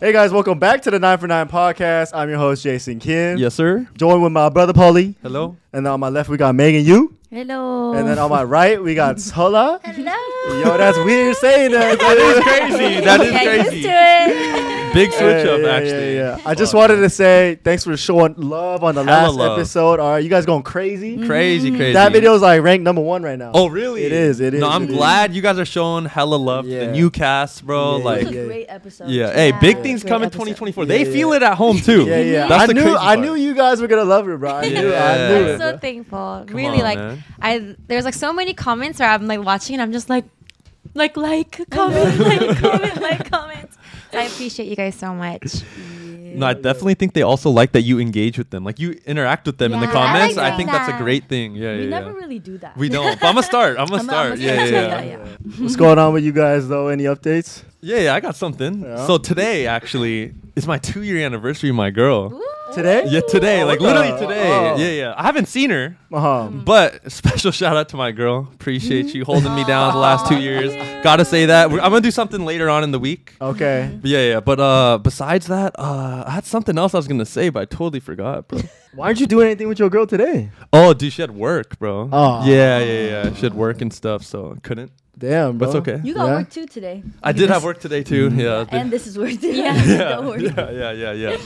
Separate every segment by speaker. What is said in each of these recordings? Speaker 1: Hey guys, welcome back to the Nine for Nine podcast. I'm your host Jason Kim.
Speaker 2: Yes, sir.
Speaker 1: Joined with my brother Paulie,
Speaker 2: Hello.
Speaker 1: and on my left we got Megan Yu,
Speaker 3: Hello.
Speaker 1: and then on my right we got Sola.
Speaker 3: Hello.
Speaker 1: Yo, that's weird saying that.
Speaker 2: That is crazy. That is
Speaker 3: Get
Speaker 2: crazy.
Speaker 3: used to it.
Speaker 2: Big switch
Speaker 1: Yeah,
Speaker 2: up,
Speaker 1: yeah,
Speaker 2: actually.
Speaker 1: yeah, yeah. I
Speaker 2: Oh.
Speaker 1: just wanted to say thanks for showing love on the
Speaker 2: Hella
Speaker 1: last
Speaker 2: love.
Speaker 1: episode. All right, you guys going crazy?
Speaker 2: Crazy, crazy.
Speaker 1: Mm. That video is like ranked number one right now.
Speaker 2: Oh, really?
Speaker 1: It is, it is,
Speaker 2: No, I'm
Speaker 1: it is.
Speaker 2: glad you guys are showing hella love to
Speaker 1: Yeah.
Speaker 2: the new cast, bro.
Speaker 1: Yeah,
Speaker 2: like,
Speaker 1: yeah,
Speaker 2: yeah.
Speaker 1: yeah.
Speaker 3: great episode.
Speaker 2: Hey, big
Speaker 3: Yeah.
Speaker 2: things
Speaker 3: Great
Speaker 2: coming
Speaker 3: episode.
Speaker 2: 2024.
Speaker 1: Yeah,
Speaker 2: they
Speaker 1: yeah.
Speaker 2: feel it at home too.
Speaker 1: yeah, yeah.
Speaker 2: That's
Speaker 1: I
Speaker 2: the
Speaker 1: knew,
Speaker 2: crazy
Speaker 1: I
Speaker 2: part.
Speaker 1: knew you guys were gonna love it, bro. I knew,
Speaker 2: Yeah.
Speaker 1: I knew
Speaker 2: Yeah.
Speaker 1: it.
Speaker 4: I'm so
Speaker 1: bro.
Speaker 4: thankful.
Speaker 2: Come
Speaker 4: really,
Speaker 2: on,
Speaker 4: like
Speaker 2: man.
Speaker 4: I there's like so many comments where I'm like watching and I'm just like, like, like, comment, like, comment, like, comment. I appreciate you guys so much.
Speaker 2: No, I definitely think they also like that you engage with them. Like you interact with them in the
Speaker 4: Yeah, I like
Speaker 2: comments. I,
Speaker 4: doing
Speaker 2: think that's a
Speaker 4: that.
Speaker 2: great thing. Yeah,
Speaker 3: We
Speaker 2: yeah.
Speaker 3: never
Speaker 2: yeah.
Speaker 3: really do that.
Speaker 2: we don't. But I'm gonna start. I'm gonna
Speaker 3: I'm- I'm
Speaker 2: start.
Speaker 3: gonna
Speaker 2: yeah,
Speaker 3: start.
Speaker 2: yeah, yeah.
Speaker 3: Yeah,
Speaker 1: What's going on with you guys though? Any updates?
Speaker 2: Yeah, yeah, I got something.
Speaker 1: Yeah.
Speaker 2: So today actually is my two year anniversary with my girl.
Speaker 1: Today?
Speaker 2: Yeah, today,
Speaker 1: Oh,
Speaker 2: like
Speaker 1: what
Speaker 2: literally
Speaker 1: the-
Speaker 2: today.
Speaker 1: oh.
Speaker 2: Yeah, yeah. I haven't seen her,
Speaker 1: Uh-huh.
Speaker 2: but special shout out to my girl. Appreciate you holding me down the last two
Speaker 4: Aw,
Speaker 2: years.
Speaker 4: cute.
Speaker 2: Gotta say that. We're- I'm gonna do something later on in the week.
Speaker 1: Okay.
Speaker 2: But yeah, yeah. But uh, besides that, uh, I had something else I was gonna say, but I totally forgot, bro.
Speaker 3: Mm-hmm.
Speaker 1: Why aren't you doing anything with your girl today?
Speaker 2: oh, dude, she had work, bro.
Speaker 1: Aw.
Speaker 2: Yeah, yeah, yeah. She had work and stuff, so I couldn't.
Speaker 1: Damn, bro.
Speaker 2: But it's okay.
Speaker 3: You got
Speaker 1: Yeah.
Speaker 3: work too today.
Speaker 2: I did have work today too.
Speaker 1: Mm.
Speaker 2: Yeah. it's been-
Speaker 3: And this is work today.
Speaker 4: Yeah.
Speaker 2: yeah,
Speaker 3: Don't worry.
Speaker 2: yeah, yeah, yeah, yeah.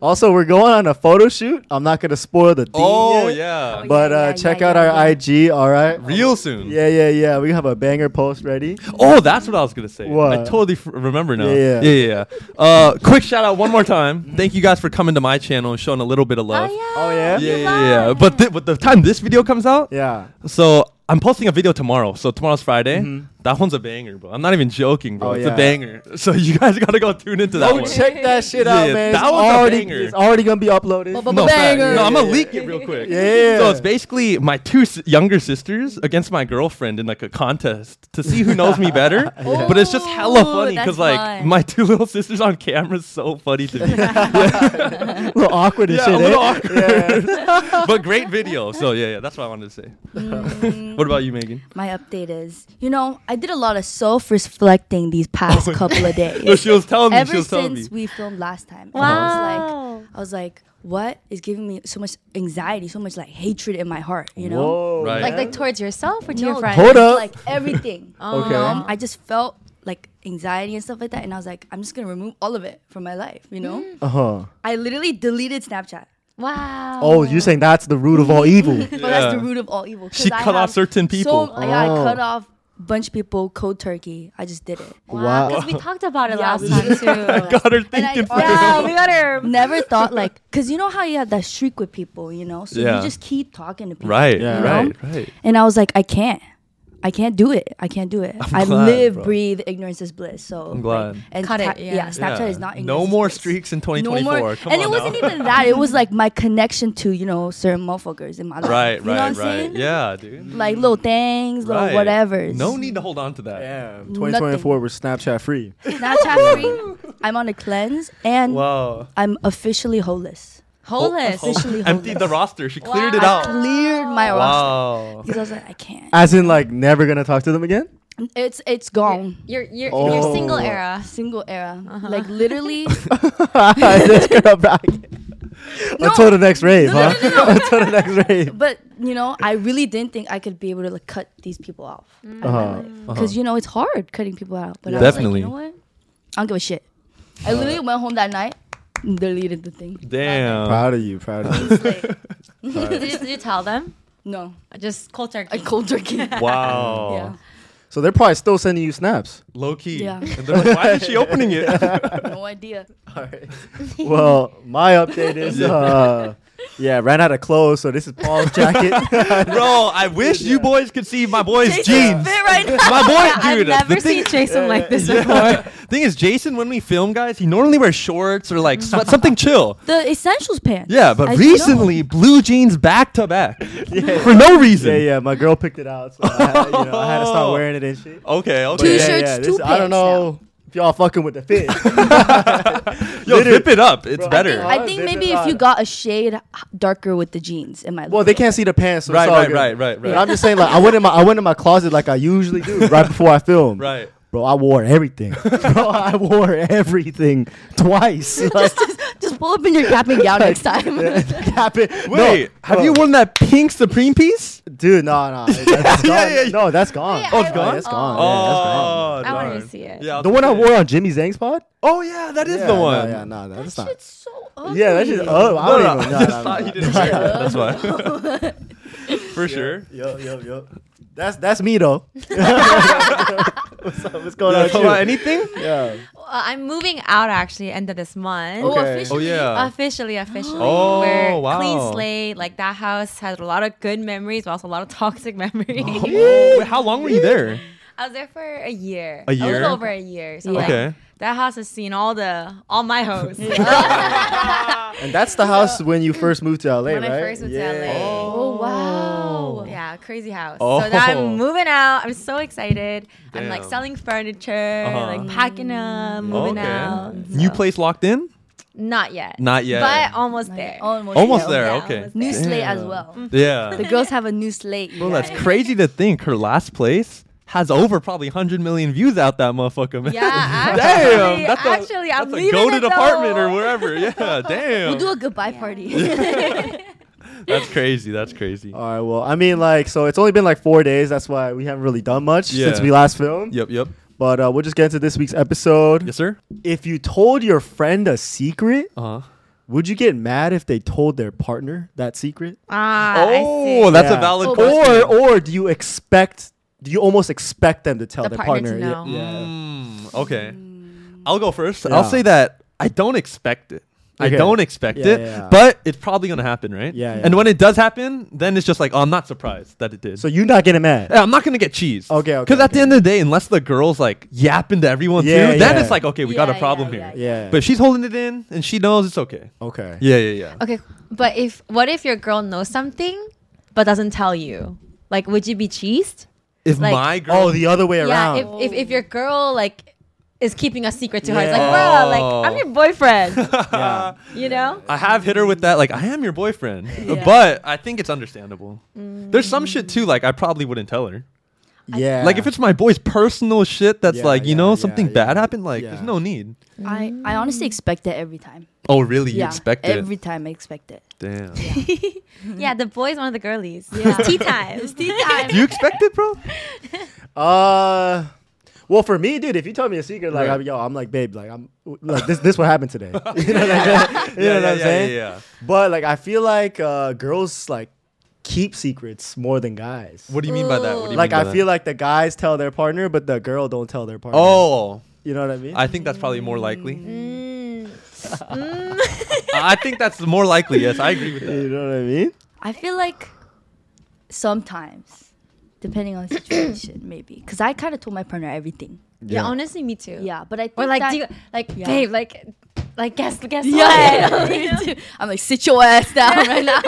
Speaker 1: Also, we're going on a photo shoot. I'm not gonna spoil the theme.
Speaker 2: Oh
Speaker 1: yet,
Speaker 2: yeah,
Speaker 1: But uh,
Speaker 3: Yeah, yeah,
Speaker 1: check
Speaker 3: yeah,
Speaker 1: out
Speaker 3: yeah.
Speaker 1: our IG. All right.
Speaker 2: real soon.
Speaker 1: Yeah, yeah, yeah. We have a banger post ready.
Speaker 2: Oh, that's what I was gonna say.
Speaker 1: What?
Speaker 2: I totally f- remember now.
Speaker 1: Yeah, yeah.
Speaker 2: Yeah, yeah. yeah. Uh, quick shout out one more time. Thank you guys for coming to my channel and showing a little bit of love.
Speaker 4: Oh yeah.
Speaker 1: Oh, yeah?
Speaker 2: yeah,
Speaker 4: You
Speaker 2: yeah, yeah.
Speaker 4: lied.
Speaker 2: But th- but the time this video comes out,
Speaker 1: Yeah.
Speaker 2: so I'm posting a video tomorrow. So tomorrow's Friday.
Speaker 1: Mhm.
Speaker 2: That one's a banger, bro. I'm not even joking, bro.
Speaker 1: Oh,
Speaker 2: it's
Speaker 1: yeah.
Speaker 2: a banger. So you guys gotta go tune into that
Speaker 1: Oh,
Speaker 2: one.
Speaker 1: check that shit
Speaker 2: Yeah,
Speaker 1: out,
Speaker 2: yeah,
Speaker 1: man.
Speaker 2: that
Speaker 1: it's
Speaker 2: was a
Speaker 1: already,
Speaker 2: banger.
Speaker 1: It's already gonna be uploaded.
Speaker 3: Well, but-
Speaker 2: no, fact.
Speaker 3: Banger.
Speaker 2: no, I'm
Speaker 1: Yeah,
Speaker 2: gonna
Speaker 1: yeah,
Speaker 2: leak it real quick.
Speaker 1: Yeah.
Speaker 2: So it's basically my two s- younger sisters against my girlfriend in like a contest to see who knows me better.
Speaker 4: Yeah.
Speaker 2: But it's just hella
Speaker 4: Ooh,
Speaker 2: funny because
Speaker 4: that's
Speaker 2: like
Speaker 4: fun.
Speaker 2: my two little sisters on camera is so funny to me.
Speaker 1: a little awkward and
Speaker 2: yeah,
Speaker 1: shit. eh?
Speaker 2: a little awkward.
Speaker 1: Yeah.
Speaker 2: but great video. So yeah, yeah, that's what I wanted to say.
Speaker 3: Mm.
Speaker 2: what about you, Megan?
Speaker 3: My update is, you know, I did a lot of self-reflecting these past
Speaker 2: Oh,
Speaker 3: couple of days.
Speaker 2: No, she was telling me. she
Speaker 3: Ever
Speaker 2: was telling me.
Speaker 3: since we filmed last time. And I was like,
Speaker 4: Wow.
Speaker 3: I was like, what is giving me so much anxiety, so much like hatred in my heart, you know?
Speaker 1: Whoa.
Speaker 2: Right.
Speaker 4: Like
Speaker 1: man.
Speaker 4: like towards yourself or to
Speaker 3: No,
Speaker 4: your friends? Oh,
Speaker 1: Hold up.
Speaker 3: Like everything.
Speaker 1: Okay.
Speaker 3: Um, I just felt like anxiety and stuff like that, and I was like, I'm just gonna remove all of it from my life, you know?
Speaker 2: Mm.
Speaker 1: Uh huh.
Speaker 3: I literally deleted Snapchat.
Speaker 4: Wow.
Speaker 1: Oh, you're saying that's the root of all evil.
Speaker 3: But that's the
Speaker 2: Yeah.
Speaker 3: root of all evil. 'cause
Speaker 2: She
Speaker 3: I
Speaker 2: cut off
Speaker 3: have
Speaker 2: certain people.
Speaker 3: So, Yeah, I
Speaker 1: Oh.
Speaker 3: cut off bunch of people cold turkey. I just did it.
Speaker 1: Wow.
Speaker 4: Wow. Because we talked about it
Speaker 3: Yeah,
Speaker 4: last
Speaker 3: we
Speaker 4: time too.
Speaker 2: Got her
Speaker 3: And I-
Speaker 2: thinking. for
Speaker 3: Yeah.
Speaker 4: yeah, we got her.
Speaker 3: Never thought like, cause you know how you have that streak with people, you know? So
Speaker 2: Yeah.
Speaker 3: you just keep talking to people.
Speaker 2: Right,
Speaker 1: Yeah.
Speaker 2: right, right.
Speaker 3: And I was like, I can't. I can't do it. I can't do it. i
Speaker 2: glad,
Speaker 3: live,
Speaker 2: bro.
Speaker 3: breathe. Ignorance is bliss. So
Speaker 2: I'm glad.
Speaker 3: like, and
Speaker 4: Cut it,
Speaker 3: ta-
Speaker 4: yeah.
Speaker 3: Snapchat
Speaker 2: Yeah.
Speaker 3: is not. ignorance
Speaker 2: No
Speaker 3: is
Speaker 2: more
Speaker 3: bliss.
Speaker 2: streaks in
Speaker 3: No more-
Speaker 2: 2024. Come
Speaker 3: and
Speaker 2: on
Speaker 3: it wasn't
Speaker 2: now.
Speaker 3: even that. It was like my connection to you know certain motherfuckers in my life.
Speaker 2: Right,
Speaker 3: You know what I'm
Speaker 2: right, right.
Speaker 3: saying?
Speaker 2: Yeah, dude.
Speaker 3: Like little things, little
Speaker 2: Right.
Speaker 3: whatever.
Speaker 2: No need to hold on to that.
Speaker 1: Damn. 2024, we're Snapchat free.
Speaker 3: Snapchat free. I'm on a cleanse and
Speaker 2: Wow.
Speaker 3: I'm officially holeless.
Speaker 4: Holeless.
Speaker 1: Oh.
Speaker 3: Hol- Officially
Speaker 2: Emptied the
Speaker 3: homeless.
Speaker 2: roster. She cleared it
Speaker 4: Wow.
Speaker 2: out.
Speaker 3: Cleared my roster
Speaker 2: Oh. Wow.
Speaker 3: because I was like, I can't.
Speaker 1: As in, like, never gonna talk to them again?
Speaker 3: It's it's gone.
Speaker 4: Your your
Speaker 1: Oh.
Speaker 4: your single era.
Speaker 3: Single era, like literally.
Speaker 1: Let's go back. Until the next rave,
Speaker 3: No, no,
Speaker 1: huh? Until the next rave.
Speaker 3: but you know, I really didn't think I could be able to like cut these people off
Speaker 2: Mm.
Speaker 3: because
Speaker 1: Uh-huh.
Speaker 3: you know it's hard cutting people out. But I was
Speaker 2: Definitely.
Speaker 3: like, you know what? I don't give a shit. I literally went home that night, and deleted the thing.
Speaker 2: Damn.
Speaker 1: Proud of you. Proud of you.
Speaker 3: Like,
Speaker 4: did, you, did you tell them?
Speaker 3: no,
Speaker 4: Just Uh, cold turkey.
Speaker 3: I cold turkey.
Speaker 2: Wow.
Speaker 3: Yeah.
Speaker 1: So they're probably still sending you snaps.
Speaker 2: Low key.
Speaker 3: Yeah.
Speaker 2: And they're like, why is she opening it?
Speaker 3: no idea.
Speaker 1: All right. Well, my update is, uh, yeah, ran out of clothes, so this is Paul's jacket.
Speaker 2: Bro, I wish you boys could see my boy's
Speaker 3: Jason
Speaker 2: jeans.
Speaker 3: fit right now.
Speaker 2: My boy,
Speaker 4: I've
Speaker 2: dude.
Speaker 4: never
Speaker 2: the thing,
Speaker 4: seen Jason like this before.
Speaker 2: thing is, Jason, when we film guys, he normally wears shorts or like sweat, something chill.
Speaker 3: The essentials pants.
Speaker 2: Yeah, but
Speaker 3: I don't know.
Speaker 2: recently, blue jeans back to back
Speaker 1: yeah,
Speaker 2: for no reason.
Speaker 1: yeah, yeah. My girl picked it out, so I had, you know, I had to start wearing it and shit.
Speaker 2: Okay,
Speaker 1: But yeah,
Speaker 2: okay.
Speaker 3: T-shirts,
Speaker 1: yeah, this-
Speaker 3: two
Speaker 1: I don't
Speaker 3: pairs
Speaker 1: know if y'all fucking with the fit.
Speaker 2: Yo,
Speaker 1: Literally-
Speaker 2: zip it up. It's
Speaker 1: Bro,
Speaker 2: better.
Speaker 1: I
Speaker 3: I think
Speaker 1: did
Speaker 3: maybe
Speaker 1: not.
Speaker 3: if you got a shade h- darker with the jeans, it might.
Speaker 1: Well,
Speaker 3: look
Speaker 1: they
Speaker 3: better.
Speaker 1: can't see the pants, so it's
Speaker 2: right,
Speaker 1: all
Speaker 2: right,
Speaker 1: good.
Speaker 2: right, right,
Speaker 1: But
Speaker 2: right,
Speaker 1: I'm just saying, like, I went in my I went in my closet like I usually do right before I film.
Speaker 2: right.
Speaker 1: Bro, I wore everything. Bro, I wore everything twice. Like,
Speaker 3: Just pull up in your cap and gown next time.
Speaker 1: yeah, cap it. No,
Speaker 2: Wait, have you
Speaker 1: bro.
Speaker 2: worn that pink Supreme piece?
Speaker 1: Dude, no, no, that's gone.
Speaker 2: yeah, yeah.
Speaker 1: No, that's gone.
Speaker 4: Yeah, Oh, it's I- gone?
Speaker 1: That's gone.
Speaker 4: Oh.
Speaker 1: Yeah, that's gone.
Speaker 4: I wanted to
Speaker 2: darn.
Speaker 4: see it.
Speaker 2: Yeah, I'll
Speaker 1: The one
Speaker 2: see
Speaker 1: I
Speaker 2: it.
Speaker 1: wore on Jimmy Zang's pod.
Speaker 2: Oh yeah, that is
Speaker 1: Yeah,
Speaker 2: the
Speaker 1: no,
Speaker 2: one.
Speaker 1: yeah, no, that's
Speaker 3: that
Speaker 1: not.
Speaker 3: shit's so ugly.
Speaker 1: Yeah, that shit's. Oh, I
Speaker 2: No,
Speaker 1: don't
Speaker 2: no,
Speaker 1: even.
Speaker 2: I
Speaker 1: no,
Speaker 2: just
Speaker 1: no,
Speaker 2: thought
Speaker 1: no,
Speaker 2: you
Speaker 1: no.
Speaker 2: didn't check that. That's why. For sure.
Speaker 1: Yo, yo, yo. That's that's me though. what's, up, what's going
Speaker 2: Yeah,
Speaker 1: on? with
Speaker 2: talk
Speaker 1: you?
Speaker 2: about anything?
Speaker 1: Yeah.
Speaker 4: Uh, I'm moving out actually end of this month.
Speaker 3: Oh,
Speaker 2: Okay.
Speaker 3: officially.
Speaker 2: Oh, yeah.
Speaker 4: Officially, officially.
Speaker 2: Oh,
Speaker 4: We're
Speaker 2: wow.
Speaker 4: Clean slate. Like that house has a lot of good memories, but also a lot of toxic memories.
Speaker 2: Oh, wait, how long were you there?
Speaker 4: I was there for a year.
Speaker 2: A
Speaker 4: A
Speaker 2: year?
Speaker 4: little over a year. So
Speaker 3: Yeah.
Speaker 4: like,
Speaker 2: Okay.
Speaker 4: that house has seen all the all my hoes.
Speaker 1: And that's the house when you first moved to LA,
Speaker 4: uh, when
Speaker 1: right?
Speaker 4: I first went
Speaker 1: yeah.
Speaker 4: to LA.
Speaker 3: Oh, wow.
Speaker 4: Yeah, crazy house.
Speaker 2: Oh.
Speaker 4: So that I'm moving out. I'm so excited. I'm like
Speaker 2: Damn.
Speaker 4: selling furniture,
Speaker 2: Uh-huh.
Speaker 4: like packing up, moving
Speaker 2: okay.
Speaker 4: out.
Speaker 2: New
Speaker 4: So-
Speaker 2: place locked in?
Speaker 4: Not yet.
Speaker 2: Not yet.
Speaker 4: But almost
Speaker 3: Like,
Speaker 4: there.
Speaker 3: Oh. Almost,
Speaker 2: Almost
Speaker 3: there.
Speaker 2: there.
Speaker 4: Yeah,
Speaker 2: okay.
Speaker 4: almost
Speaker 3: New
Speaker 4: there.
Speaker 3: slate as
Speaker 1: Damn.
Speaker 3: well. The
Speaker 2: Yeah.
Speaker 3: girls have a new slate.
Speaker 2: Well,
Speaker 3: you
Speaker 2: that's
Speaker 3: guys.
Speaker 2: crazy to think. Her last place has over probably 100 million views out that motherfucker, man.
Speaker 4: Yeah, actually,
Speaker 2: damn. That's a,
Speaker 4: actually, I'm
Speaker 2: that's a
Speaker 4: leaving
Speaker 2: goated
Speaker 4: it,
Speaker 2: apartment
Speaker 4: though.
Speaker 2: or wherever. Yeah, damn.
Speaker 3: We'll do a goodbye party.
Speaker 2: that's crazy. That's crazy.
Speaker 1: All right. Well, I mean, like, so it's only been like four days. That's why we haven't really done much
Speaker 2: Yeah.
Speaker 1: since we last filmed.
Speaker 2: Yep, yep.
Speaker 1: But uh, we'll just get into this week's episode.
Speaker 2: Yes, sir.
Speaker 1: If you told your friend a secret,
Speaker 2: Uh huh.
Speaker 1: would you get mad if they told their partner that secret?
Speaker 4: Ah, I see.
Speaker 2: Oh, that's
Speaker 1: Yeah.
Speaker 2: a valid
Speaker 3: Oh,
Speaker 2: question.
Speaker 1: Or, or do you expect? Do you almost expect them to tell
Speaker 4: The
Speaker 1: their
Speaker 4: partner
Speaker 1: partner?
Speaker 4: to know.
Speaker 1: Yeah. yeah.
Speaker 2: Mm, okay.
Speaker 3: Mm.
Speaker 2: I'll go first.
Speaker 1: Yeah.
Speaker 2: I'll say that I don't expect it.
Speaker 1: Okay.
Speaker 2: I don't expect
Speaker 1: Yeah,
Speaker 2: it,
Speaker 1: yeah, yeah.
Speaker 2: but it's probably gonna happen, right?
Speaker 1: Yeah, yeah.
Speaker 2: And when it does happen, then it's just like, oh, I'm not surprised that it did.
Speaker 1: So you're not getting mad.
Speaker 2: Yeah, I'm not gonna get cheese.
Speaker 1: Okay, okay,
Speaker 2: Because at the
Speaker 1: okay.
Speaker 2: end of the day, unless the girl's like yapping to everyone
Speaker 1: Yeah,
Speaker 2: too, then
Speaker 1: yeah.
Speaker 2: it's like, okay, we got
Speaker 3: Yeah,
Speaker 2: a problem
Speaker 3: yeah,
Speaker 2: here.
Speaker 3: yeah,
Speaker 1: Yeah.
Speaker 2: But if she's holding it in and she knows it's okay.
Speaker 1: okay.
Speaker 2: Yeah, yeah,
Speaker 3: Uh,
Speaker 2: yeah.
Speaker 4: Okay, but if what if your girl knows something but doesn't tell you? Like, would you be cheesed?
Speaker 2: If
Speaker 4: Like-
Speaker 2: my girl,
Speaker 1: Oh, the other way
Speaker 4: Yeah.
Speaker 1: around.
Speaker 4: If, if if your girl like is keeping a secret to her, it's like,
Speaker 1: Yeah.
Speaker 4: bro,
Speaker 2: Oh.
Speaker 4: like I'm your boyfriend,
Speaker 1: Yeah.
Speaker 4: you know?
Speaker 2: I have hit her with that, like I am your boyfriend, but I think it's understandable.
Speaker 3: Mm.
Speaker 2: There's some shit too, like I probably wouldn't tell her.
Speaker 1: Yeah.
Speaker 2: Like if it's my boy's personal shit that's
Speaker 1: Yeah,
Speaker 2: like, you
Speaker 1: yeah,
Speaker 2: know,
Speaker 1: yeah,
Speaker 2: something
Speaker 1: yeah.
Speaker 2: bad happened, like
Speaker 1: Yeah.
Speaker 2: there's no need.
Speaker 3: I, I honestly expect it every time.
Speaker 2: Oh really? You
Speaker 3: yeah,
Speaker 2: expect
Speaker 3: every
Speaker 2: it.
Speaker 3: time I expect it.
Speaker 2: Damn.
Speaker 4: Yeah, the boy's one of the girlies.
Speaker 3: Yeah.
Speaker 4: It's tea time. it's tea time.
Speaker 2: Do you expect it, bro?
Speaker 1: Uh, well, for me, dude, if you tell me a secret, like,
Speaker 2: Right.
Speaker 1: I'm, yo, I'm like, babe, like, I'm like this. This what happened today. you know, like, you know what I'm saying?
Speaker 2: yeah.
Speaker 1: But like, I feel like uh, girls like keep secrets more than guys.
Speaker 2: What do you mean by that? What do you
Speaker 1: like
Speaker 2: mean by
Speaker 1: I
Speaker 2: that?
Speaker 1: feel like the guys tell their partner, but the girl don't tell their partner.
Speaker 2: Oh,
Speaker 1: you know what I mean?
Speaker 2: I think that's probably more likely.
Speaker 4: Mm.
Speaker 2: I think that's more likely. Yes, I agree with
Speaker 1: you
Speaker 2: that.
Speaker 1: know what I mean?
Speaker 3: I feel like sometimes, depending on the situation, maybe. Because I kind of told my partner everything.
Speaker 4: Yeah. honestly, me too.
Speaker 3: Yeah, but I think
Speaker 4: Or like,
Speaker 3: that,
Speaker 4: do you, like,
Speaker 3: Yeah.
Speaker 4: babe, like, like guess, guess
Speaker 3: yeah,
Speaker 4: what?
Speaker 3: me too. I'm like sit your ass down right now.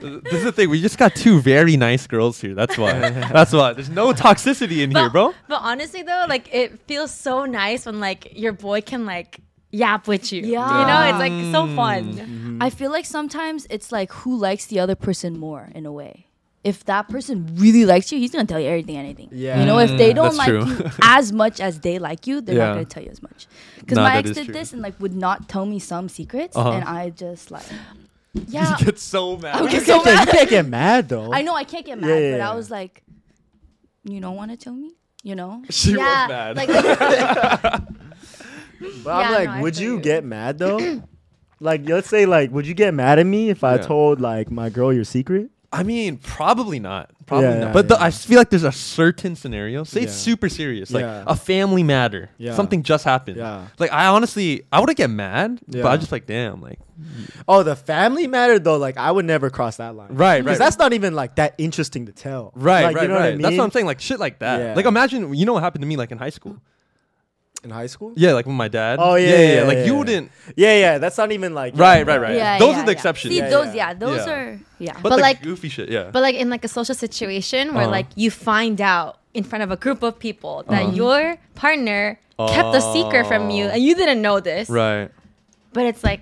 Speaker 2: This is the thing. We just got two very nice girls here. That's why. that's why. There's no toxicity in here, bro.
Speaker 4: But honestly, though, like, it feels so nice when like your boy can like yap with you.
Speaker 3: Yeah.
Speaker 4: you know, it's like so fun.
Speaker 3: I feel like sometimes it's like who likes the other person more in a way. If that person really likes you, he's gonna tell you everything, anything.
Speaker 1: Yeah.
Speaker 3: You know, if they
Speaker 2: Mm, that's
Speaker 3: don't like
Speaker 2: true.
Speaker 3: you as much as they like you, they're
Speaker 2: Yeah.
Speaker 3: not gonna tell you as much. Because
Speaker 2: Nah,
Speaker 3: my
Speaker 2: that
Speaker 3: ex
Speaker 2: is
Speaker 3: did
Speaker 2: true.
Speaker 3: this and like would not tell me some secrets,
Speaker 2: Uh-huh.
Speaker 3: and I just like
Speaker 4: Yeah.
Speaker 2: You get so mad.
Speaker 1: You can't, get, you can't get mad though.
Speaker 3: I know I can't get mad,
Speaker 1: Yeah, yeah,
Speaker 3: but
Speaker 1: yeah.
Speaker 3: I was like, you don't want to tell me, you know?
Speaker 2: She
Speaker 4: yeah,
Speaker 2: was mad.
Speaker 4: Like, like,
Speaker 1: But I'm
Speaker 4: Yeah,
Speaker 1: like,
Speaker 4: no, I
Speaker 1: would
Speaker 4: feel
Speaker 1: you
Speaker 4: you.
Speaker 1: get mad though? like, let's say, like, would you get mad at me if I
Speaker 2: Yeah.
Speaker 1: told like my girl your secret?
Speaker 2: I mean, probably not. Probably
Speaker 1: Yeah,
Speaker 2: not.
Speaker 1: yeah,
Speaker 2: but the,
Speaker 1: yeah.
Speaker 2: I feel like there's a certain scenario. Say it's
Speaker 1: Yeah.
Speaker 2: super serious, like
Speaker 1: Yeah.
Speaker 2: a family matter.
Speaker 1: Yeah.
Speaker 2: Something just happened.
Speaker 1: Yeah.
Speaker 2: Like I honestly, I wouldn't get mad,
Speaker 1: Yeah.
Speaker 2: but I just like, damn, like
Speaker 1: Oh, the family matter though. Like, I would never cross that line.
Speaker 2: Right, right.
Speaker 1: Because that's not even like that interesting to tell.
Speaker 2: right,
Speaker 1: Like,
Speaker 2: right,
Speaker 1: you know
Speaker 2: right.
Speaker 1: what I mean?
Speaker 2: That's what I'm saying. Like shit, like that.
Speaker 1: Yeah.
Speaker 2: Like imagine, you know what happened to me, like in high school.
Speaker 1: In high school.
Speaker 2: Yeah, like with my dad.
Speaker 1: Oh yeah, yeah, yeah,
Speaker 2: like you
Speaker 1: yeah.
Speaker 2: wouldn't.
Speaker 1: Yeah, yeah. That's not even like.
Speaker 2: Right, right, right.
Speaker 3: Yeah,
Speaker 2: those
Speaker 3: yeah,
Speaker 2: are the
Speaker 3: yeah.
Speaker 2: exceptions.
Speaker 3: See,
Speaker 1: Yeah,
Speaker 3: those,
Speaker 1: yeah.
Speaker 3: yeah, those
Speaker 2: Yeah.
Speaker 3: are, yeah.
Speaker 2: But,
Speaker 4: But
Speaker 2: the
Speaker 4: like-
Speaker 2: goofy shit, yeah.
Speaker 4: but like in like a social situation where
Speaker 2: Uh-huh.
Speaker 4: like you find out in front of a group of people that your partner kept a secret from you
Speaker 2: Oh.
Speaker 4: and you didn't know this,
Speaker 2: right.
Speaker 4: but it's like.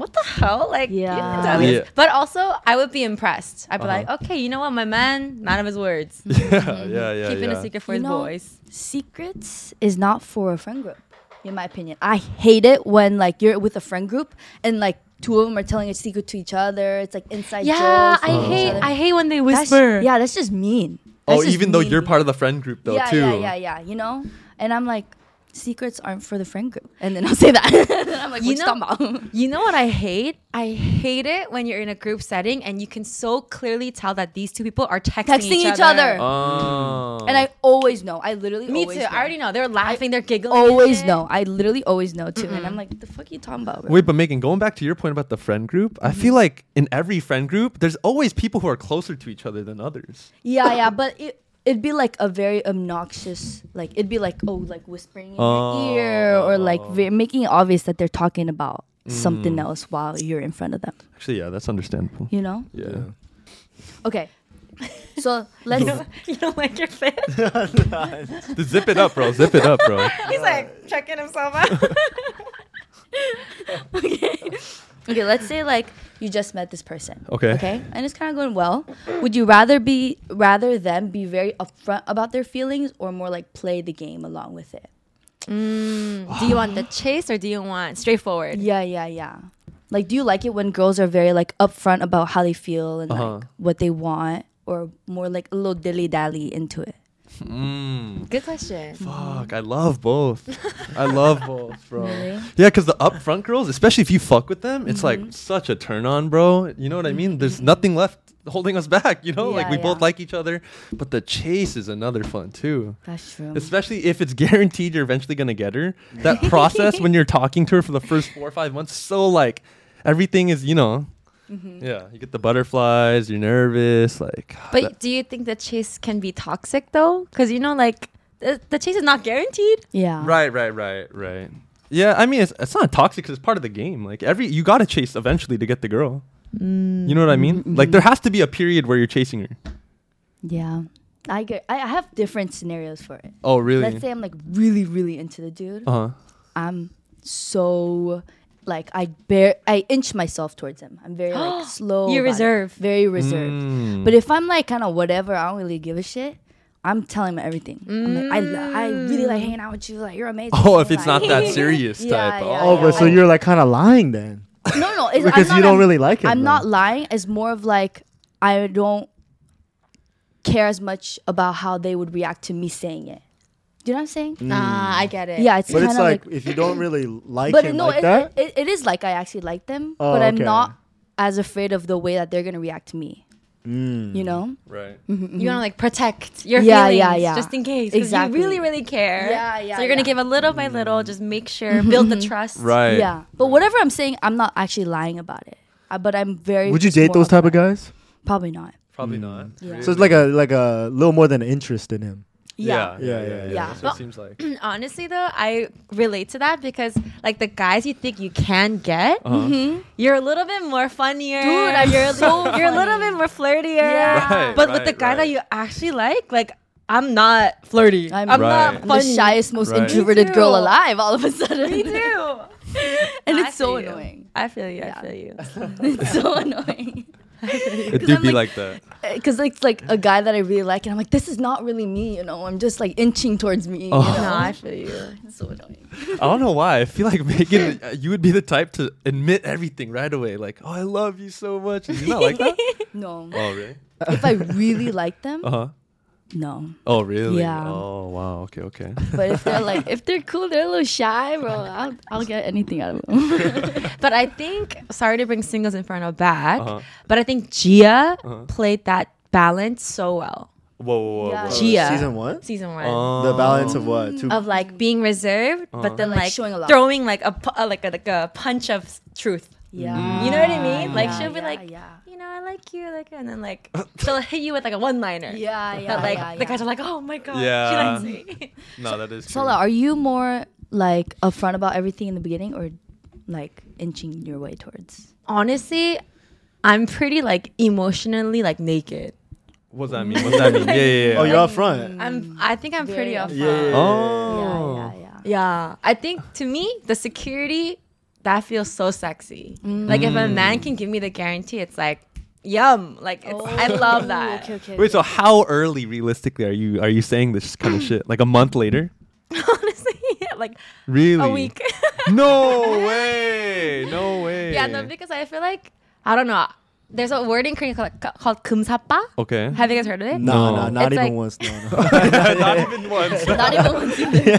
Speaker 4: what the hell? Like, you can
Speaker 3: Yeah.
Speaker 4: do this.
Speaker 2: Yeah.
Speaker 4: But also, I would be impressed. I'd be
Speaker 2: Uh-huh.
Speaker 4: like, okay, you know what, my man, man of his words,
Speaker 2: yeah,
Speaker 3: Mm-hmm.
Speaker 2: yeah, yeah.
Speaker 4: keeping
Speaker 2: yeah.
Speaker 4: a secret for
Speaker 3: You
Speaker 4: his
Speaker 3: know-
Speaker 4: boys.
Speaker 3: Secrets is not for a friend group, in my opinion. I hate it when like you're with a friend group and like two of them are telling a secret to each other. It's like inside
Speaker 4: Yeah,
Speaker 3: jokes
Speaker 4: I
Speaker 3: among each
Speaker 4: hate,
Speaker 3: other.
Speaker 4: I hate when they
Speaker 3: That's-
Speaker 4: whisper.
Speaker 3: yeah, that's just mean.
Speaker 2: Oh,
Speaker 3: That's just
Speaker 2: even though
Speaker 3: mean.
Speaker 2: you're part of the friend group though
Speaker 3: yeah,
Speaker 2: too.
Speaker 3: Yeah, yeah, yeah. You know, and I'm like, secrets aren't for the friend group, and then I'll say that. and then I'm like,
Speaker 4: You
Speaker 3: what you
Speaker 4: know-
Speaker 3: talking about?
Speaker 4: You know what I hate? I hate it when you're in a group setting and you can so clearly tell that these two people are texting,
Speaker 3: Texting
Speaker 4: each,
Speaker 3: each other.
Speaker 2: Oh.
Speaker 3: and I always know. I literally
Speaker 4: Me too.
Speaker 3: always Know.
Speaker 4: I already know. They're laughing. they're giggling.
Speaker 3: always know. I literally always know too, and I'm like, the fuck you talking about? bro?"
Speaker 2: Wait, but Megan, going back to your point about the friend group, I feel like in every friend group, there's always people who are closer to each other than others.
Speaker 3: Yeah, yeah, but it it'd be like a very obnoxious, like it'd be like oh, like whispering in
Speaker 2: Oh.
Speaker 3: your ear or like ve- making it obvious that they're talking about something
Speaker 2: Mm.
Speaker 3: else while you're in front of them.
Speaker 2: Actually, yeah, that's understandable.
Speaker 3: You know?
Speaker 2: Yeah.
Speaker 3: Okay. So let's.
Speaker 4: You don't like your fit.
Speaker 2: Dude, Zip it up, bro. Zip it up, bro.
Speaker 4: He's like checking himself out.
Speaker 3: okay. Okay, let's say like you just met this person.
Speaker 2: Okay.
Speaker 3: Okay. And it's kind of going well. Would you rather be rather them be very upfront about their feelings or more like play the game along with it?
Speaker 4: do you want the chase or do you want straightforward?
Speaker 3: Yeah, yeah, yeah. Like do you like it when girls are very like upfront about how they feel and
Speaker 2: Uh-huh.
Speaker 3: like what they want or more like a little dilly-dally into it?
Speaker 2: Mm,
Speaker 4: Good question.
Speaker 2: fuck, I love both. I love both, bro.
Speaker 3: Really?
Speaker 2: Yeah, because the upfront girls, especially if you fuck with them, it's like such a turn on, bro. You know what I mean? There's nothing left holding us back, you know? like
Speaker 3: Yeah,
Speaker 2: we both
Speaker 3: yeah.
Speaker 2: like each other, but the chase is another fun too.
Speaker 3: That's true.
Speaker 2: Especially if it's guaranteed you're eventually gonna get her. That process when you're talking to her for the first four or five months, so like everything is, you know,
Speaker 3: Mm-hmm.
Speaker 2: yeah, you get the butterflies, you're nervous, like.
Speaker 4: But
Speaker 2: that-
Speaker 4: do you think the chase can be toxic though? Because you know, like the, the chase is not guaranteed.
Speaker 3: yeah.
Speaker 2: right, right, right, right. Yeah, I mean, it's, it's not toxic 'cause it's part of the game. Like every, you gotta chase eventually to get the girl.
Speaker 3: Mm.
Speaker 2: You know what I mean? Like
Speaker 3: Mm-hmm.
Speaker 2: there has to be a period where you're chasing her.
Speaker 3: Yeah. I get I I have different scenarios for it.
Speaker 2: Oh, really?
Speaker 3: Let's say I'm like really, really into the dude.
Speaker 2: uh huh.
Speaker 3: I'm so like I bear I inch myself towards him. I'm very like slow.
Speaker 4: You're
Speaker 3: about it.
Speaker 4: reserved.
Speaker 3: Very reserved.
Speaker 1: Mm.
Speaker 3: But if I'm like kind of whatever, I don't really give a shit. I'm telling him everything. I'm like, I, lo- I really like hanging out with you. Like you're amazing.
Speaker 2: Oh, if it's
Speaker 3: Like-
Speaker 2: not that serious
Speaker 3: Yeah,
Speaker 2: type.
Speaker 3: yeah,
Speaker 1: Oh, but so
Speaker 3: I-
Speaker 1: you're like kind of lying then,
Speaker 3: no, no, it's,
Speaker 1: because
Speaker 3: I'm
Speaker 1: you
Speaker 3: not-
Speaker 1: don't really like it.
Speaker 3: I'm not lying. It's more of like I don't care as much about how they would react to me saying it. Do you know what I'm saying?
Speaker 2: Mm.
Speaker 4: Nah, I get it.
Speaker 3: Yeah, it's
Speaker 1: Mm. But
Speaker 3: kind
Speaker 1: it's
Speaker 3: of
Speaker 1: like,
Speaker 3: like,
Speaker 1: if you don't really like
Speaker 3: but
Speaker 1: him
Speaker 3: no,
Speaker 1: like
Speaker 3: it,
Speaker 1: that.
Speaker 3: It, it is like I actually like them,
Speaker 1: Oh,
Speaker 3: but I'm
Speaker 1: okay.
Speaker 3: not as afraid of the way that they're gonna react to me. You know?
Speaker 2: Right.
Speaker 3: Mm.
Speaker 4: you want to like protect your
Speaker 3: Yeah,
Speaker 4: feelings,
Speaker 3: yeah, yeah.
Speaker 4: just in case. 'cause
Speaker 3: Exactly.
Speaker 4: You really, really care.
Speaker 3: Yeah, yeah,
Speaker 4: So you're gonna
Speaker 3: yeah.
Speaker 4: give a little by little. Just make sure build the trust.
Speaker 2: Mm. Right.
Speaker 3: Yeah. But whatever I'm saying, I'm not actually lying about it. Uh, but I'm very.
Speaker 1: Would you
Speaker 3: just
Speaker 1: date
Speaker 3: more
Speaker 1: those type of
Speaker 3: upfront.
Speaker 1: guys?
Speaker 3: Probably not.
Speaker 2: Probably not.
Speaker 3: Yeah.
Speaker 1: So it's like a like a little more than an interest in him.
Speaker 3: Yeah. Oh.
Speaker 1: Yeah, yeah, yeah, yeah.
Speaker 2: That's what it seems like.
Speaker 4: Honestly, though, I relate to that because like the guys you think you can get,
Speaker 2: Uh. Uh-huh.
Speaker 4: you're a little bit more funnier.
Speaker 3: Dude, I'm
Speaker 4: you're
Speaker 3: so
Speaker 4: you're a little bit more flirtier.
Speaker 3: Yeah.
Speaker 2: Right,
Speaker 4: but with
Speaker 2: right,
Speaker 4: the guy that
Speaker 2: right.
Speaker 4: you actually like, like I'm not flirty. I'm,
Speaker 3: I'm-
Speaker 2: Right.
Speaker 4: not
Speaker 3: I'm the
Speaker 4: funny.
Speaker 3: shyest, most
Speaker 2: Right. Me
Speaker 3: introverted girl
Speaker 4: too.
Speaker 3: alive. All of a sudden,
Speaker 4: Me too.
Speaker 3: and
Speaker 4: I
Speaker 3: it's so
Speaker 4: feel you.
Speaker 3: annoying.
Speaker 4: I feel you.
Speaker 3: Yeah.
Speaker 4: I feel you.
Speaker 3: It's so annoying.
Speaker 2: It
Speaker 3: 'Cause
Speaker 2: do
Speaker 3: I'm
Speaker 2: be like
Speaker 3: like-
Speaker 2: that.
Speaker 3: Because it's like a guy that I really like, and I'm like, this is not really me. You know, I'm just like inching towards me. You
Speaker 2: Oh.
Speaker 4: No,
Speaker 3: know?
Speaker 4: I feel you.
Speaker 3: It's so annoying.
Speaker 2: I don't know why. I feel like Megan, uh, you would be the type to admit everything right away. Like, oh, I love you so much. You're not like that?
Speaker 3: No,
Speaker 2: oh, really?
Speaker 3: if I really like them,
Speaker 2: Uh huh.
Speaker 3: no.
Speaker 2: Oh, really?
Speaker 3: Yeah.
Speaker 2: Oh, wow. Okay, okay.
Speaker 3: But if they're like, if they're cool, they're a little shy, bro. I'll, I'll get anything out of them.
Speaker 4: But I think sorry to bring singles inferno back,
Speaker 2: Uh-huh.
Speaker 4: but I think Gia
Speaker 2: Uh-huh.
Speaker 4: played that balance so well.
Speaker 2: Whoa, whoa, whoa.
Speaker 3: Yeah.
Speaker 2: whoa.
Speaker 4: Gia.
Speaker 1: Season one.
Speaker 4: Season one.
Speaker 2: Oh.
Speaker 1: The balance of what? Two.
Speaker 4: of like being reserved,
Speaker 2: Uh-huh.
Speaker 4: but then
Speaker 3: Like,
Speaker 4: like,
Speaker 3: showing a lot.
Speaker 4: throwing like a pu- uh, like a like a punch of s- truth.
Speaker 3: Yeah,
Speaker 4: You know what I mean? Like
Speaker 3: Yeah,
Speaker 4: she'll be
Speaker 3: yeah,
Speaker 4: like,
Speaker 3: yeah,
Speaker 4: you know, I like you, like, and then like she'll hit you with like a one liner.
Speaker 3: yeah, yeah.
Speaker 4: But like
Speaker 3: yeah,
Speaker 4: the
Speaker 3: yeah.
Speaker 4: guys are like, oh my god,
Speaker 2: Yeah.
Speaker 4: she likes me.
Speaker 2: no, that is true.
Speaker 3: Sola, are you more like upfront about everything in the beginning, or like inching your way towards?
Speaker 4: Honestly, I'm pretty like emotionally like naked.
Speaker 2: What does that mean? What does that mean? Yeah, yeah, yeah.
Speaker 1: oh, you're up front.
Speaker 4: I'm. I think I'm pretty
Speaker 3: Very
Speaker 4: upfront.
Speaker 1: Yeah.
Speaker 2: Oh.
Speaker 3: Yeah, yeah, yeah.
Speaker 4: Yeah, I think to me the security that feels so sexy. Like if a
Speaker 2: Mm.
Speaker 4: man can give me the guarantee, it's like yum. Like it's, I love that.
Speaker 3: Okay, okay.
Speaker 2: Wait, so how early realistically are you are you saying this kind of shit? Like a month later?
Speaker 4: Honestly, yeah, like
Speaker 2: Really?
Speaker 4: a week.
Speaker 2: No way. No way.
Speaker 4: yeah, no, because I feel like I don't know. There's a word in Korean called, called kumsapa.
Speaker 2: Okay.
Speaker 4: Have you guys heard of it?
Speaker 1: No, no,
Speaker 2: No.
Speaker 1: not
Speaker 4: It's
Speaker 1: even
Speaker 4: like-
Speaker 1: once. No, no.
Speaker 2: Not even once.
Speaker 4: Not even once either.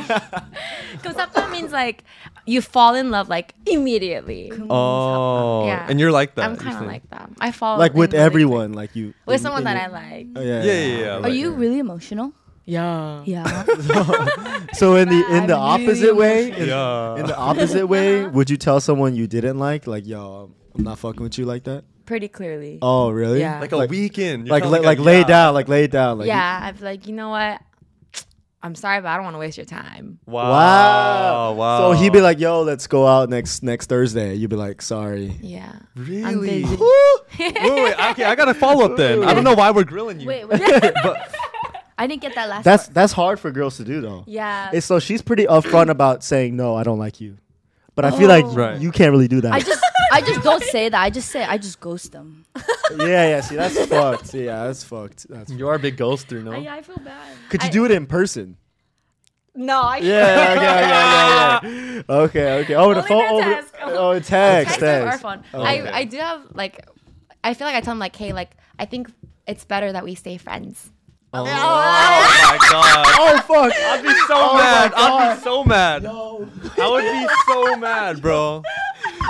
Speaker 4: Kumsapa means like you fall in love like immediately.
Speaker 2: Oh.
Speaker 4: Yeah.
Speaker 2: And you're like that.
Speaker 4: I'm
Speaker 2: you're
Speaker 4: kind of
Speaker 2: saying.
Speaker 4: like that. I fall
Speaker 1: like
Speaker 4: in love
Speaker 1: with
Speaker 4: really
Speaker 1: everyone, like you
Speaker 4: quick. with
Speaker 1: in-
Speaker 4: someone
Speaker 1: in
Speaker 4: that
Speaker 1: it.
Speaker 4: I like.
Speaker 1: Oh, yeah,
Speaker 2: Yeah, yeah, yeah,
Speaker 3: Are
Speaker 2: like-
Speaker 3: you really emotional?
Speaker 4: Yeah.
Speaker 3: Yeah.
Speaker 1: So in the in the
Speaker 3: I'm really
Speaker 1: opposite way, in,
Speaker 2: Yeah.
Speaker 1: in the opposite way, would you tell someone you didn't like, like yo, I'm not fucking with you like that?
Speaker 4: Pretty clearly.
Speaker 1: Oh, really?
Speaker 4: Yeah.
Speaker 2: like a weekend.
Speaker 1: like like, like lay down, like lay down, like
Speaker 4: yeah, I'd be like, you know what? I'm sorry, but I don't want to waste your time.
Speaker 2: Wow. Oh, Wow.
Speaker 1: So he'd be like, "Yo, let's go out next next Thursday." You'd be like, "Sorry."
Speaker 4: Yeah.
Speaker 2: really?
Speaker 4: busy.
Speaker 2: wait, wait, okay, I got to follow up then. I don't know why we're grilling you.
Speaker 3: wait, wait. I didn't get that last.
Speaker 1: That's that's hard for girls to do though.
Speaker 4: Yeah.
Speaker 1: It's- so she's pretty upfront about saying, "No, I don't like you," but I feel like
Speaker 2: Right.
Speaker 1: you can't really do that.
Speaker 3: Oh. I just I just don't say that. I just say I just ghost them.
Speaker 1: yeah, yeah. See, that's fucked. Yeah, that's fucked. That's
Speaker 2: You are a big ghoster, no?
Speaker 4: I feel bad.
Speaker 1: Could you do it in person?
Speaker 4: No, I
Speaker 1: Yeah, okay, okay, okay, okay. Okay, okay. Oh, the
Speaker 4: Only
Speaker 1: phone.
Speaker 4: by
Speaker 1: Oh, the-
Speaker 4: text.
Speaker 1: oh, text,
Speaker 4: text or our
Speaker 1: text.
Speaker 4: phone.
Speaker 1: Oh,
Speaker 4: I,
Speaker 1: okay.
Speaker 4: I do have like I feel like I tell them like, hey, like I think it's better that we stay friends.
Speaker 2: Oh my god.
Speaker 1: Oh, fuck.
Speaker 2: I'd be so
Speaker 1: my
Speaker 2: mad. I'd
Speaker 1: God.
Speaker 2: be so mad. I would be so mad, bro.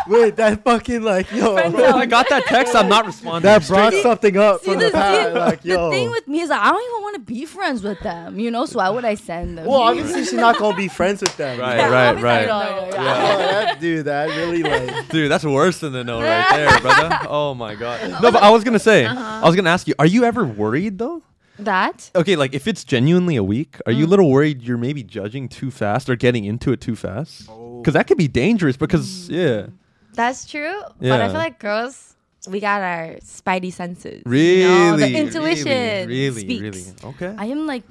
Speaker 1: Wait, that fucking like, yo,
Speaker 2: Bro, I got that text. I'm not responding.
Speaker 1: that brought
Speaker 2: Straight-
Speaker 1: something up
Speaker 3: See,
Speaker 1: from the
Speaker 3: the-
Speaker 1: past.
Speaker 3: see,
Speaker 1: Like, yo.
Speaker 3: The thing with me is like, I don't even want to be friends with them, you know. So why would I send them?
Speaker 1: well, obviously she's not gonna be friends with them.
Speaker 2: Right, right,
Speaker 3: I
Speaker 2: right.
Speaker 3: don't.
Speaker 1: Oh, that, dude, that really like.
Speaker 2: Dude, that's worse than the no right there, brother. Oh my god. No, but I was gonna say, I was gonna ask you, are you ever worried though?
Speaker 4: That?
Speaker 2: Okay, like if it's genuinely a week, are
Speaker 3: Mm.
Speaker 2: you a little worried you're maybe judging too fast or getting into it too fast?
Speaker 3: Oh.
Speaker 2: Because that could be dangerous. Because
Speaker 3: Mm.
Speaker 2: yeah,
Speaker 4: That's true. But
Speaker 2: Yeah.
Speaker 4: I feel like girls we got our spidey senses.
Speaker 2: really,
Speaker 4: You know, the
Speaker 2: really,
Speaker 4: intuition.
Speaker 2: really,
Speaker 4: speaks.
Speaker 2: really, okay.
Speaker 3: I am like,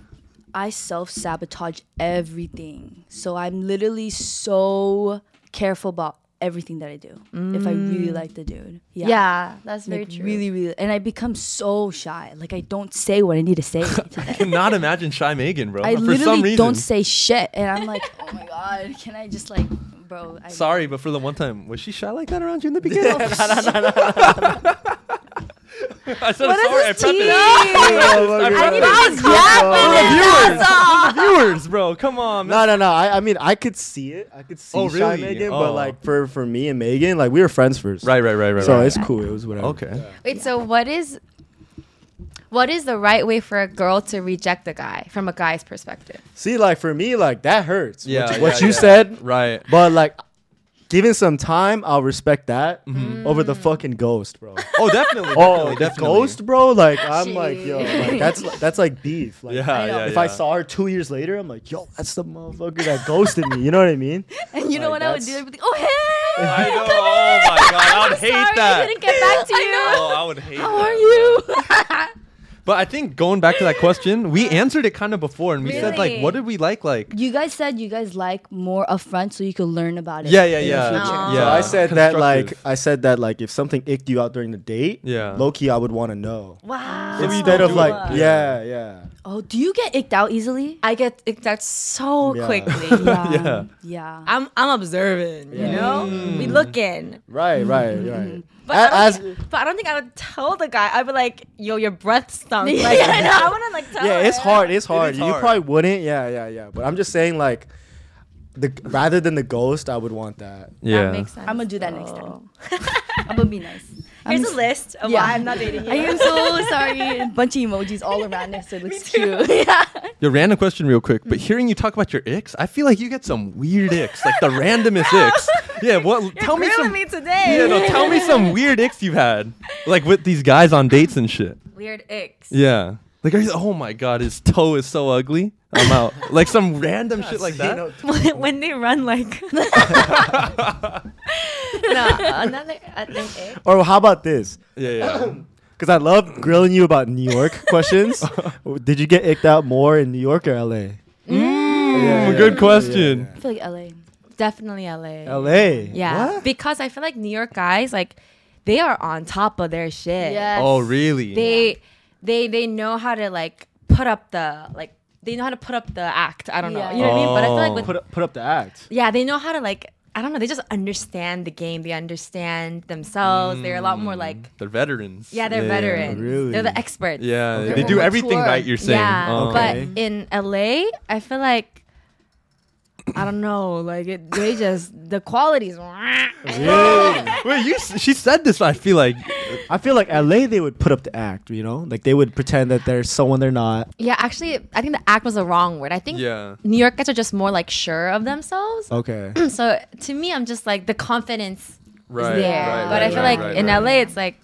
Speaker 3: I self sabotage everything. So I'm literally so careful about everything that I do. If I
Speaker 1: Mm.
Speaker 3: really like the dude,
Speaker 4: Yeah.
Speaker 3: yeah,
Speaker 4: that's very
Speaker 3: Like
Speaker 4: true.
Speaker 3: really, really, and I become so shy. Like I don't say what I need to say. to them.
Speaker 2: cannot imagine shy Megan, bro.
Speaker 3: I
Speaker 2: for some
Speaker 3: literally
Speaker 2: reason.
Speaker 3: don't say shit, and I'm like, oh my god, can I just like, bro? I
Speaker 2: Sorry, but for the one time, was she shy like that around you in the beginning? I said
Speaker 4: What
Speaker 2: sorry. I
Speaker 4: is this
Speaker 2: prepped
Speaker 4: tea?
Speaker 2: it.
Speaker 1: Oh, my God.
Speaker 2: For the viewers, for the viewers, bro. Come on,
Speaker 1: No,
Speaker 2: man.
Speaker 1: no, no. I, I mean, I could see it. I could see
Speaker 2: Oh,
Speaker 1: Shy
Speaker 2: really?
Speaker 1: Megan,
Speaker 2: Oh.
Speaker 1: but like for for me and Megan, like we were friends first.
Speaker 2: Right, right, right, right.
Speaker 1: So
Speaker 2: right.
Speaker 1: it's cool. It was whatever.
Speaker 2: okay.
Speaker 4: Wait, so what is what is the right way for a girl to reject a guy from a guy's perspective?
Speaker 1: See, like for me, like that hurts.
Speaker 2: Yeah,
Speaker 1: What, you-
Speaker 2: yeah,
Speaker 1: what you
Speaker 2: yeah.
Speaker 1: said,
Speaker 2: Right.
Speaker 1: but like, given some time, I'll respect that over the fucking ghost, bro.
Speaker 2: Oh, definitely.
Speaker 1: Oh,
Speaker 2: Mm-hmm. definitely,
Speaker 1: the
Speaker 2: definitely.
Speaker 1: ghost, bro. Like I'm
Speaker 3: She-
Speaker 1: like, yo, like, that's li- that's like beef. Like,
Speaker 2: Yeah,
Speaker 3: I know.
Speaker 2: yeah.
Speaker 1: If I
Speaker 2: yeah.
Speaker 1: saw her two years later, I'm like, yo, that's the motherfucker that ghosted me. You know what I mean?
Speaker 3: And you know
Speaker 1: Like,
Speaker 3: what I would do?
Speaker 1: that's-
Speaker 3: I'd be like, oh hey,
Speaker 2: I know. Oh my god, I would hate
Speaker 4: Sorry, I
Speaker 2: that.
Speaker 4: didn't get back to you.
Speaker 2: Oh, I would hate.
Speaker 3: how
Speaker 2: that.
Speaker 3: are you?
Speaker 2: But I think going back to that question, we answered it kind of before, and we said like,
Speaker 4: Really?
Speaker 2: what did we like? Like,
Speaker 3: You guys said you guys like more upfront so you can learn about it.
Speaker 2: yeah, yeah,
Speaker 3: in the
Speaker 2: yeah,
Speaker 3: future.
Speaker 4: Aw.
Speaker 2: yeah.
Speaker 1: So I said that like
Speaker 2: Constructive.
Speaker 1: I said that like if something icked you out during the date,
Speaker 2: Yeah.
Speaker 1: low key I would want to know
Speaker 4: Wow.
Speaker 2: So you
Speaker 1: instead
Speaker 2: don't
Speaker 1: of
Speaker 2: do
Speaker 1: like
Speaker 2: it.
Speaker 1: yeah yeah.
Speaker 3: Oh, do you get icked out easily?
Speaker 4: I get it, that's so
Speaker 1: Yeah.
Speaker 4: quickly.
Speaker 3: Yeah.
Speaker 2: Yeah.
Speaker 3: Yeah.
Speaker 4: I'm I'm observing, you know? We
Speaker 2: Mm.
Speaker 4: looking.
Speaker 1: Right right right.
Speaker 4: But
Speaker 1: A-
Speaker 4: I,
Speaker 1: as
Speaker 4: don't think, but I don't think I would tell the guy. I'd be like, yo, your breath stunk. Like
Speaker 3: Yeah, I
Speaker 4: I,
Speaker 3: know.
Speaker 4: wanna like tell
Speaker 1: yeah, it's
Speaker 4: her.
Speaker 1: hard. It's hard. You
Speaker 2: hard.
Speaker 1: probably wouldn't. Yeah yeah yeah. But I'm just saying like the rather than the ghost, I would want that.
Speaker 2: yeah.
Speaker 4: That makes sense.
Speaker 3: I'm gonna do that next
Speaker 4: though.
Speaker 3: I'm gonna be nice.
Speaker 4: Here's
Speaker 3: I'm-
Speaker 4: a list of
Speaker 3: Yeah.
Speaker 4: why I'm not dating you.
Speaker 3: I am so sorry. A bunch of emojis all around us. so It looks cute. Yeah.
Speaker 2: Your random question, real quick.
Speaker 4: Mm.
Speaker 2: But hearing you talk about your icks, I feel like you get some weird icks, like the randomest icks. Yeah. What? tell me
Speaker 4: Grilling
Speaker 2: some.
Speaker 4: me today.
Speaker 2: Yeah, no, tell me some weird icks you've had, like with these guys on dates and shit.
Speaker 4: Weird icks.
Speaker 2: Yeah. Like, are you, oh my god, his toe is so ugly. I'm out. like some random shit like that.
Speaker 4: when they run like no another uh, I think it-
Speaker 1: Or how about this?
Speaker 2: Yeah, yeah.
Speaker 1: Because I love grilling you about New York questions. Did you get icked out more in New York or LA? Yeah,
Speaker 2: good question. Oh,
Speaker 3: I feel like LA.
Speaker 4: definitely LA.
Speaker 1: LA.
Speaker 4: Yeah,
Speaker 1: What?
Speaker 4: because I feel like New York guys, like they are on top of their shit.
Speaker 3: Yes.
Speaker 2: Oh, really?
Speaker 4: they they they know how to like put up the like they know how to put up the act. I don't
Speaker 3: Yeah.
Speaker 4: know, you know what I mean? But I feel like with
Speaker 1: Put up, put up the act.
Speaker 4: yeah, they know how to like I don't know. They just understand the game. They understand themselves. They're a lot more like
Speaker 2: They're veterans.
Speaker 4: yeah, they're veterans.
Speaker 1: Mm. really?
Speaker 4: They're the experts.
Speaker 2: Yeah,
Speaker 1: Okay.
Speaker 2: they
Speaker 1: They're
Speaker 2: do
Speaker 1: more
Speaker 2: everything
Speaker 3: mature.
Speaker 2: right. You're saying.
Speaker 4: Yeah,
Speaker 2: Oh,
Speaker 1: Okay.
Speaker 4: but in LA, I feel like I don't know, like it, they just the qualities.
Speaker 2: okay. wait, you? s- She said this. I feel like uh,
Speaker 1: I feel like LA, they would put up the act, you know? Like they would pretend that they're someone they're not.
Speaker 4: Yeah, actually, I think the act was the wrong word. I think
Speaker 2: Yeah.
Speaker 4: New York guys are just more like sure of themselves.
Speaker 1: Okay.
Speaker 2: Oh.
Speaker 4: So to me, I'm just like the confidence
Speaker 2: right.
Speaker 4: is there,
Speaker 2: right, right,
Speaker 4: but I feel
Speaker 2: right,
Speaker 4: like
Speaker 2: right,
Speaker 4: in
Speaker 2: right.
Speaker 4: LA, it's like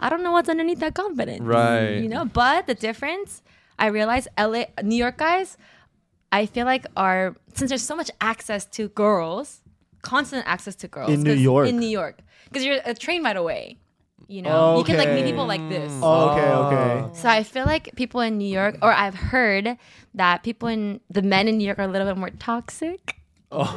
Speaker 4: I don't know what's underneath that confidence,
Speaker 2: Right.
Speaker 4: You know, but the difference I realize LA, New York guys, I feel like are since there's so much access to girls, constant access to girls
Speaker 1: In New
Speaker 4: 'cause-
Speaker 1: York.
Speaker 4: in New York, because you're a train right away. You know, you can like meet
Speaker 1: Okay.
Speaker 4: people like this.
Speaker 1: Oh, okay,
Speaker 2: Oh.
Speaker 1: okay.
Speaker 4: So I feel like people in New York, or I've heard that people in the men in New York are a little bit more toxic.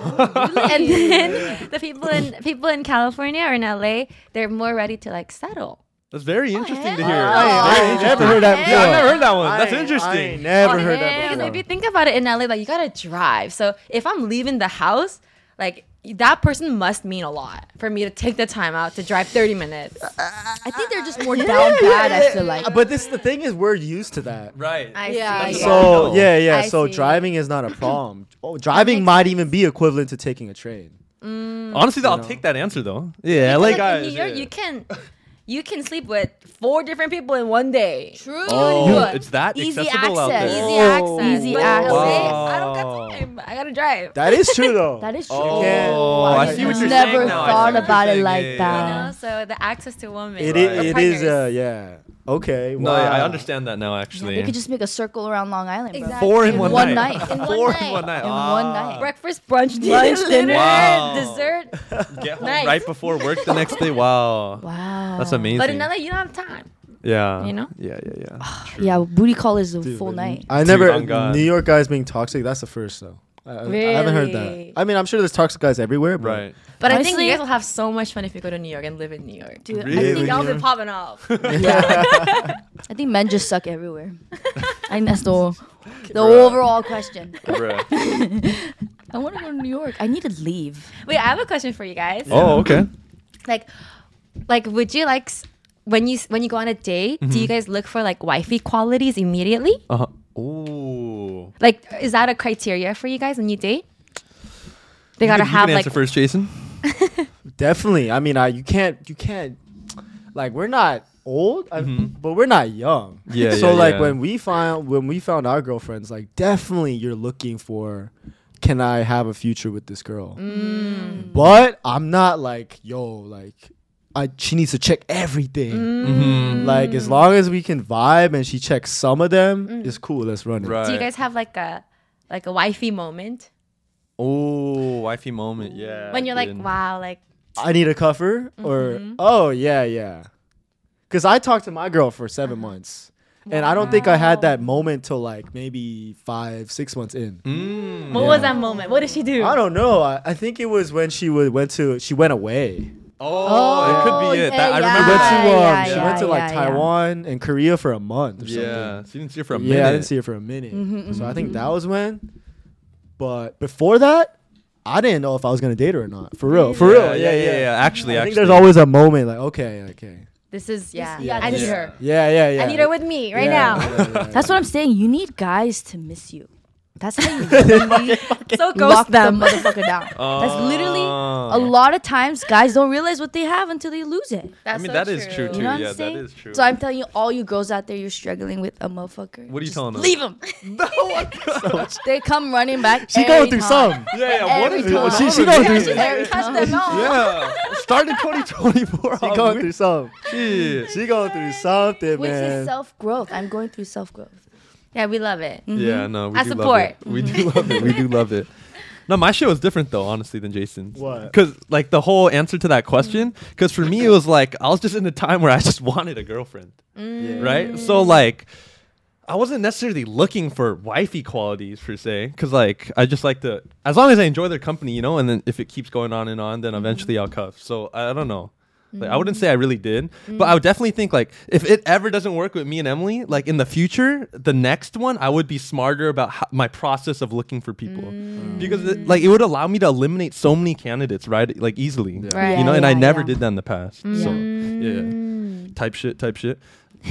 Speaker 4: and then the people in people in California or in LA, they're more ready to like settle.
Speaker 2: That's very interesting to
Speaker 4: hell.
Speaker 2: hear.
Speaker 4: Oh,
Speaker 2: Very
Speaker 1: I ain't
Speaker 2: interesting.
Speaker 1: never heard that
Speaker 2: Yeah, I've never
Speaker 1: before.
Speaker 2: heard that one. That's
Speaker 1: I ain't- I
Speaker 2: interesting.
Speaker 1: ain't
Speaker 3: Oh,
Speaker 1: never heard that
Speaker 4: Because
Speaker 1: before.
Speaker 4: Oh, if you think about it in LA, like you gotta drive. So if I'm leaving the house, like that person must mean a lot for me to take the time out to drive 30 minutes.
Speaker 3: I think they're just more down bad. I feel like.
Speaker 1: Uh, But this the thing is we're used to that.
Speaker 2: Right.
Speaker 3: Yeah,
Speaker 4: see.
Speaker 3: yeah.
Speaker 1: So
Speaker 2: No.
Speaker 1: yeah, yeah.
Speaker 4: I
Speaker 1: so
Speaker 4: see.
Speaker 1: driving is not a problem. Oh, driving might even be equivalent to taking a train.
Speaker 2: Honestly, though, I'll
Speaker 1: know.
Speaker 2: take that answer though. Yeah,
Speaker 4: Because,
Speaker 2: LA
Speaker 4: like,
Speaker 2: guys.
Speaker 4: in New York,
Speaker 2: yeah.
Speaker 4: you can you can sleep with four different people in one day.
Speaker 3: True.
Speaker 2: Oh,
Speaker 4: Good.
Speaker 2: it's that
Speaker 3: Easy
Speaker 2: accessible out
Speaker 3: access.
Speaker 2: there.
Speaker 4: Easy
Speaker 1: Oh.
Speaker 4: access.
Speaker 3: Easy
Speaker 4: But
Speaker 3: access.
Speaker 4: LA, I
Speaker 2: Wow.
Speaker 4: don't got time. I gotta drive.
Speaker 1: That is true though.
Speaker 3: That is true.
Speaker 2: Oh,
Speaker 1: Okay.
Speaker 2: I see what you're
Speaker 3: Never
Speaker 2: saying now. I see what
Speaker 3: thought
Speaker 2: you're
Speaker 3: about it
Speaker 2: saying.
Speaker 3: like
Speaker 2: Yeah,
Speaker 3: that.
Speaker 4: you
Speaker 2: yeah.
Speaker 4: know, so the access to women.
Speaker 1: It
Speaker 2: Right.
Speaker 1: i-
Speaker 4: or
Speaker 1: it is. Uh,
Speaker 4: partners.
Speaker 1: yeah. Okay.
Speaker 2: No, yeah, I
Speaker 1: wow.
Speaker 2: understand that now. Actually,
Speaker 3: They could just make a circle around Long Island, bro.
Speaker 4: Exactly.
Speaker 2: four in
Speaker 4: In
Speaker 2: one,
Speaker 3: one
Speaker 2: night.
Speaker 3: night. In one
Speaker 2: four in
Speaker 4: night.
Speaker 2: one night.
Speaker 3: In
Speaker 2: Ah.
Speaker 3: one night.
Speaker 4: breakfast, brunch, lunch, dinner,
Speaker 2: Wow.
Speaker 4: dessert.
Speaker 2: Get home
Speaker 4: Nice.
Speaker 2: right before work the next day. Wow.
Speaker 3: Wow.
Speaker 2: That's amazing.
Speaker 4: But in LA, you don't have time.
Speaker 2: yeah.
Speaker 4: you know?
Speaker 2: Yeah, yeah, yeah.
Speaker 3: Yeah, booty call is a full night.
Speaker 1: I
Speaker 2: Dude,
Speaker 1: never
Speaker 2: on God.
Speaker 1: New York guys being toxic. That's the first though. I, I haven't heard that.
Speaker 4: Really?
Speaker 1: I mean, I'm sure there's toxic guys everywhere, but
Speaker 2: Right.
Speaker 4: But I think
Speaker 3: Honestly-
Speaker 4: you guys will have so much fun if you go to New York and live in New York.
Speaker 3: Dude,
Speaker 2: Really?
Speaker 3: I think
Speaker 4: Y'all been popping off.
Speaker 3: I think men just suck everywhere. I think that's the the
Speaker 2: Bruh.
Speaker 3: overall question.
Speaker 2: Bruh.
Speaker 3: I want to go to New York. I need to leave.
Speaker 4: Wait, I have a question for you guys.
Speaker 2: Oh, okay.
Speaker 4: Like, like, would you like s- when you s- when you go on a date? Do
Speaker 2: Mm-hmm.
Speaker 4: you guys look for like wifey qualities immediately?
Speaker 2: Uh huh. Ooh.
Speaker 4: Like, is that a criteria for you guys when you date? They gotta
Speaker 2: you can,
Speaker 4: have
Speaker 2: you can
Speaker 4: like
Speaker 2: answer first, Jason.
Speaker 1: definitely. I mean, I you can't you can't like we're not old, I, but we're not young.
Speaker 2: Mm-hmm. Yeah,
Speaker 1: So
Speaker 2: yeah,
Speaker 1: like
Speaker 2: yeah.
Speaker 1: when we found when we found our girlfriends, like definitely you're looking for can I have a future with this girl? But I'm not like, yo, like I she needs to check everything.
Speaker 2: Mm-hmm.
Speaker 1: Like as long as we can vibe and she checks some of them, it's cool. Let's run it.
Speaker 2: Right.
Speaker 4: Do you guys have like a like a wifey moment
Speaker 2: Oh, wifey moment. Yeah.
Speaker 4: when you're like,
Speaker 2: dude.
Speaker 4: wow, like
Speaker 1: I need a cover or
Speaker 3: Mm-hmm.
Speaker 1: oh yeah yeah, because I talked to my girl for 7
Speaker 3: Uh-huh.
Speaker 1: months, and I don't think I had that moment till like maybe five six months in.
Speaker 2: Mm.
Speaker 4: what was that moment? What did she do?
Speaker 1: I don't know. I, I think it was when she would, went to she went away.
Speaker 2: Oh,
Speaker 3: Oh,
Speaker 2: it could be it.
Speaker 3: yeah,
Speaker 2: That, I
Speaker 3: yeah.
Speaker 1: She
Speaker 2: remember
Speaker 1: went
Speaker 2: that.
Speaker 1: to
Speaker 3: Ah,
Speaker 1: um,
Speaker 3: yeah,
Speaker 1: she
Speaker 3: yeah,
Speaker 1: went to like
Speaker 3: yeah, yeah.
Speaker 1: Taiwan and Korea for a month or
Speaker 2: Yeah. So you didn't see it for a
Speaker 1: something.
Speaker 2: minute.
Speaker 1: Yeah, I didn't see her for a minute.
Speaker 3: Mm-hmm,
Speaker 1: So I think that was when. But before that, I didn't know if I was gonna date her or not. For real, for real.
Speaker 2: Yeah, yeah, yeah. yeah, Actually,
Speaker 1: I
Speaker 2: actually.
Speaker 1: think there's always a moment like okay, okay.
Speaker 4: This is yeah.
Speaker 3: yeah,
Speaker 4: I need
Speaker 2: yeah.
Speaker 4: her.
Speaker 1: Yeah, yeah, yeah.
Speaker 4: I need her with me right now.
Speaker 3: That's what I'm saying. You need guys to miss you. That's how you really
Speaker 4: So
Speaker 3: lock
Speaker 4: ghost them.
Speaker 3: the motherfucker down. That's
Speaker 2: Oh.
Speaker 3: literally a lot of times guys don't realize what they have until they lose it.
Speaker 4: That's
Speaker 2: I mean, that is true, too.
Speaker 3: You know what
Speaker 2: yeah,
Speaker 3: I'm saying?
Speaker 2: that is true.
Speaker 3: So I'm telling you, all you girls out there, you're struggling with a motherfucker.
Speaker 2: What are you
Speaker 3: Just
Speaker 2: telling them?
Speaker 3: Leave them. They come running back.
Speaker 1: She
Speaker 3: every
Speaker 1: going through
Speaker 3: time.
Speaker 1: some.
Speaker 2: Yeah, yeah. What
Speaker 3: Every
Speaker 2: is it?
Speaker 3: time.
Speaker 1: She, she going through.
Speaker 3: Every
Speaker 1: She
Speaker 3: time.
Speaker 4: Touch them all.
Speaker 2: Yeah. Start in 2024. She
Speaker 1: going through some.
Speaker 2: Yeah.
Speaker 1: She going through something,
Speaker 3: Which is
Speaker 1: man.
Speaker 3: self growth. I'm going through self
Speaker 4: Oh,
Speaker 3: growth.
Speaker 4: Yeah, we love it.
Speaker 2: Yeah, no, we
Speaker 4: Mm-hmm. I
Speaker 2: do love
Speaker 4: support.
Speaker 2: it.
Speaker 4: Mm-hmm.
Speaker 2: We do love it. We do love it. No, my shit was different though, honestly, than Jason's.
Speaker 1: What?
Speaker 2: Because like the whole answer to that question, because for me it
Speaker 4: Mm.
Speaker 2: was like I was just in a time where I just wanted a girlfriend,
Speaker 1: Yeah.
Speaker 2: right? So like, I wasn't necessarily looking for wifey qualities per se, because like I just like to, as long as I enjoy their company, you know. And then if it keeps going on and on, then
Speaker 3: Mm-hmm.
Speaker 2: eventually I'll cuff. So I, I don't know. Like I wouldn't say I really did, but I
Speaker 3: Mm-hmm.
Speaker 2: would definitely think like if it ever doesn't work with me and Emily, like in the future, the next one I would be smarter about how, my process of looking for people
Speaker 3: Mm.
Speaker 2: because it, like it would allow me to eliminate so many candidates right like easily,
Speaker 4: Right.
Speaker 2: you know.
Speaker 3: Yeah,
Speaker 2: and I
Speaker 3: yeah,
Speaker 2: never
Speaker 3: yeah. Mm.
Speaker 2: did that in the past, so yeah type shit, type shit.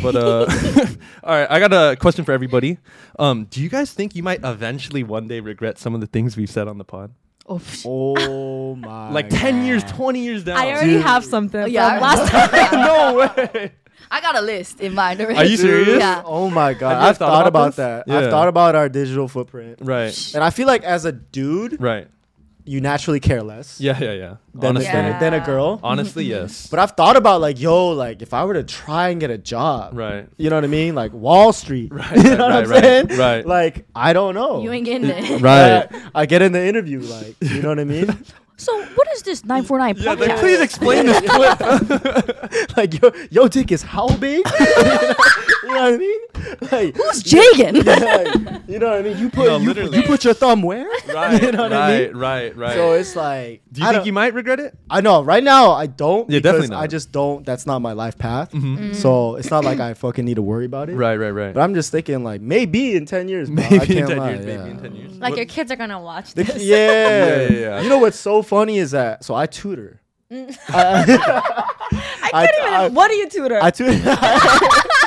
Speaker 2: But uh, all right, I got a question for everybody. Um, do you guys think you might eventually one day regret some of the things we've said on the pod?
Speaker 3: Oh, psh.
Speaker 1: Oh my.
Speaker 2: Like ten years,
Speaker 1: God.
Speaker 2: twenty years down.
Speaker 4: I already
Speaker 1: Dude.
Speaker 4: have something.
Speaker 3: Oh,
Speaker 4: Yeah,
Speaker 3: yeah.
Speaker 4: from last time.
Speaker 2: no way.
Speaker 3: I got a list in mind already.
Speaker 2: Are you serious?
Speaker 3: Yeah.
Speaker 1: Oh my god.
Speaker 2: Have you
Speaker 1: I've
Speaker 2: thought
Speaker 1: thought,
Speaker 2: about
Speaker 1: about,
Speaker 2: this?
Speaker 1: that.
Speaker 2: Yeah.
Speaker 1: I've thought about our digital footprint.
Speaker 2: Right.
Speaker 1: And I feel like as a dude,
Speaker 2: Right.
Speaker 1: you naturally care less
Speaker 2: Yeah. Yeah. Yeah.
Speaker 1: than, a,
Speaker 2: Honestly.
Speaker 1: than, a, than a girl.
Speaker 2: Honestly, yes.
Speaker 1: But I've thought about like, yo, like if I were to try and get a job,
Speaker 2: Right.
Speaker 1: You know what I mean? Like Wall Street.
Speaker 2: Right,
Speaker 1: you know
Speaker 2: right,
Speaker 1: what I'm
Speaker 2: right,
Speaker 1: saying?
Speaker 2: right.
Speaker 1: Like I don't know.
Speaker 4: You ain't getting it.
Speaker 2: Right.
Speaker 1: Yeah, I get in the interview, like you know what I mean?
Speaker 3: So what is this 949
Speaker 2: Yeah.
Speaker 3: podcast?
Speaker 2: Like, please explain this clip.
Speaker 1: like yo, yo, dick is how big? you know what I mean? Like
Speaker 3: Who's Jagan?
Speaker 1: yeah, like, you know what I mean? You put
Speaker 2: No,
Speaker 1: you,
Speaker 2: literally.
Speaker 1: you put your thumb where?
Speaker 2: right.
Speaker 1: you know what
Speaker 2: right,
Speaker 1: I mean?
Speaker 2: Right. Right.
Speaker 1: So it's like
Speaker 2: do you
Speaker 1: I
Speaker 2: think
Speaker 1: don't-
Speaker 2: you might regret it?
Speaker 1: I know right now I don't
Speaker 2: Yeah,
Speaker 1: because
Speaker 2: definitely
Speaker 1: I
Speaker 2: not. Mm-hmm.
Speaker 1: just don't that's not my life path. So it's not like I fucking need to worry about it.
Speaker 2: Right. Right. Right.
Speaker 1: But I'm just thinking like maybe in ten years, bro. I
Speaker 2: Maybe in
Speaker 1: can't
Speaker 2: ten
Speaker 1: lie,
Speaker 2: years.
Speaker 1: yeah.
Speaker 2: Maybe in ten years.
Speaker 4: Like
Speaker 2: What-
Speaker 4: your kids are gonna watch
Speaker 1: The-
Speaker 4: this.
Speaker 1: yeah.
Speaker 2: Yeah, yeah, yeah.
Speaker 1: You know what's so funny is that so I tutor. I,
Speaker 4: I
Speaker 1: I-
Speaker 4: can't even.
Speaker 1: I-
Speaker 4: what do you tutor?
Speaker 1: I tutor.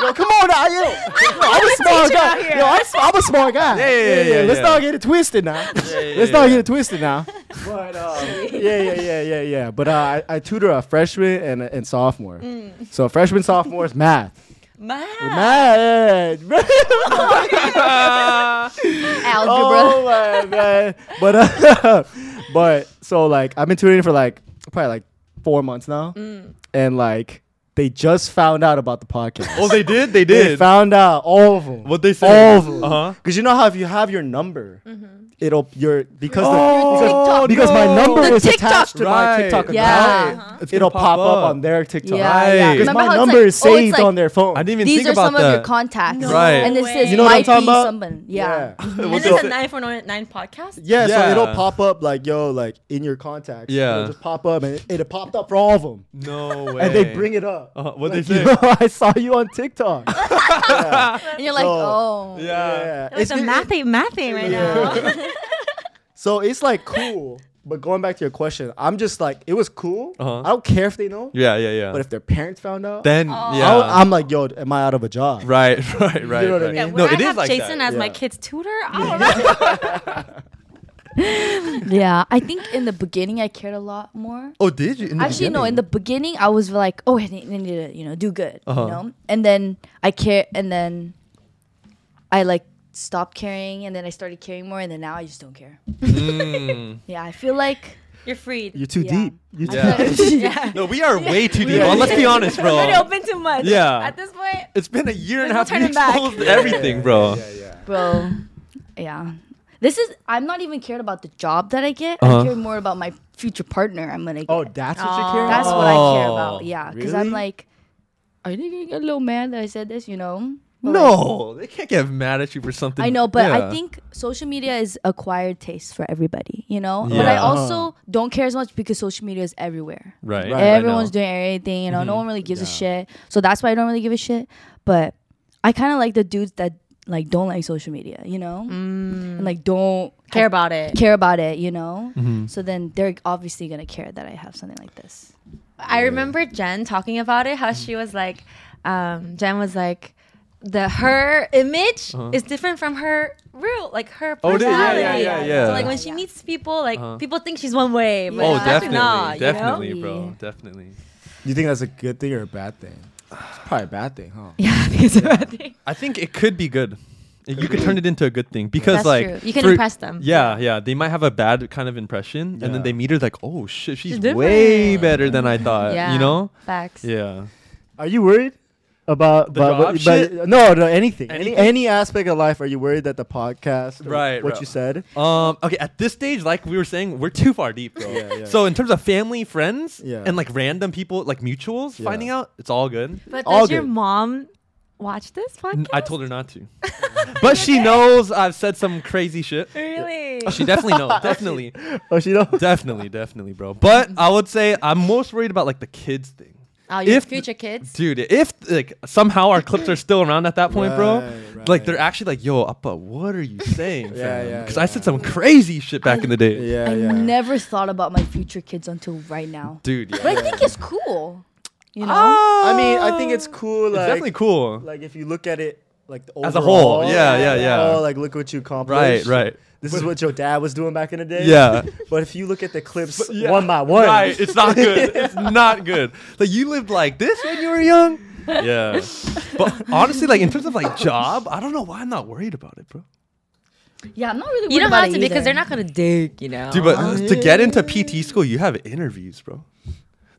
Speaker 1: Yo, come on now, yo. yo I'm a smart
Speaker 4: teacher out
Speaker 1: guy.
Speaker 4: here.
Speaker 1: Yo, I'm, s- I'm a smart guy.
Speaker 2: Yeah, yeah, yeah, yeah,
Speaker 1: Let's
Speaker 2: yeah.
Speaker 1: not get it twisted now.
Speaker 2: yeah, yeah,
Speaker 1: Let's not
Speaker 2: yeah.
Speaker 1: get it twisted now. But um, yeah, yeah, yeah, yeah, yeah. But uh, I, I tutor a freshman and and sophomore.
Speaker 4: Mm.
Speaker 1: So freshman, sophomore is math. Math. Ah.
Speaker 3: Algebra.
Speaker 1: Oh my man. But uh, but so like I've been tutoring for like probably like four months now,
Speaker 4: Mm.
Speaker 1: and like they just found out about the podcast.
Speaker 2: Oh, they did. They
Speaker 1: They
Speaker 2: did.
Speaker 1: found out all of them.
Speaker 2: What they said.
Speaker 1: All of them.
Speaker 2: Uh-huh.
Speaker 1: Because you know how if you have your number,
Speaker 3: Mm-hmm.
Speaker 1: it'll your because the-
Speaker 2: Oh,
Speaker 1: because,
Speaker 2: TikTok.
Speaker 1: because my
Speaker 2: no.
Speaker 1: number
Speaker 3: The
Speaker 1: is
Speaker 3: TikTok.
Speaker 1: attached to my
Speaker 2: Right.
Speaker 1: TikTok
Speaker 3: Yeah.
Speaker 1: account.
Speaker 3: Uh-huh.
Speaker 2: It's
Speaker 1: It'll
Speaker 2: gonna
Speaker 1: pop up on their TikTok.
Speaker 3: Yeah, yeah.
Speaker 2: Right.
Speaker 1: Because
Speaker 3: Remember
Speaker 1: my
Speaker 3: how it's
Speaker 1: number
Speaker 3: like,
Speaker 1: is
Speaker 3: oh, it's
Speaker 1: saved
Speaker 3: like,
Speaker 1: on their phone.
Speaker 2: I didn't even
Speaker 3: These
Speaker 2: think
Speaker 3: are
Speaker 2: about
Speaker 3: some
Speaker 2: that.
Speaker 3: of your contacts.
Speaker 2: Right.
Speaker 3: And it says
Speaker 4: You
Speaker 1: know what I'm
Speaker 3: might
Speaker 1: talking
Speaker 3: be
Speaker 1: about?
Speaker 3: someone. Yeah.
Speaker 4: and it's a 9409 podcast.
Speaker 1: Yeah,
Speaker 2: Yeah.
Speaker 1: so it'll pop up like yo, like in your contacts.
Speaker 2: Yeah.
Speaker 1: it'll just pop up, and it, it popped up for all of them,
Speaker 2: No way.
Speaker 1: and they bring it up.
Speaker 2: Uh, what they
Speaker 1: Like,
Speaker 2: say?
Speaker 1: "Yo, I saw you on TikTok. yeah,
Speaker 3: And you're like,
Speaker 1: So-
Speaker 3: oh.
Speaker 1: yeah.
Speaker 4: It's a
Speaker 1: it-
Speaker 4: math thing, math thing right now.
Speaker 1: so it's like cool, but going back to your question, I'm just like it was cool.
Speaker 2: Uh-huh.
Speaker 1: I don't care if they know,
Speaker 2: Yeah, yeah, yeah.
Speaker 1: but if their parents found out,
Speaker 2: then
Speaker 1: I
Speaker 2: yeah,
Speaker 1: would- I'm like, yo, am I out of a job?
Speaker 2: right,
Speaker 1: what I
Speaker 2: right, right. right.
Speaker 1: mean? Yeah,
Speaker 4: Would
Speaker 2: no,
Speaker 4: I
Speaker 2: it is
Speaker 4: have
Speaker 2: like
Speaker 4: Jason
Speaker 2: that.
Speaker 4: as my
Speaker 1: yeah.
Speaker 4: kid's tutor? I don't know.
Speaker 3: Yeah. I think in the beginning, I cared a lot more.
Speaker 2: Oh, did you? In the
Speaker 3: Actually, no. In the
Speaker 2: beginning?
Speaker 3: beginning, I was like, "Oh, I need, I need to, you know, do good,"
Speaker 2: Uh-huh.
Speaker 3: you know. And then I care, and then I like stopped caring, and then I started caring more, and then now I just don't care.
Speaker 2: Mm.
Speaker 3: Yeah, I feel like
Speaker 4: You're freed.
Speaker 1: You're too
Speaker 3: Yeah.
Speaker 1: deep. You're too
Speaker 2: Yeah.
Speaker 1: deep.
Speaker 4: yeah.
Speaker 2: no, we are way too deep.
Speaker 1: Yeah.
Speaker 2: on. Let's be honest,
Speaker 4: Already
Speaker 2: bro.
Speaker 4: open too much.
Speaker 2: Yeah.
Speaker 4: At this point,
Speaker 2: It's been a year and a half.
Speaker 4: There's no
Speaker 2: You
Speaker 4: turning back.
Speaker 2: exposed everything, bro.
Speaker 1: Yeah, yeah.
Speaker 3: bro. yeah, this is. I'm not even cared about the job that I get.
Speaker 2: Uh-huh.
Speaker 3: I care more about my future partner I'm gonna get.
Speaker 1: Oh, that's what
Speaker 4: Aw.
Speaker 1: you care.
Speaker 3: That's
Speaker 1: about?
Speaker 3: what I care
Speaker 2: Oh,
Speaker 3: about. Yeah, because
Speaker 1: really?
Speaker 3: I'm like, are they gonna get a little mad that I said this? You know? But, like,
Speaker 2: No, they can't get mad at you for something.
Speaker 3: I know, but
Speaker 2: Yeah.
Speaker 3: I think social media is acquired taste for everybody, you know? But I
Speaker 2: Yeah.
Speaker 3: also don't care as much because social media is everywhere.
Speaker 2: right.
Speaker 1: Right.
Speaker 3: Everyone's doing everything, you know? No one really gives a shit. So that's why I don't really give a shit. But I kind of like the dudes that like don't like social media, you know? And like don't
Speaker 4: Mm. care about it.
Speaker 3: care about it, you know? So then they're obviously going to care that I have something like this.
Speaker 4: I remember Jen talking about it, how she was like, um, Jen was like, the her image is different from her real, like her
Speaker 2: Uh-huh. Oh, it is.
Speaker 4: personality.
Speaker 2: Yeah, yeah, yeah, yeah. Uh-huh.
Speaker 4: So like when she meets people, like people think she's one way, but
Speaker 2: Oh,
Speaker 4: it's
Speaker 2: definitely,
Speaker 4: actually not. you know?
Speaker 2: definitely, bro, definitely.
Speaker 1: You think that's a good thing or a bad thing? It's probably a bad thing, huh?
Speaker 4: Yeah, because of that thing.
Speaker 2: I think it could be good. you could turn it into a good thing because,
Speaker 4: That's
Speaker 2: like,
Speaker 4: true. You can
Speaker 2: for-
Speaker 4: impress them.
Speaker 2: Yeah, yeah. They might have a bad kind of impression, and
Speaker 1: Yeah.
Speaker 2: then they meet her like, "Oh shit, she's,
Speaker 4: different."
Speaker 2: way better than I thought." You know?
Speaker 4: Facts.
Speaker 2: Yeah.
Speaker 1: Are you worried about
Speaker 2: The
Speaker 1: but,
Speaker 2: job
Speaker 1: but- but-
Speaker 2: shit?
Speaker 1: no no anything, any
Speaker 2: Anything?
Speaker 1: any aspect of life? Are you worried that the podcast, or
Speaker 2: Right,
Speaker 1: What
Speaker 2: right.
Speaker 1: you said,
Speaker 2: Um. Okay. At this stage, like we were saying, we're too far deep, bro.
Speaker 1: Yeah, yeah.
Speaker 2: So in terms of family, friends,
Speaker 1: Yeah.
Speaker 2: and like random people, like mutuals,
Speaker 1: Yeah.
Speaker 2: finding out, it's all good.
Speaker 4: But
Speaker 1: All
Speaker 4: does your
Speaker 1: good.
Speaker 4: mom watch this
Speaker 2: N-
Speaker 4: podcast?
Speaker 2: I told her not to. but she knows I've said some crazy shit.
Speaker 4: Really?
Speaker 2: She definitely knows. Definitely.
Speaker 1: Oh, she knows.
Speaker 2: definitely, definitely, bro. But I would say I'm most worried about like the kids thing.
Speaker 4: oh, your
Speaker 2: If-
Speaker 4: future kids.
Speaker 2: Dude, if like somehow our clips are still around at that point, bro,
Speaker 1: Right,
Speaker 2: like
Speaker 1: right.
Speaker 2: they're actually like, "Yo, Appa, what are you saying?"
Speaker 1: Yeah, yeah,
Speaker 2: Because I said
Speaker 1: yeah.
Speaker 2: some crazy shit back in the day,
Speaker 1: Yeah,
Speaker 3: I
Speaker 1: yeah.
Speaker 3: never thought about my future kids until right now.
Speaker 2: dude. Yeah.
Speaker 3: But I think it's
Speaker 4: Oh.
Speaker 3: cool. You know?
Speaker 1: I mean, I think it's cool.
Speaker 2: It's
Speaker 1: Like,
Speaker 2: definitely cool.
Speaker 1: Like if you look at it, like the
Speaker 2: As a whole,
Speaker 1: overall,
Speaker 2: yeah, yeah, yeah.
Speaker 1: overall, Like look what you
Speaker 2: right,
Speaker 1: accomplished.
Speaker 2: right.
Speaker 1: This is what your dad was doing back in the day.
Speaker 2: Yeah.
Speaker 1: But if you look at the clips
Speaker 2: But yeah,
Speaker 1: one by one,
Speaker 2: Right, it's not good. it's not good. Like you lived like this when you were young. Yeah. But honestly, like in terms of like job, I don't know why I'm not worried about it, bro.
Speaker 3: Yeah, I'm not really worried
Speaker 4: You don't
Speaker 3: about
Speaker 4: have to
Speaker 3: it
Speaker 4: because
Speaker 3: either.
Speaker 4: they're not gonna dig, you know.
Speaker 2: Dude, but
Speaker 1: Oh,
Speaker 2: to get into PT school, you have interviews, bro.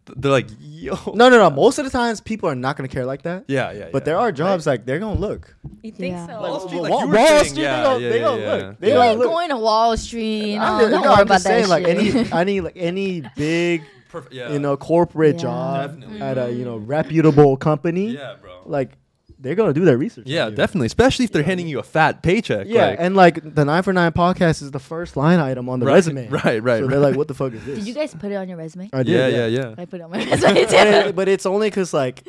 Speaker 2: Th- They're like, yo.
Speaker 1: No, no, no. Most of the times, people are not gonna care like that.
Speaker 2: Yeah, yeah.
Speaker 1: But
Speaker 2: yeah.
Speaker 1: there are jobs like they're gonna look.
Speaker 4: you think
Speaker 3: Yeah.
Speaker 4: so?
Speaker 2: Wall Street, like
Speaker 1: Wall,
Speaker 2: you were
Speaker 1: Wall
Speaker 2: saying,
Speaker 1: Street,
Speaker 2: yeah,
Speaker 1: they gonna,
Speaker 2: yeah,
Speaker 1: they
Speaker 2: yeah,
Speaker 1: gonna
Speaker 2: yeah.
Speaker 1: look. They
Speaker 3: You
Speaker 1: gonna
Speaker 3: ain't
Speaker 1: look.
Speaker 3: going to Wall Street. No,
Speaker 1: I'm just,
Speaker 3: don't
Speaker 1: no,
Speaker 3: worry
Speaker 1: I'm
Speaker 3: about
Speaker 1: just saying,
Speaker 3: that
Speaker 1: like
Speaker 3: shit.
Speaker 1: any, any, like any big,
Speaker 2: Perf- yeah.
Speaker 1: you know, corporate
Speaker 3: Yeah.
Speaker 1: job
Speaker 2: Definitely.
Speaker 1: at a you know reputable company.
Speaker 2: Yeah, bro.
Speaker 1: Like they're gonna do their research. on
Speaker 2: Yeah,
Speaker 1: you.
Speaker 2: definitely. Especially if they're handing you a fat paycheck.
Speaker 1: Yeah,
Speaker 2: like-
Speaker 1: and like the nine for nine podcast is the first line item on the
Speaker 2: Right,
Speaker 1: resume.
Speaker 2: right, right,
Speaker 1: So they're
Speaker 2: right.
Speaker 1: like, "What the fuck is this?"
Speaker 3: Did you guys put it on your resume?
Speaker 1: I did,
Speaker 2: yeah, yeah, yeah.
Speaker 3: I put it on my resume.
Speaker 1: But,
Speaker 3: too.
Speaker 1: it- but it's only because like,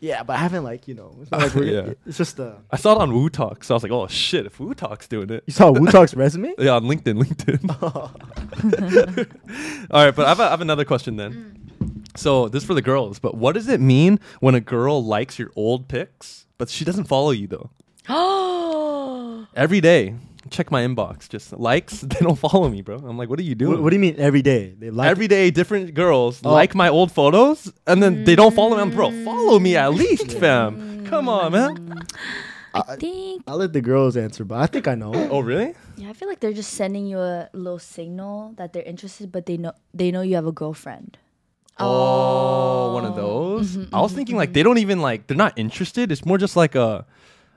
Speaker 1: yeah, but I haven't like you know, it's not like we're,
Speaker 2: Yeah.
Speaker 1: it's just uh,
Speaker 2: I saw it on Woo Talk, so I was like, oh shit, if Woo Talk's doing it.
Speaker 1: you saw Wu Talk's resume.
Speaker 2: Yeah, on LinkedIn, LinkedIn. All right, but I have, a, I have another question then. So this is for the girls, but what does it mean when a girl likes your old pics, but she doesn't follow you though?
Speaker 4: Oh,
Speaker 2: Every day, check my inbox, just likes, they don't follow me, bro. I'm like, what are you doing?
Speaker 1: What, what do you mean every day? They like
Speaker 2: Every day, different girls
Speaker 1: Oh.
Speaker 2: like my old photos, and then they don't follow me. I'm, bro, follow me at least,
Speaker 1: Mm.
Speaker 2: fam. Come on, man.
Speaker 4: I think.
Speaker 1: I'll let the girls answer, but I think I know.
Speaker 2: Oh, really?
Speaker 3: yeah, I feel like they're just sending you a little signal that they're interested, but they know they know you have a girlfriend.
Speaker 2: Oh, one of those.
Speaker 3: Mm-hmm,
Speaker 2: I was thinking like they don't even like they're not interested. It's more just like a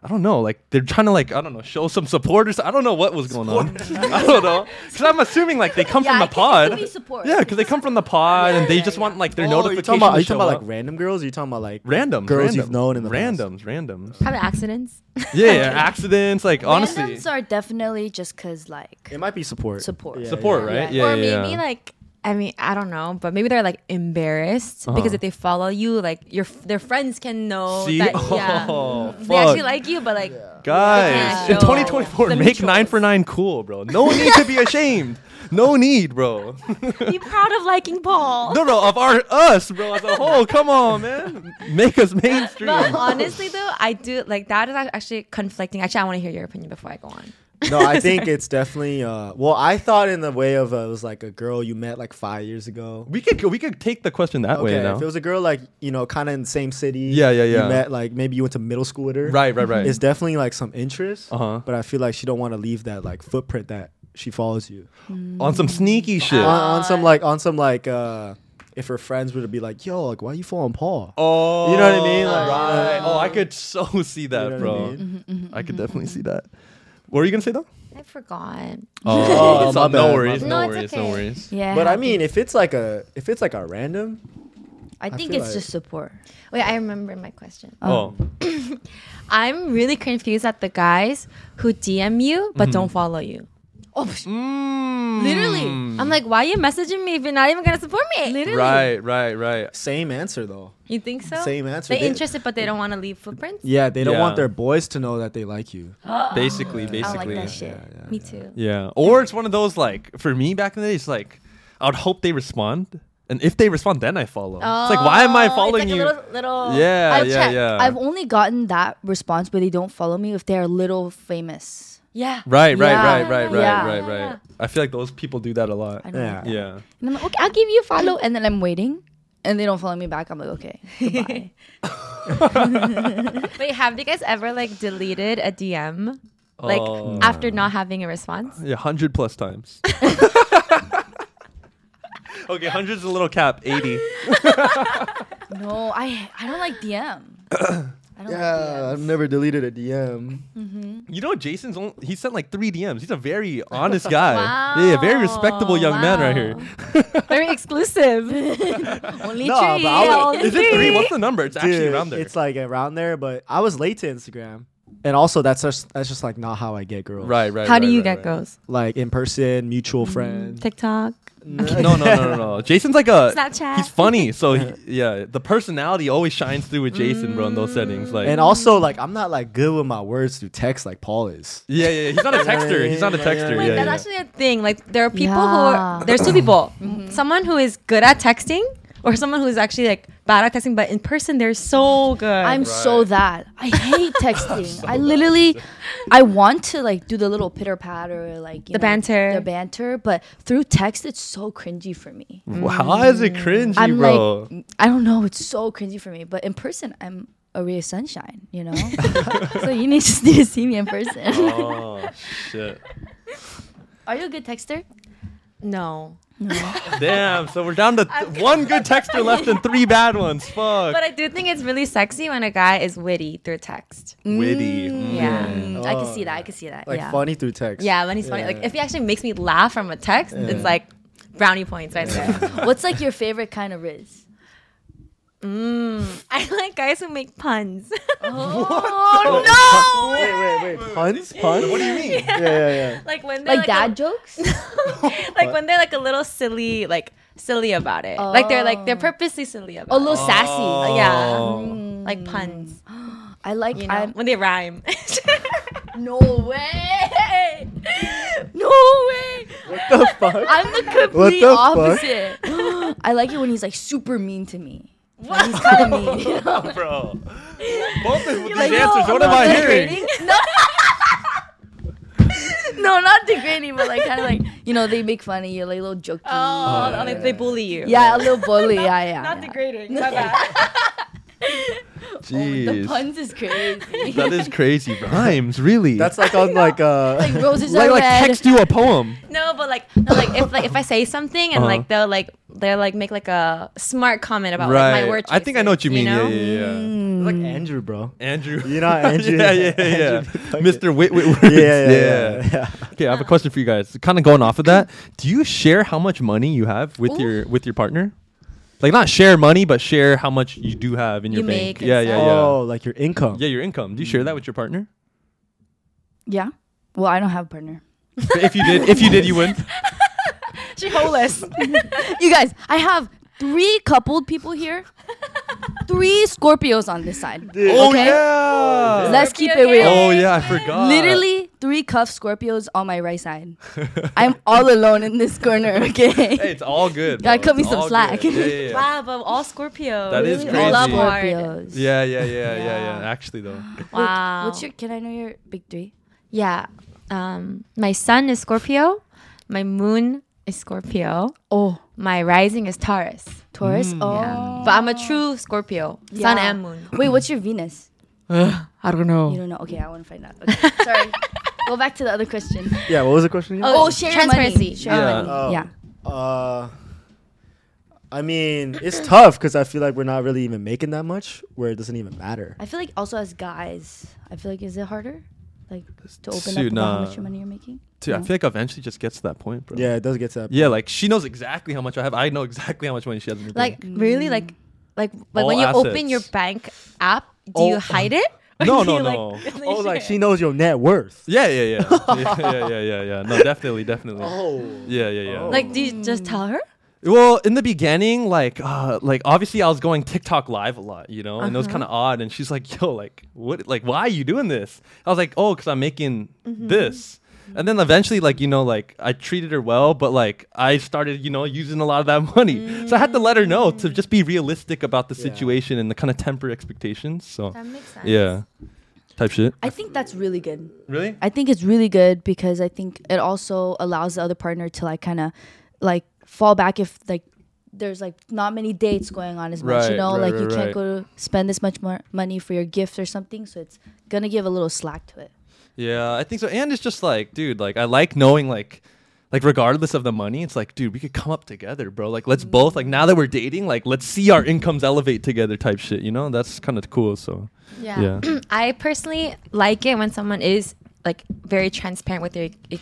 Speaker 2: I don't know, like they're trying to like I don't know, show some support or so- I don't know what was going on. I don't know. Cuz I'm assuming like they come
Speaker 3: Yeah,
Speaker 2: from
Speaker 3: I
Speaker 2: the
Speaker 3: think it could
Speaker 2: pod.
Speaker 3: be support.
Speaker 2: Yeah, cuz they come from the pod and they
Speaker 3: yeah,
Speaker 2: just
Speaker 3: yeah.
Speaker 2: want like their
Speaker 1: are Oh, you
Speaker 2: notifications
Speaker 1: talking about, are you
Speaker 2: to
Speaker 1: talking about
Speaker 2: show
Speaker 1: like
Speaker 2: up.
Speaker 1: randoms? Or are you talking about like
Speaker 2: Randoms,
Speaker 1: girls
Speaker 2: randoms,
Speaker 1: you've known in the past?
Speaker 2: randoms, randoms.
Speaker 4: Probably accidents.
Speaker 2: Yeah, yeah, accidents. Like honestly,
Speaker 3: Randoms are definitely just cause like
Speaker 1: It might be support.
Speaker 3: Support.
Speaker 1: Yeah,
Speaker 2: support,
Speaker 1: yeah.
Speaker 2: right?
Speaker 3: Yeah.
Speaker 2: Yeah,
Speaker 4: or
Speaker 2: yeah,
Speaker 4: maybe
Speaker 2: yeah.
Speaker 4: like I mean I don't know, but maybe they're like embarrassed because
Speaker 2: Uh-huh.
Speaker 4: if they follow you, like your f- their friends can know
Speaker 2: See?
Speaker 4: that
Speaker 2: Oh,
Speaker 4: yeah, they
Speaker 2: fuck.
Speaker 4: actually like you, but like
Speaker 2: Guys,
Speaker 4: Yeah.
Speaker 2: in 2024,
Speaker 4: The
Speaker 2: make
Speaker 4: mutuals.
Speaker 2: 9 for 9 cool, bro. No need to be ashamed. No need, bro.
Speaker 4: be proud of liking Paul.
Speaker 2: No, no, of our us, bro, as a whole. Come on, man. Make us mainstream.
Speaker 4: But honestly, though, I do like that is actually conflicting. Actually, I want to hear your opinion before I go on.
Speaker 1: no, I think it's definitely. Uh, well, I thought in the way of uh, it was like a girl you met like five years ago.
Speaker 2: we could we could take the question that way
Speaker 1: Okay,
Speaker 2: now.
Speaker 1: if it was a girl like you know, kind of in the same city.
Speaker 2: Yeah, yeah, yeah.
Speaker 1: You met like maybe you went to middle school with her.
Speaker 2: right, right, right.
Speaker 1: It's definitely like some interest,
Speaker 2: Uh-huh.
Speaker 1: but I feel like she don't want to leave that like footprint that she follows you
Speaker 4: Mm.
Speaker 2: On some sneaky shit.
Speaker 4: Uh,
Speaker 1: on, on some like on some like uh if her friends were to be like, "Yo, like why you following Paul?"
Speaker 2: oh,
Speaker 1: You know what I mean? Like-
Speaker 2: right.
Speaker 4: uh,
Speaker 2: Oh, I could so see that,
Speaker 1: know what I
Speaker 2: bro. Mm-hmm,
Speaker 1: mean?
Speaker 2: I, could
Speaker 4: mm-hmm,
Speaker 2: definitely see that. What were you gonna say though?
Speaker 4: I forgot.
Speaker 2: Oh,
Speaker 1: my bad,
Speaker 2: no
Speaker 1: my
Speaker 2: worries,
Speaker 1: bad.
Speaker 2: no
Speaker 4: No, it's
Speaker 2: worries, no
Speaker 4: okay.
Speaker 2: worries.
Speaker 3: yeah.
Speaker 1: But I mean, if it's like a if it's like a random,
Speaker 3: I think
Speaker 1: feel
Speaker 3: it's
Speaker 1: like-
Speaker 3: just support. Um,
Speaker 4: Wait, I remember my question.
Speaker 2: Oh,
Speaker 4: I'm really confused at the guys who DM you
Speaker 2: Mm-hmm.
Speaker 4: but don't follow you.
Speaker 3: Oh, psh,
Speaker 2: Mm.
Speaker 4: Literally, I'm like, why are you messaging me if you're not even gonna support me? Literally,
Speaker 2: right, right, right.
Speaker 1: same answer though.
Speaker 4: You think so?
Speaker 1: Same answer.
Speaker 4: They
Speaker 1: They-
Speaker 4: interested, but they don't want to leave footprints.
Speaker 1: Yeah, they don't
Speaker 2: Yeah.
Speaker 1: want their boys to know that they like you.
Speaker 2: Basically, basically.
Speaker 3: I like that shit.
Speaker 4: Me too.
Speaker 2: Yeah. Or it's one of those like for me back in the day, it's like I would hope they respond. And if they respond, then I follow. it's like why
Speaker 3: Oh,
Speaker 2: am I following you? yeah,
Speaker 3: I've
Speaker 2: yeah,
Speaker 3: checked.
Speaker 2: yeah.
Speaker 3: I've only gotten that response where they don't follow me if they're a little famous.
Speaker 4: yeah.
Speaker 2: right, right,
Speaker 3: Yeah.
Speaker 2: right, right, right,
Speaker 3: Yeah.
Speaker 2: right, right. I feel like those people do that a lot.
Speaker 3: I don't
Speaker 1: Yeah.
Speaker 3: like that.
Speaker 2: Yeah.
Speaker 3: And I'm like, okay, I'll give you a follow. And then I'm waiting and they don't follow me back. I'm like, okay, goodbye.
Speaker 4: Wait, have you guys ever like deleted a DM like
Speaker 2: Oh.
Speaker 4: after not having a response?
Speaker 2: Yeah, hundred plus times. okay, hundred's a little cap. Eighty.
Speaker 3: no, I I don't like DM. I don't
Speaker 1: Yeah,
Speaker 3: like
Speaker 1: I've
Speaker 3: DMs.
Speaker 1: never deleted a DM.
Speaker 2: You know, Jason's only, he sent like three DMs. He's a very honest guy.
Speaker 4: Wow.
Speaker 2: Yeah, very respectable young man right
Speaker 4: Wow.
Speaker 2: here.
Speaker 4: Very exclusive. Only
Speaker 1: No, but
Speaker 4: three.
Speaker 1: I would-
Speaker 4: only
Speaker 2: Is it three? What's the number? It's actually
Speaker 1: Dude,
Speaker 2: around there.
Speaker 1: It's like around there, but I was late to Instagram, and also that's just that's just like not how I get girls.
Speaker 2: right, right.
Speaker 4: How do
Speaker 2: right,
Speaker 4: you
Speaker 2: right,
Speaker 4: get
Speaker 2: right.
Speaker 4: girls?
Speaker 1: Like in person, mutual
Speaker 4: Mm-hmm.
Speaker 1: friends.
Speaker 4: TikTok,
Speaker 2: No, no, no, no, no. Jason's like a.
Speaker 4: Snapchat.
Speaker 2: Uh, He's funny, so he, yeah, the personality always shines through with Jason, bro. In those settings, like,
Speaker 1: And also, like I'm not like good with my words through text like Paul is.
Speaker 2: yeah, yeah, yeah, he's not a texter. He's not a
Speaker 1: Yeah, yeah,
Speaker 2: texter.
Speaker 4: Wait,
Speaker 2: Yeah,
Speaker 4: that's
Speaker 2: yeah.
Speaker 4: actually a thing. Like there are people who
Speaker 3: Yeah.
Speaker 4: are, there's two people.
Speaker 2: Mm-hmm.
Speaker 4: Someone who is good at texting or someone who is actually like bad at texting, but in person they're so good.
Speaker 3: I'm so
Speaker 2: Right.
Speaker 3: that. I hate texting. I literally, I want to like do the little pitter patter, like you
Speaker 4: The
Speaker 3: know,
Speaker 4: banter.
Speaker 3: the banter. But through text, it's so cringy for me.
Speaker 2: Wow, How is it cringy,
Speaker 3: I'm
Speaker 2: bro?
Speaker 3: like, I don't know. It's so cringy for me. But in person, I'm a ray of sunshine. You know, so you need just need to see me in person.
Speaker 2: oh shit!
Speaker 3: Are you a good texter?
Speaker 4: no.
Speaker 2: Damn. So we're down to th- one good texter left and three bad ones. Fuck.
Speaker 4: But I do think it's really sexy when a guy is witty through text.
Speaker 2: Witty. Mm.
Speaker 4: Yeah.
Speaker 3: Mm, I can see that. I can see that.
Speaker 1: Like
Speaker 3: yeah.
Speaker 1: funny through text.
Speaker 4: Yeah, when he's funny. Like if he actually makes me laugh from a text, it's like brownie points right there.
Speaker 3: What's like your favorite kind of riz?
Speaker 4: Mm. I like guys who make puns.
Speaker 1: Oh no! Wait, wait, wait. Puns, puns. What do you mean? Yeah, yeah, yeah.
Speaker 4: like when they're
Speaker 3: Like,
Speaker 4: like, "Oh."
Speaker 3: dad
Speaker 4: a-
Speaker 3: jokes?
Speaker 4: like when they're like a little silly, like silly about it. Like they're like they're purposely silly about
Speaker 3: Oh. a little
Speaker 4: it.
Speaker 3: sassy.
Speaker 2: Oh.
Speaker 4: Yeah.
Speaker 2: Mm.
Speaker 4: Like puns.
Speaker 3: I like.
Speaker 4: You know,
Speaker 3: I'm-
Speaker 4: when they rhyme.
Speaker 3: no way.
Speaker 4: no way.
Speaker 1: What the fuck?
Speaker 3: I'm the complete
Speaker 1: What the fuck?
Speaker 3: opposite. I like it when he's like super mean to me. When he's kind of mean. you know?
Speaker 2: bro. Both of these
Speaker 3: like, no,
Speaker 2: answers. What am
Speaker 3: I'm not
Speaker 2: I
Speaker 3: degrading.
Speaker 2: hearing?
Speaker 3: No. No, not degrading, but like kind of like you know they make fun of you, like little jokey.
Speaker 4: Oh, like they bully you.
Speaker 3: Yeah, a little bully. yeah, yeah.
Speaker 4: Not
Speaker 3: yeah.
Speaker 4: degrading. My bad.
Speaker 3: The
Speaker 2: Jeez.
Speaker 3: puns is crazy.
Speaker 2: That is crazy. Rhymes, really.
Speaker 1: That's like on like uh.
Speaker 3: like roses
Speaker 2: like
Speaker 3: are
Speaker 2: like
Speaker 3: red.
Speaker 2: text you a poem.
Speaker 4: no, but like, no, like if like if I say something and
Speaker 2: Uh-huh.
Speaker 4: like they'll like they'll like make like a smart comment about like my word.
Speaker 2: I think I know what you
Speaker 4: choices,
Speaker 2: mean.
Speaker 4: know? Mm.
Speaker 2: Yeah, yeah, yeah.
Speaker 1: like Andrew, bro.
Speaker 2: Andrew.
Speaker 1: You know Andrew?
Speaker 2: yeah, yeah, yeah. yeah.
Speaker 1: Andrew fucking-
Speaker 2: Mr. Wit Wit
Speaker 1: Yeah,
Speaker 2: Words.
Speaker 1: yeah, yeah. yeah.
Speaker 2: Okay, I have a question for you guys. Kind of going off of that, do you share how much money you have with your with your partner? Like not share money, but share how much you do have in your
Speaker 4: You
Speaker 2: bank.
Speaker 4: make and
Speaker 2: yeah, yeah,
Speaker 4: stuff.
Speaker 2: yeah.
Speaker 1: Oh, like your income.
Speaker 2: Yeah, your income. Do you share that with your partner?
Speaker 3: Yeah. Well, I don't have a partner.
Speaker 2: if you did, if you did, you would.
Speaker 4: She holeless.
Speaker 3: You guys, I have three coupled people here. Three Scorpios on this side. okay?
Speaker 2: yeah.
Speaker 3: Let's keep it
Speaker 4: Scorpio
Speaker 3: real.
Speaker 4: gang.
Speaker 2: oh yeah, I forgot.
Speaker 3: Literally three cuff Scorpios on my right side. I'm all alone in this corner, okay?
Speaker 2: Hey, it's all good.
Speaker 3: Gotta
Speaker 2: bro.
Speaker 3: cut me
Speaker 2: It's
Speaker 3: some
Speaker 2: all
Speaker 3: slack.
Speaker 2: good. Yeah, yeah, yeah.
Speaker 4: wow, but all Scorpio.
Speaker 2: That is
Speaker 3: I
Speaker 2: crazy.
Speaker 3: love
Speaker 4: Hard.
Speaker 3: Scorpios.
Speaker 2: Yeah, yeah, yeah, yeah, yeah.
Speaker 4: Yeah.
Speaker 2: Actually, though.
Speaker 4: Wow.
Speaker 3: What's your can I know your big three?
Speaker 4: Yeah. Um, my sun is Scorpio. My moon is Scorpio.
Speaker 3: Oh,
Speaker 4: My rising is Taurus.
Speaker 2: Mm,
Speaker 3: Taurus. oh.
Speaker 4: But I'm a true Scorpio. Sun
Speaker 3: Yeah.
Speaker 4: and moon.
Speaker 3: Wait, what's your Venus?
Speaker 4: I don't
Speaker 2: Oh.
Speaker 4: know.
Speaker 3: You don't know. Okay, I want to find out. Okay, sorry. Go back to the other question.
Speaker 1: Yeah, what was the question? Again?
Speaker 3: Oh, share your money.
Speaker 4: transparency.
Speaker 3: Share your
Speaker 2: Yeah.
Speaker 3: money.
Speaker 1: Oh.
Speaker 3: yeah.
Speaker 1: Uh, I mean, it's tough because I feel like we're not really even making that much, where it doesn't even matter.
Speaker 3: I feel like also as guys, I feel like is it harder, like to open
Speaker 2: Dude,
Speaker 3: up about
Speaker 2: nah.
Speaker 3: how much your money you're making?
Speaker 2: Dude, I feel like eventually just gets to that point, bro.
Speaker 1: Yeah, it does get to that.
Speaker 2: Yeah, like she knows exactly how much I have. I know exactly how much money she has in her
Speaker 4: Like
Speaker 2: bank.
Speaker 3: Mm.
Speaker 4: really like like like when
Speaker 2: All
Speaker 4: you open your
Speaker 2: assets.
Speaker 4: bank app, do
Speaker 1: Oh.
Speaker 4: you hide it? Or
Speaker 2: No,
Speaker 4: do
Speaker 2: no,
Speaker 4: you,
Speaker 2: no.
Speaker 1: Oh, like
Speaker 4: share
Speaker 1: she
Speaker 4: it?
Speaker 1: knows your net worth.
Speaker 2: Yeah, yeah, yeah, yeah, yeah, yeah, yeah, yeah. No, definitely, definitely.
Speaker 1: Oh.
Speaker 2: Yeah, yeah, yeah.
Speaker 1: Oh.
Speaker 4: Like do you just tell her?
Speaker 2: Well, in the beginning, like, uh, like obviously I was going TikTok live a lot, you know, and it was kind of odd. And she's like, "Yo, like, what? Like, why are you doing this?" I was like, "Oh, because I'm making this." And then eventually, like, you know, like I treated her well, but like I started, you know, using a lot of that money. So I had to let her know to just be realistic about the
Speaker 1: Yeah.
Speaker 2: situation and the kind of temper expectations. So
Speaker 4: That makes sense.
Speaker 2: yeah, type shit.
Speaker 3: I think that's really good.
Speaker 2: Really?
Speaker 3: I think it's really good because I think it also allows the other partner to like kind of like fall back if like there's like not many dates going on as much,
Speaker 2: Right,
Speaker 3: you know,
Speaker 2: right,
Speaker 3: like
Speaker 2: right,
Speaker 3: you can't
Speaker 2: right.
Speaker 3: go to spend this much more money for your gift or something, so it's gonna give a little slack to it.
Speaker 2: Yeah, I think so. And it's just like, dude, like I like knowing like like regardless of the money, it's like, dude, we could come up together, bro. Like let's both like now that we're dating, like let's see our incomes elevate together type shit, you know? That's kind of cool, so. Yeah.
Speaker 4: Mm, I personally like it when someone is like very transparent with their e-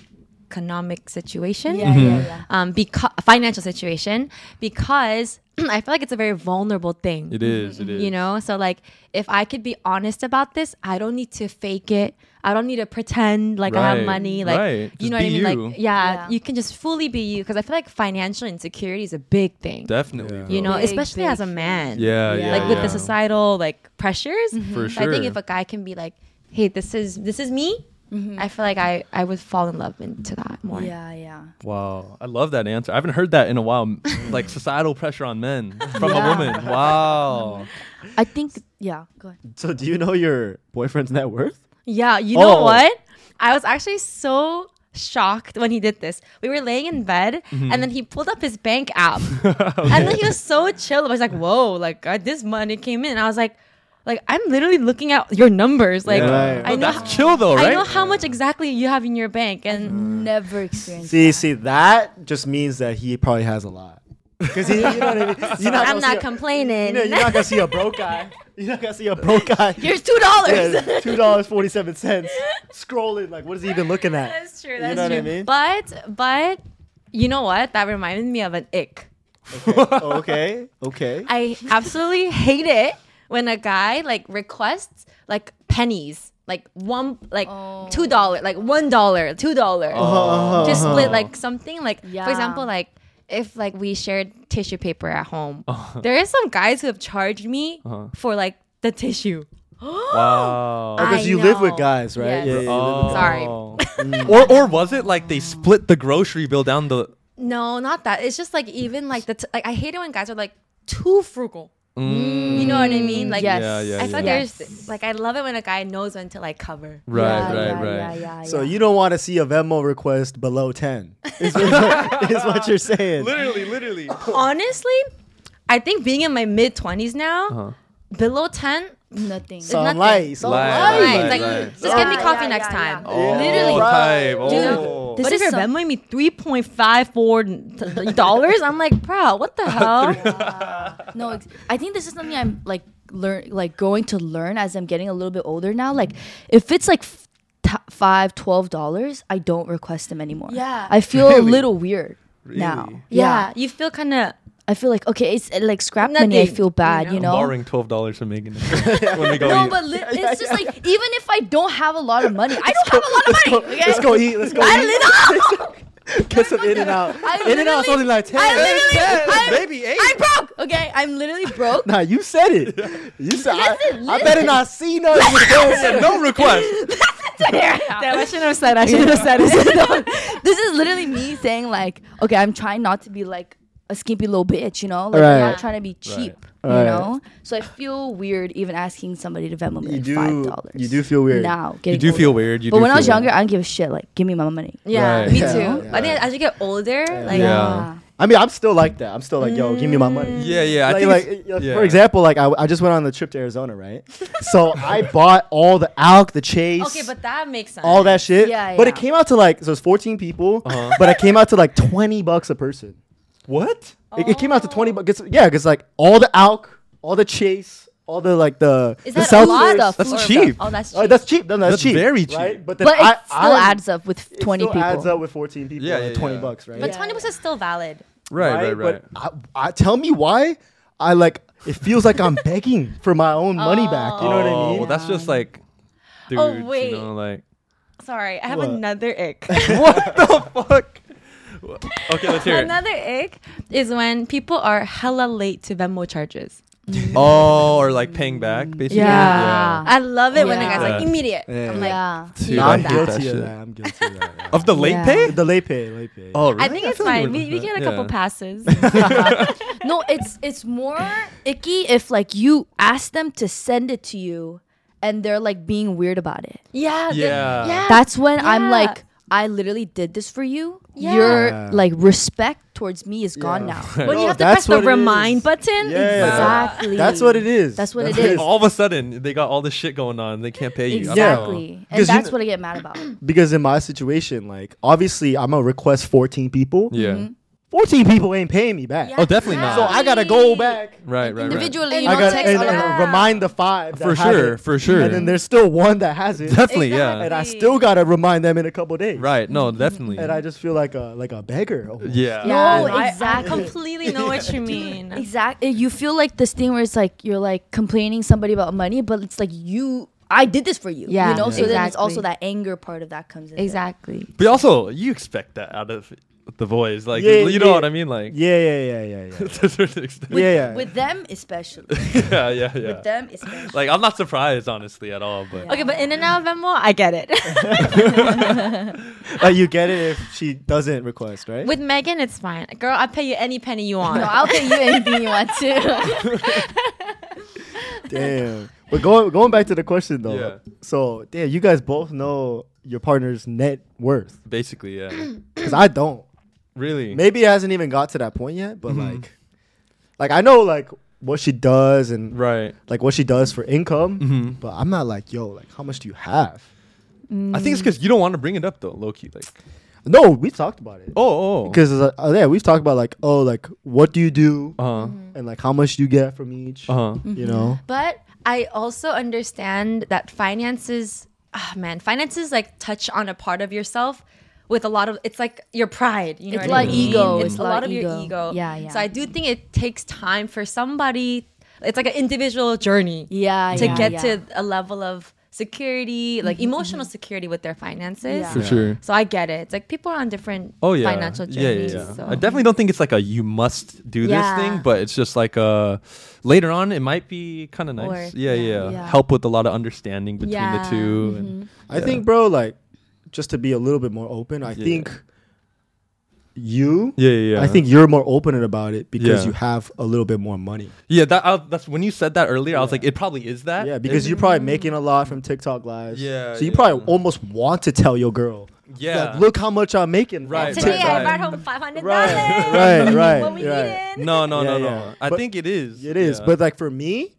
Speaker 4: economic situation,
Speaker 3: Yeah, yeah,
Speaker 2: Mm-hmm.
Speaker 3: yeah.
Speaker 4: um, because financial situation, because I feel like it's a very vulnerable thing.
Speaker 2: It is. It is.
Speaker 4: You know, so like if I could be honest about this, I don't need to fake it. I don't need to pretend like I
Speaker 2: Right,
Speaker 4: have money. Like
Speaker 2: right.
Speaker 4: you
Speaker 2: Just
Speaker 4: know what I
Speaker 2: be
Speaker 4: mean?
Speaker 2: you.
Speaker 4: Like yeah,
Speaker 3: Yeah.
Speaker 4: you can just fully be you because I feel like financial insecurity is a big thing.
Speaker 2: Definitely.
Speaker 1: Yeah.
Speaker 2: bro.
Speaker 4: you know,
Speaker 3: Big,
Speaker 4: especially
Speaker 3: big
Speaker 4: as a man.
Speaker 2: Yeah.
Speaker 3: Yeah.
Speaker 2: Yeah.
Speaker 4: Like with
Speaker 2: yeah.
Speaker 4: the societal like pressures.
Speaker 3: Mm-hmm.
Speaker 2: For
Speaker 4: So I think if
Speaker 2: sure.
Speaker 4: a guy can be like, "Hey, this is this is me," I feel like I I would fall in love into that more.
Speaker 3: Mm-hmm. Yeah, yeah.
Speaker 2: Wow, I love that answer. I haven't heard that in a while. like societal pressure on men from
Speaker 3: Yeah.
Speaker 2: a woman. Wow.
Speaker 3: I think yeah. Go ahead.
Speaker 1: So do you know your boyfriend's net worth?
Speaker 4: Yeah, you know
Speaker 1: Oh.
Speaker 4: what? I was actually so shocked when he did this. We were laying in bed,
Speaker 2: Mm-hmm.
Speaker 4: and then he pulled up his bank app, and then he was so chill. I was like, "Whoa! Like uh, this money came in." And I was like, "Like I'm literally looking at your numbers. Like
Speaker 1: Yeah.
Speaker 4: I
Speaker 2: No,
Speaker 4: know,
Speaker 2: that's chill though, right?
Speaker 4: I know how much exactly you have in your bank."
Speaker 3: Mm-hmm.
Speaker 4: And
Speaker 3: Never experienced.
Speaker 1: See, see, that just means that he probably has a lot. Because you know what I mean. You're not
Speaker 4: I'm
Speaker 1: gonna see
Speaker 4: not
Speaker 1: a-
Speaker 4: complaining.
Speaker 1: You know, you're not gonna see a broke guy. You're not gonna see a broke guy.
Speaker 4: Here's two dollars.
Speaker 1: Two dollars forty seven cents. Scrolling like, what is he even looking at?
Speaker 4: That's true.
Speaker 1: You
Speaker 4: That's
Speaker 1: know what
Speaker 4: true.
Speaker 1: I mean?
Speaker 4: But but you know what? That reminded me of an ick.
Speaker 1: Oh, okay, okay.
Speaker 4: I absolutely hate it when a guy like requests like pennies, like one like
Speaker 3: Oh.
Speaker 4: two dollar, like one dollar, two dollar,
Speaker 1: Oh.
Speaker 4: to
Speaker 2: Uh-huh.
Speaker 4: split like something. Like
Speaker 3: Yeah.
Speaker 4: for example, like if like we shared tissue paper at home,
Speaker 2: Uh-huh.
Speaker 4: there is some guys who have charged me for like the tissue.
Speaker 2: wow.
Speaker 1: Because
Speaker 4: I
Speaker 1: you live with
Speaker 4: know.
Speaker 1: guys, right?
Speaker 4: Yes.
Speaker 1: Yeah, yeah, you
Speaker 2: Oh.
Speaker 1: live with guys.
Speaker 4: Sorry.
Speaker 2: or or was it like they split the grocery bill down the?
Speaker 4: No, not that. It's just like even like the t- like I hate it when guys are like too frugal. You know what I mean? Like
Speaker 3: yes.
Speaker 2: Yeah, yeah,
Speaker 4: I feel
Speaker 2: Mm. yeah.
Speaker 4: like
Speaker 3: Yes.
Speaker 4: there's like I love it when a guy knows when to like cover.
Speaker 2: Right,
Speaker 3: yeah,
Speaker 2: right,
Speaker 3: yeah,
Speaker 2: right.
Speaker 3: Yeah, yeah,
Speaker 1: So
Speaker 3: yeah.
Speaker 1: you don't want to see a Venmo request below ten. Is what, is what you're saying?
Speaker 2: Literally, literally.
Speaker 4: Honestly, I think being in my mid twenties now,
Speaker 2: Uh-huh.
Speaker 4: below ten,
Speaker 3: nothing.
Speaker 4: nothing.
Speaker 1: Some light, some
Speaker 2: Light,
Speaker 1: light.
Speaker 2: light,
Speaker 4: it's like
Speaker 2: right. Oh,
Speaker 4: just get me
Speaker 3: Yeah,
Speaker 4: coffee
Speaker 3: yeah,
Speaker 4: next
Speaker 3: yeah,
Speaker 4: time.
Speaker 3: yeah.
Speaker 1: Yeah.
Speaker 4: Literally.
Speaker 1: Right.
Speaker 2: type.
Speaker 1: Dude,
Speaker 2: Oh.
Speaker 3: this
Speaker 4: what
Speaker 3: is
Speaker 4: if you're
Speaker 3: some-
Speaker 4: Venmoing me three point five four dollars? I'm like, bro, what the hell?
Speaker 3: No, ex- I think this is something I'm like learn like going to learn as I'm getting a little bit older now. Like if it's like f- t- five, twelve dollars, I don't request them anymore.
Speaker 4: Yeah.
Speaker 3: I feel a little weird now.
Speaker 2: Really?
Speaker 4: yeah, you feel kind of
Speaker 3: I feel like okay, it's uh, like scrap money. I
Speaker 4: Nothing,
Speaker 3: feel bad,
Speaker 4: you
Speaker 3: you
Speaker 2: I'm
Speaker 3: know.
Speaker 2: borrowing twelve dollars from Megan when we go
Speaker 3: no,
Speaker 2: eat.
Speaker 3: but li- it's just like even if I don't have a lot of money, I don't have a lot of money. okay?
Speaker 1: Let's go eat. Let's go
Speaker 3: I
Speaker 1: eat.
Speaker 3: don't know.
Speaker 1: Get some in and out.
Speaker 3: I
Speaker 1: In and out's only
Speaker 3: literally-
Speaker 1: like ten.
Speaker 3: I literally,
Speaker 2: Ten,
Speaker 3: I'm,
Speaker 2: baby, eight.
Speaker 3: I'm broke. Okay, I'm literally broke.
Speaker 1: Nah, you said it. You said
Speaker 3: Yes,
Speaker 1: I,
Speaker 3: it
Speaker 1: I better
Speaker 3: is.
Speaker 1: not see nothing. with this.
Speaker 2: no request.
Speaker 4: Damn, I shouldn't have said. I shouldn't have said.
Speaker 3: this is literally me saying like, okay, I'm trying not to be like a skimpy little bitch, you know, like
Speaker 1: Right.
Speaker 3: I'm not trying to be cheap, you
Speaker 1: Right.
Speaker 3: know. So I feel weird even asking somebody to Venmo me
Speaker 1: You
Speaker 3: like
Speaker 1: do-
Speaker 3: five dollars.
Speaker 1: you do feel weird.
Speaker 3: now.
Speaker 2: You
Speaker 3: getting
Speaker 2: do feel
Speaker 3: older.
Speaker 2: weird. You
Speaker 3: But
Speaker 2: do
Speaker 3: when I was
Speaker 2: feel
Speaker 3: younger, I don't give a shit. Like, give me my money.
Speaker 4: Yeah,
Speaker 1: Right.
Speaker 4: me too.
Speaker 1: Yeah.
Speaker 4: I think as you get older, like
Speaker 2: Yeah.
Speaker 1: I mean, I'm still like that. I'm still like, yo, give me my
Speaker 4: Mm.
Speaker 1: money.
Speaker 2: Yeah, yeah. I
Speaker 1: Like,
Speaker 2: think
Speaker 1: like,
Speaker 2: it's-
Speaker 1: uh,
Speaker 2: yeah.
Speaker 1: for example, like I, I just went on the trip to Arizona, right? so I bought all the alc, the chase,
Speaker 4: Okay, but that makes sense.
Speaker 1: all that shit.
Speaker 3: Yeah,
Speaker 1: But it
Speaker 3: yeah.
Speaker 1: came out to like so it's 14 people,
Speaker 2: Uh-huh.
Speaker 1: but it came out to like 20 bucks a person.
Speaker 2: what?
Speaker 1: It, it came out to 20 bucks. Yeah, because like all the alc, all the chase, all the like the
Speaker 4: Is
Speaker 1: the
Speaker 4: that
Speaker 1: South
Speaker 4: a lot?
Speaker 1: Coast-
Speaker 2: That's
Speaker 4: Or-
Speaker 2: cheap.
Speaker 4: Oh, that's cheap.
Speaker 1: Uh, that's cheap. No, that's,
Speaker 2: That's
Speaker 1: cheap.
Speaker 2: very cheap.
Speaker 1: Right? But then
Speaker 3: But
Speaker 1: I,
Speaker 3: it still
Speaker 1: I-
Speaker 3: adds up with
Speaker 1: it
Speaker 3: 20
Speaker 1: still
Speaker 3: people.
Speaker 1: adds up with 14 people
Speaker 2: Yeah,
Speaker 1: and
Speaker 2: yeah,
Speaker 1: 20
Speaker 2: yeah.
Speaker 1: bucks, right?
Speaker 4: but
Speaker 3: Yeah.
Speaker 4: twenty bucks is still valid.
Speaker 2: Right, right, right.
Speaker 1: But I, I, tell me why I like it feels like I'm begging for my own money back. You know what I
Speaker 2: Oh,
Speaker 1: mean?
Speaker 2: Well, that's just like, dude.
Speaker 4: Oh, wait.
Speaker 2: You know, like,
Speaker 4: Sorry, I have
Speaker 1: What?
Speaker 4: another ick.
Speaker 2: what the fuck? Okay, let's hear it.
Speaker 4: another ick is when people are hella late to Venmo charges.
Speaker 2: Oh, or like paying back, basically.
Speaker 3: Yeah.
Speaker 4: I love it when a
Speaker 3: Yeah.
Speaker 4: guy's like
Speaker 2: Yeah.
Speaker 4: immediate.
Speaker 1: Yeah.
Speaker 4: I'm like,
Speaker 3: yeah.
Speaker 2: Dude,
Speaker 1: Nah,
Speaker 2: I
Speaker 1: I'm
Speaker 2: hate
Speaker 1: guilty
Speaker 2: that
Speaker 1: of
Speaker 2: shit.
Speaker 1: that. I'm guilty of that.
Speaker 2: Of the late
Speaker 3: Yeah.
Speaker 2: pay?
Speaker 1: The late pay, late pay.
Speaker 2: Oh, really?
Speaker 4: I think it's
Speaker 2: feel like
Speaker 4: fine.
Speaker 2: we're-
Speaker 4: We, we get a
Speaker 2: yeah.
Speaker 4: couple passes.
Speaker 3: no, it's it's more icky if like you ask them to send it to you, and they're like being weird about it.
Speaker 4: yeah, the-
Speaker 2: Yeah.
Speaker 4: yeah.
Speaker 3: That's when I'm
Speaker 4: Yeah.
Speaker 3: like, I literally did this for you.
Speaker 4: Yeah.
Speaker 1: Yeah.
Speaker 3: Your like respect towards me is gone
Speaker 1: Yeah.
Speaker 3: now.
Speaker 4: when
Speaker 1: No,
Speaker 4: you have to
Speaker 1: that's
Speaker 4: press the
Speaker 1: what it
Speaker 4: remind
Speaker 1: is.
Speaker 4: button.
Speaker 1: Yeah.
Speaker 3: Exactly.
Speaker 1: That's what it is.
Speaker 3: That's what it
Speaker 2: Like,
Speaker 3: is.
Speaker 2: All of a sudden, they got all this shit going on. They can't pay you. I don't know.
Speaker 3: Exactly. And
Speaker 1: Because you
Speaker 3: that's
Speaker 1: kn-
Speaker 3: what I get mad about.
Speaker 4: Mm-hmm.
Speaker 1: Because in my situation, like obviously I'm gonna request 14 people.
Speaker 2: Yeah.
Speaker 1: 14 people ain't paying me back.
Speaker 2: Oh, definitely not.
Speaker 1: So I gotta go back.
Speaker 2: right, right, right.
Speaker 5: individually,
Speaker 3: And
Speaker 5: you
Speaker 1: I
Speaker 5: don't
Speaker 1: got
Speaker 5: text
Speaker 1: and,
Speaker 5: all of
Speaker 1: uh,
Speaker 5: them.
Speaker 1: remind the five that
Speaker 2: For
Speaker 1: have
Speaker 2: sure,
Speaker 1: it.
Speaker 2: for sure.
Speaker 1: And then there's still one that has it,
Speaker 2: Definitely,
Speaker 1: and
Speaker 2: yeah.
Speaker 1: I still gotta remind them in a couple days.
Speaker 2: Right,
Speaker 4: Mm-hmm.
Speaker 2: no, definitely.
Speaker 1: And I just feel like a like a beggar. almost.
Speaker 2: yeah.
Speaker 3: No,
Speaker 4: I-
Speaker 3: exactly.
Speaker 4: I completely know what you mean.
Speaker 3: Exactly. You feel like this thing where it's like you're like complaining somebody about money, but it's like you. I did this for you.
Speaker 4: Yeah,
Speaker 3: You know. So then it's also
Speaker 4: exactly.
Speaker 3: that anger part of that comes in. there.
Speaker 4: Exactly.
Speaker 2: But also, you expect that out of the boys. Like,
Speaker 1: Yeah,
Speaker 2: you know
Speaker 1: yeah.
Speaker 2: what I mean? Like,
Speaker 1: Yeah, yeah, yeah, yeah, yeah.
Speaker 2: to a certain extent.
Speaker 1: yeah, yeah.
Speaker 3: With them especially.
Speaker 2: yeah, yeah, yeah.
Speaker 3: With them especially.
Speaker 2: Like, I'm not surprised, honestly, at all. But
Speaker 4: Okay, but in and out of Venmo, I get it.
Speaker 1: like you get it if she doesn't request, right?
Speaker 4: With Megan, it's fine. Girl, I'll pay you any penny you want.
Speaker 3: no, I'll pay you anything you want to.
Speaker 1: damn. But going going back to the question though.
Speaker 2: Yeah.
Speaker 1: So damn, you guys both know your partner's net worth
Speaker 2: basically, yeah.
Speaker 1: because I don't.
Speaker 2: really?
Speaker 1: Maybe it hasn't even got to that point yet, but
Speaker 2: Mm-hmm.
Speaker 1: like, like I know like what she does and
Speaker 2: Right.
Speaker 1: like what she does for income,
Speaker 2: Mhm.
Speaker 1: but I'm not like yo, like how much do you have?
Speaker 2: I think
Speaker 4: Mm.
Speaker 2: it's because you don't want to bring it up, though, low key. Like,
Speaker 1: No, we talked about it.
Speaker 2: oh, oh.
Speaker 1: Because uh, uh, yeah, we've talked about like oh, like what do you do,
Speaker 2: uh huh.
Speaker 1: and like how much do you get from each,
Speaker 2: Uh huh.
Speaker 1: you know?
Speaker 4: But I also understand that finances, ah man, finances like touch on a part of yourself with a lot of, it's like your pride. You know
Speaker 3: It's
Speaker 4: what I
Speaker 3: like
Speaker 4: mean?
Speaker 3: ego,
Speaker 4: It's,
Speaker 3: it's
Speaker 4: a lot
Speaker 3: like
Speaker 4: of your
Speaker 3: ego.
Speaker 4: ego.
Speaker 3: Yeah, yeah.
Speaker 4: So I do think it takes time for somebody, it's like an individual journey
Speaker 3: yeah.
Speaker 4: to
Speaker 3: Uh, yeah,
Speaker 4: get
Speaker 3: yeah. Mm-hmm,
Speaker 4: to a level of security, like emotional security with their finances.
Speaker 3: Yeah.
Speaker 2: For sure.
Speaker 4: So I get it. It's like people are on different
Speaker 2: Oh yeah,
Speaker 4: financial
Speaker 2: Yeah, yeah,
Speaker 4: journeys.
Speaker 2: yeah.
Speaker 4: So.
Speaker 2: I definitely don't think it's like a you must do
Speaker 3: Yeah.
Speaker 2: this thing, but it's just like uh later on it might be kind of nice.
Speaker 4: Or-
Speaker 2: yeah,
Speaker 4: yeah,
Speaker 2: yeah,
Speaker 3: yeah.
Speaker 2: Help with a lot of understanding between
Speaker 4: Yeah,
Speaker 2: the
Speaker 4: Mm-hmm.
Speaker 2: 2 and-
Speaker 1: I think, bro, like just to be a little bit more open, I
Speaker 2: Yeah.
Speaker 1: think you,
Speaker 2: yeah, yeah, yeah.
Speaker 1: I think you're more open about it because
Speaker 2: Yeah.
Speaker 1: you have a little bit more money.
Speaker 2: yeah. That I, that's when you said that earlier. I was like, it probably is that.
Speaker 1: Yeah, because
Speaker 2: It-
Speaker 1: you're probably making a lot from TikTok lives.
Speaker 2: Yeah,
Speaker 1: So you
Speaker 2: yeah.
Speaker 1: probably almost want to tell your girl.
Speaker 2: yeah.
Speaker 1: Like, look how much I'm making. from
Speaker 2: Right,
Speaker 4: Today
Speaker 2: right,
Speaker 4: I
Speaker 2: right.
Speaker 4: brought home five hundred dollars.
Speaker 1: Right, right, right.
Speaker 4: What we
Speaker 1: right.
Speaker 4: needed.
Speaker 2: No, no,
Speaker 1: Yeah,
Speaker 2: no, no.
Speaker 1: yeah.
Speaker 2: I
Speaker 1: But-
Speaker 2: think it is.
Speaker 1: It is.
Speaker 2: Yeah.
Speaker 1: But like for me,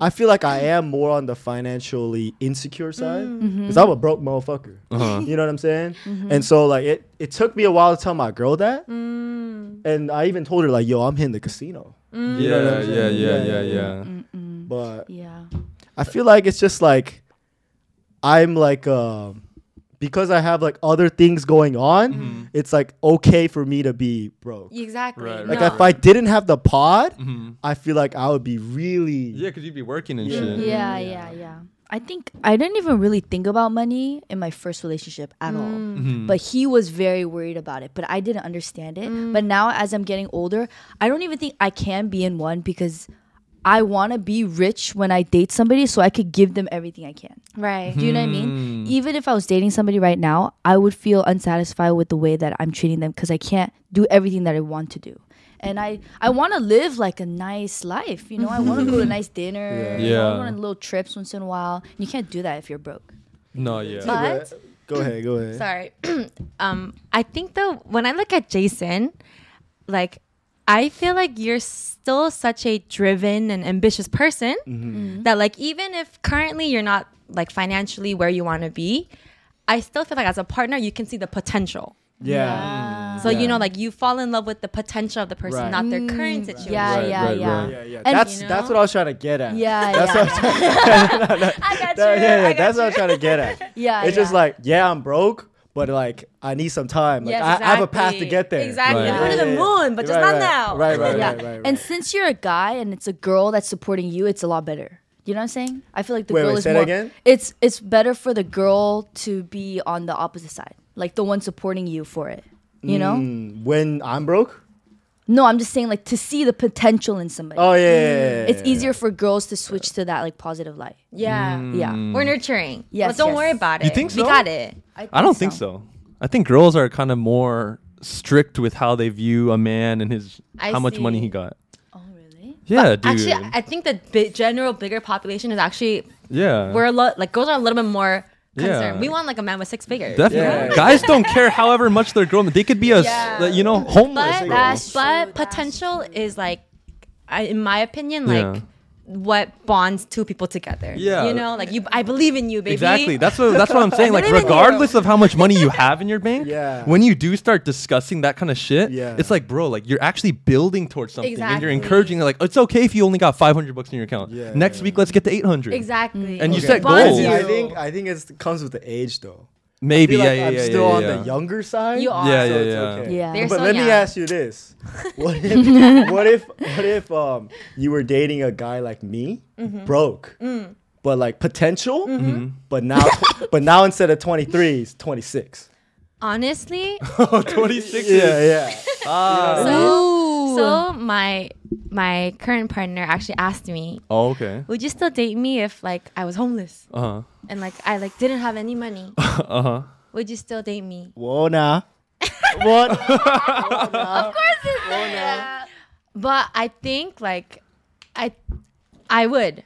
Speaker 1: I feel like I am more on the financially insecure side because I'm a broke motherfucker.
Speaker 2: Uh-huh.
Speaker 1: You know what I'm saying? And so like it, it took me a while to tell my girl that. And I even told her like, yo, I'm hitting the casino.
Speaker 4: Mm.
Speaker 2: yeah,
Speaker 1: you know what I'm
Speaker 2: yeah, yeah,
Speaker 1: saying?
Speaker 2: yeah, yeah,
Speaker 1: Yeah,
Speaker 2: yeah.
Speaker 1: But
Speaker 3: Yeah.
Speaker 1: I feel like it's just like I'm like um because I have like other things going on, it's like okay for me to be broke.
Speaker 4: Exactly.
Speaker 2: Right,
Speaker 1: Like
Speaker 2: No.
Speaker 1: if I didn't have the pod,
Speaker 2: Mhm.
Speaker 1: I feel like I would be really
Speaker 2: Yeah, because you'd be working and
Speaker 1: Yeah.
Speaker 2: shit.
Speaker 3: Yeah, yeah, yeah. I think I didn't even really think about money in my first relationship at all.
Speaker 2: Mhm.
Speaker 3: But he was very worried about it, but I didn't understand it. But now as I'm getting older, I don't even think I can be in one because I want to be rich when I date somebody so I could give them everything I can.
Speaker 4: Right.
Speaker 3: Do you know what I mean? Even if I was dating somebody right now, I would feel unsatisfied with the way that I'm treating them because I can't do everything that I want to do. And I, I want to live like a nice life, you know. I want to go to nice dinner.
Speaker 2: Yeah.
Speaker 3: you know,
Speaker 2: Yeah.
Speaker 3: I want little trips once in a while. You can't do that if you're broke.
Speaker 2: no, yeah.
Speaker 4: But-
Speaker 1: Go ahead, go ahead.
Speaker 4: Sorry. um, I think though when I look at Jason, like I feel like you're still such a driven and ambitious person
Speaker 1: Mm-hmm.
Speaker 4: that like even if currently you're not like financially where you want to be, I still feel like as a partner you can see the potential.
Speaker 1: Yeah. Mm-hmm.
Speaker 4: So you know, like you fall in love with the potential of the person,
Speaker 1: Right.
Speaker 4: not their current situation.
Speaker 3: Yeah,
Speaker 2: Right,
Speaker 3: yeah,
Speaker 2: right,
Speaker 3: yeah.
Speaker 2: right.
Speaker 1: Yeah, yeah.
Speaker 3: And
Speaker 1: That's
Speaker 4: you
Speaker 1: that's
Speaker 4: know-
Speaker 1: what I was trying to get at.
Speaker 3: Yeah,
Speaker 1: That's
Speaker 3: yeah.
Speaker 1: what I was trying,
Speaker 4: I got you.
Speaker 1: yeah, yeah,
Speaker 4: I got
Speaker 1: that's
Speaker 4: you.
Speaker 1: what I was trying to get at.
Speaker 3: Yeah,
Speaker 1: It's just
Speaker 3: yeah.
Speaker 1: like, yeah, I'm broke, but like I need some time. Like
Speaker 4: Yes,
Speaker 1: I, I have a path to
Speaker 4: exactly.
Speaker 1: get there.
Speaker 4: Exactly.
Speaker 2: Right.
Speaker 4: I'm going to the moon, but
Speaker 1: Right,
Speaker 4: just not
Speaker 1: right.
Speaker 4: now.
Speaker 1: Right, right,
Speaker 3: yeah.
Speaker 1: right, right, right.
Speaker 3: And since you're a guy and it's a girl that's supporting you, it's a lot better. You know what I'm saying? I feel like the
Speaker 1: Wait,
Speaker 3: girl
Speaker 1: wait,
Speaker 3: is
Speaker 1: say that
Speaker 3: more.
Speaker 1: again?
Speaker 3: It's it's better for the girl to be on the opposite side, like the one supporting you for it. You know?
Speaker 1: Mm, when I'm broke?
Speaker 3: No, I'm just saying like to see the potential in somebody. Mm.
Speaker 1: Oh yeah. yeah, yeah,
Speaker 3: it's
Speaker 1: yeah, yeah.
Speaker 3: easier for girls to switch to that like positive light.
Speaker 4: Yeah.
Speaker 1: Mm.
Speaker 3: Yeah.
Speaker 2: Mm.
Speaker 4: We're nurturing.
Speaker 3: Yes,
Speaker 4: But don't
Speaker 3: yes.
Speaker 4: worry about it.
Speaker 2: You think so?
Speaker 4: We got it.
Speaker 2: I don't think so. I think girls are kind of more strict with how they view a man and his
Speaker 4: I
Speaker 2: how much money
Speaker 4: see.
Speaker 2: he got.
Speaker 3: Oh really?
Speaker 2: Yeah,
Speaker 4: But
Speaker 2: dude.
Speaker 4: Actually, I think the bi- general bigger population is actually
Speaker 2: yeah,
Speaker 4: we're a lot like girls are a little bit more concerned.
Speaker 2: Yeah.
Speaker 4: We want like a man with six figures.
Speaker 2: definitely
Speaker 1: Yeah.
Speaker 2: guys don't care however much they're growing. They could be a s-
Speaker 4: Yeah.
Speaker 2: you know homeless.
Speaker 4: But
Speaker 2: girl.
Speaker 3: that's
Speaker 4: but potential is like, I, in my opinion, like
Speaker 2: Yeah.
Speaker 4: what bonds two people together.
Speaker 2: Yeah.
Speaker 4: You know, like you I believe in you, baby.
Speaker 2: Exactly. That's what that's what I'm saying. Like,
Speaker 4: Living in
Speaker 2: regardless of how much money you have in your bank,
Speaker 1: Yeah.
Speaker 2: when you do start discussing that kind of shit,
Speaker 1: Yeah.
Speaker 2: it's like, bro, like you're actually building towards something, and you're
Speaker 4: Exactly.
Speaker 2: encouraging. Like, it's okay if you only got 500 bucks in your account.
Speaker 1: Yeah,
Speaker 2: Next
Speaker 1: yeah,
Speaker 2: week, let's get to 800.
Speaker 4: Exactly.
Speaker 2: And you
Speaker 4: It
Speaker 2: set
Speaker 4: bonds
Speaker 2: goals.
Speaker 1: Yeah, I
Speaker 4: you.
Speaker 1: think I think it's, it comes with the age though. I
Speaker 2: Maybe.
Speaker 1: feel
Speaker 2: yeah,
Speaker 1: like
Speaker 2: yeah,
Speaker 1: I'm
Speaker 2: yeah.
Speaker 1: still
Speaker 2: yeah,
Speaker 1: on
Speaker 2: yeah.
Speaker 1: the younger side.
Speaker 4: You are.
Speaker 2: Yeah,
Speaker 1: so
Speaker 2: yeah,
Speaker 1: it's
Speaker 2: yeah.
Speaker 1: okay.
Speaker 3: Yeah. They're
Speaker 1: but
Speaker 4: so
Speaker 1: let me
Speaker 4: young.
Speaker 1: ask you this: What if, what if, what if um, you were dating a guy like me,
Speaker 4: Mm-hmm.
Speaker 1: broke,
Speaker 4: Mm.
Speaker 1: but like potential,
Speaker 2: Mm-hmm.
Speaker 1: but now, but now instead of 23, it's 26.
Speaker 4: Honestly,
Speaker 2: Oh, 26.
Speaker 1: Yeah, yeah.
Speaker 2: Ah.
Speaker 4: so, so my my current partner actually asked me,
Speaker 2: Oh, okay.
Speaker 4: "Would you still date me if like I was homeless
Speaker 2: Uh
Speaker 4: and like I like didn't have any money?
Speaker 2: huh. Uh huh.
Speaker 4: Would you still date me?"
Speaker 1: Whoa, nah. What?
Speaker 4: But I think like I I would.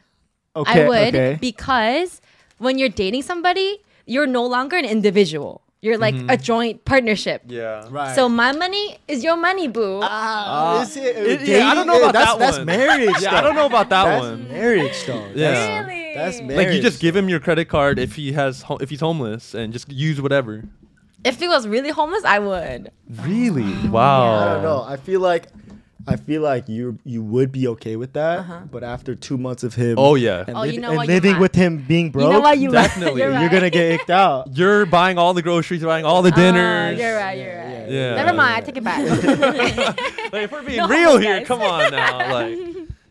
Speaker 1: Okay,
Speaker 4: I would
Speaker 1: okay.
Speaker 4: because when you're dating somebody, you're no longer an individual. You're like a joint partnership.
Speaker 2: Yeah.
Speaker 1: right.
Speaker 4: So my money is your money, boo.
Speaker 1: Ah, is it-
Speaker 2: It-
Speaker 1: dating?
Speaker 2: yeah, I don't know about
Speaker 1: that's,
Speaker 2: that
Speaker 1: That's
Speaker 2: one.
Speaker 1: marriage.
Speaker 2: Yeah, I don't know about that
Speaker 1: That's
Speaker 2: one.
Speaker 1: marriage though.
Speaker 2: Yeah.
Speaker 4: really?
Speaker 1: That's, that's marriage.
Speaker 2: Like you just give him your credit card if he has ho- if he's homeless and just use whatever.
Speaker 4: if he was really homeless, I would.
Speaker 2: Really? Wow.
Speaker 1: I don't know. I feel like I feel like you you would be okay with that, but after two months of him,
Speaker 2: Oh, yeah.
Speaker 1: and,
Speaker 4: Uh-huh. Oh, you know
Speaker 1: and
Speaker 4: what, you're
Speaker 1: living
Speaker 4: right.
Speaker 1: with him being broke,
Speaker 3: you know what you
Speaker 2: Definitely.
Speaker 1: are
Speaker 2: You're,
Speaker 1: gonna get icked out.
Speaker 2: buying all the groceries, you're buying all the dinners.
Speaker 4: Oh, you're right. You're
Speaker 1: Yeah,
Speaker 4: right.
Speaker 2: Yeah.
Speaker 4: Never mind. I take it back.
Speaker 2: Like, if we're being
Speaker 4: No,
Speaker 2: real here,
Speaker 4: guys.
Speaker 2: come on now. Like,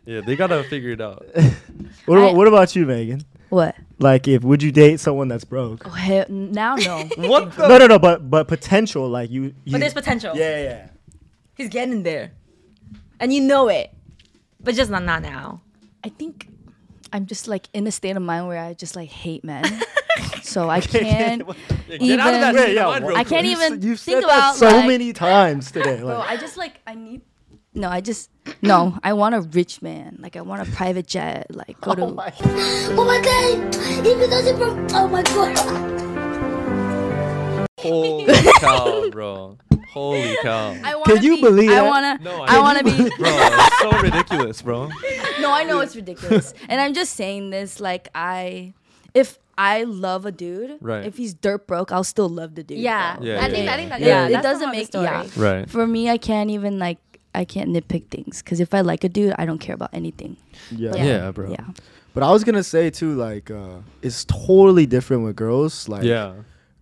Speaker 2: yeah, they gotta figure it out.
Speaker 1: What about
Speaker 4: I-
Speaker 1: what about you, Megan?
Speaker 3: What?
Speaker 1: Like, if would you date someone that's broke?
Speaker 3: Oh, hell, now no.
Speaker 2: What the?
Speaker 1: No, no, no. But but potential, like you. you
Speaker 4: but there's potential.
Speaker 1: yeah, yeah.
Speaker 4: He's getting there, and you know it. But just not not now.
Speaker 3: I think I'm just like in a state of mind where I just like hate men. so I can't
Speaker 2: Get
Speaker 3: even.
Speaker 2: out of that
Speaker 1: Wait,
Speaker 2: state
Speaker 1: yeah,
Speaker 2: of mind
Speaker 1: what-
Speaker 2: real
Speaker 3: I
Speaker 2: quick.
Speaker 3: can't
Speaker 1: You've
Speaker 3: even
Speaker 1: s- you've
Speaker 3: think
Speaker 1: said that
Speaker 3: about,
Speaker 1: so
Speaker 3: like-
Speaker 1: many times today.
Speaker 3: Bro,
Speaker 1: Like,
Speaker 3: I just like I need. No, I just no. I want a rich man. Like I want a private jet. Like go
Speaker 1: oh
Speaker 3: to
Speaker 1: my.
Speaker 5: Oh my god! If it doesn't from oh my god!
Speaker 2: Holy cow, bro. Holy cow.
Speaker 3: I wanna
Speaker 1: Can you
Speaker 3: be-
Speaker 1: believe
Speaker 3: I
Speaker 1: that?
Speaker 3: wanna.
Speaker 2: No, I
Speaker 3: I,
Speaker 2: don't.
Speaker 3: wanna be.
Speaker 2: Bro, it's so ridiculous, bro.
Speaker 3: No, I know it's ridiculous, and I'm just saying this. Like I, if I love a dude,
Speaker 2: Right.
Speaker 3: if he's dirt broke, I'll still love the dude.
Speaker 4: Yeah.
Speaker 3: bro.
Speaker 2: Yeah,
Speaker 4: I
Speaker 2: yeah,
Speaker 4: think
Speaker 2: yeah.
Speaker 4: I think that
Speaker 3: It-
Speaker 4: yeah. that's
Speaker 3: it,
Speaker 4: the
Speaker 3: doesn't
Speaker 4: moral of
Speaker 3: make
Speaker 4: the
Speaker 3: yeah.
Speaker 4: story.
Speaker 2: Right.
Speaker 3: For me, I can't even like. I can't nitpick things because if I like a dude, I don't care about anything.
Speaker 1: Yeah.
Speaker 2: Yeah, bro.
Speaker 3: Yeah.
Speaker 1: But I was gonna say too, like, uh, it's totally different with girls. Like,
Speaker 2: Yeah.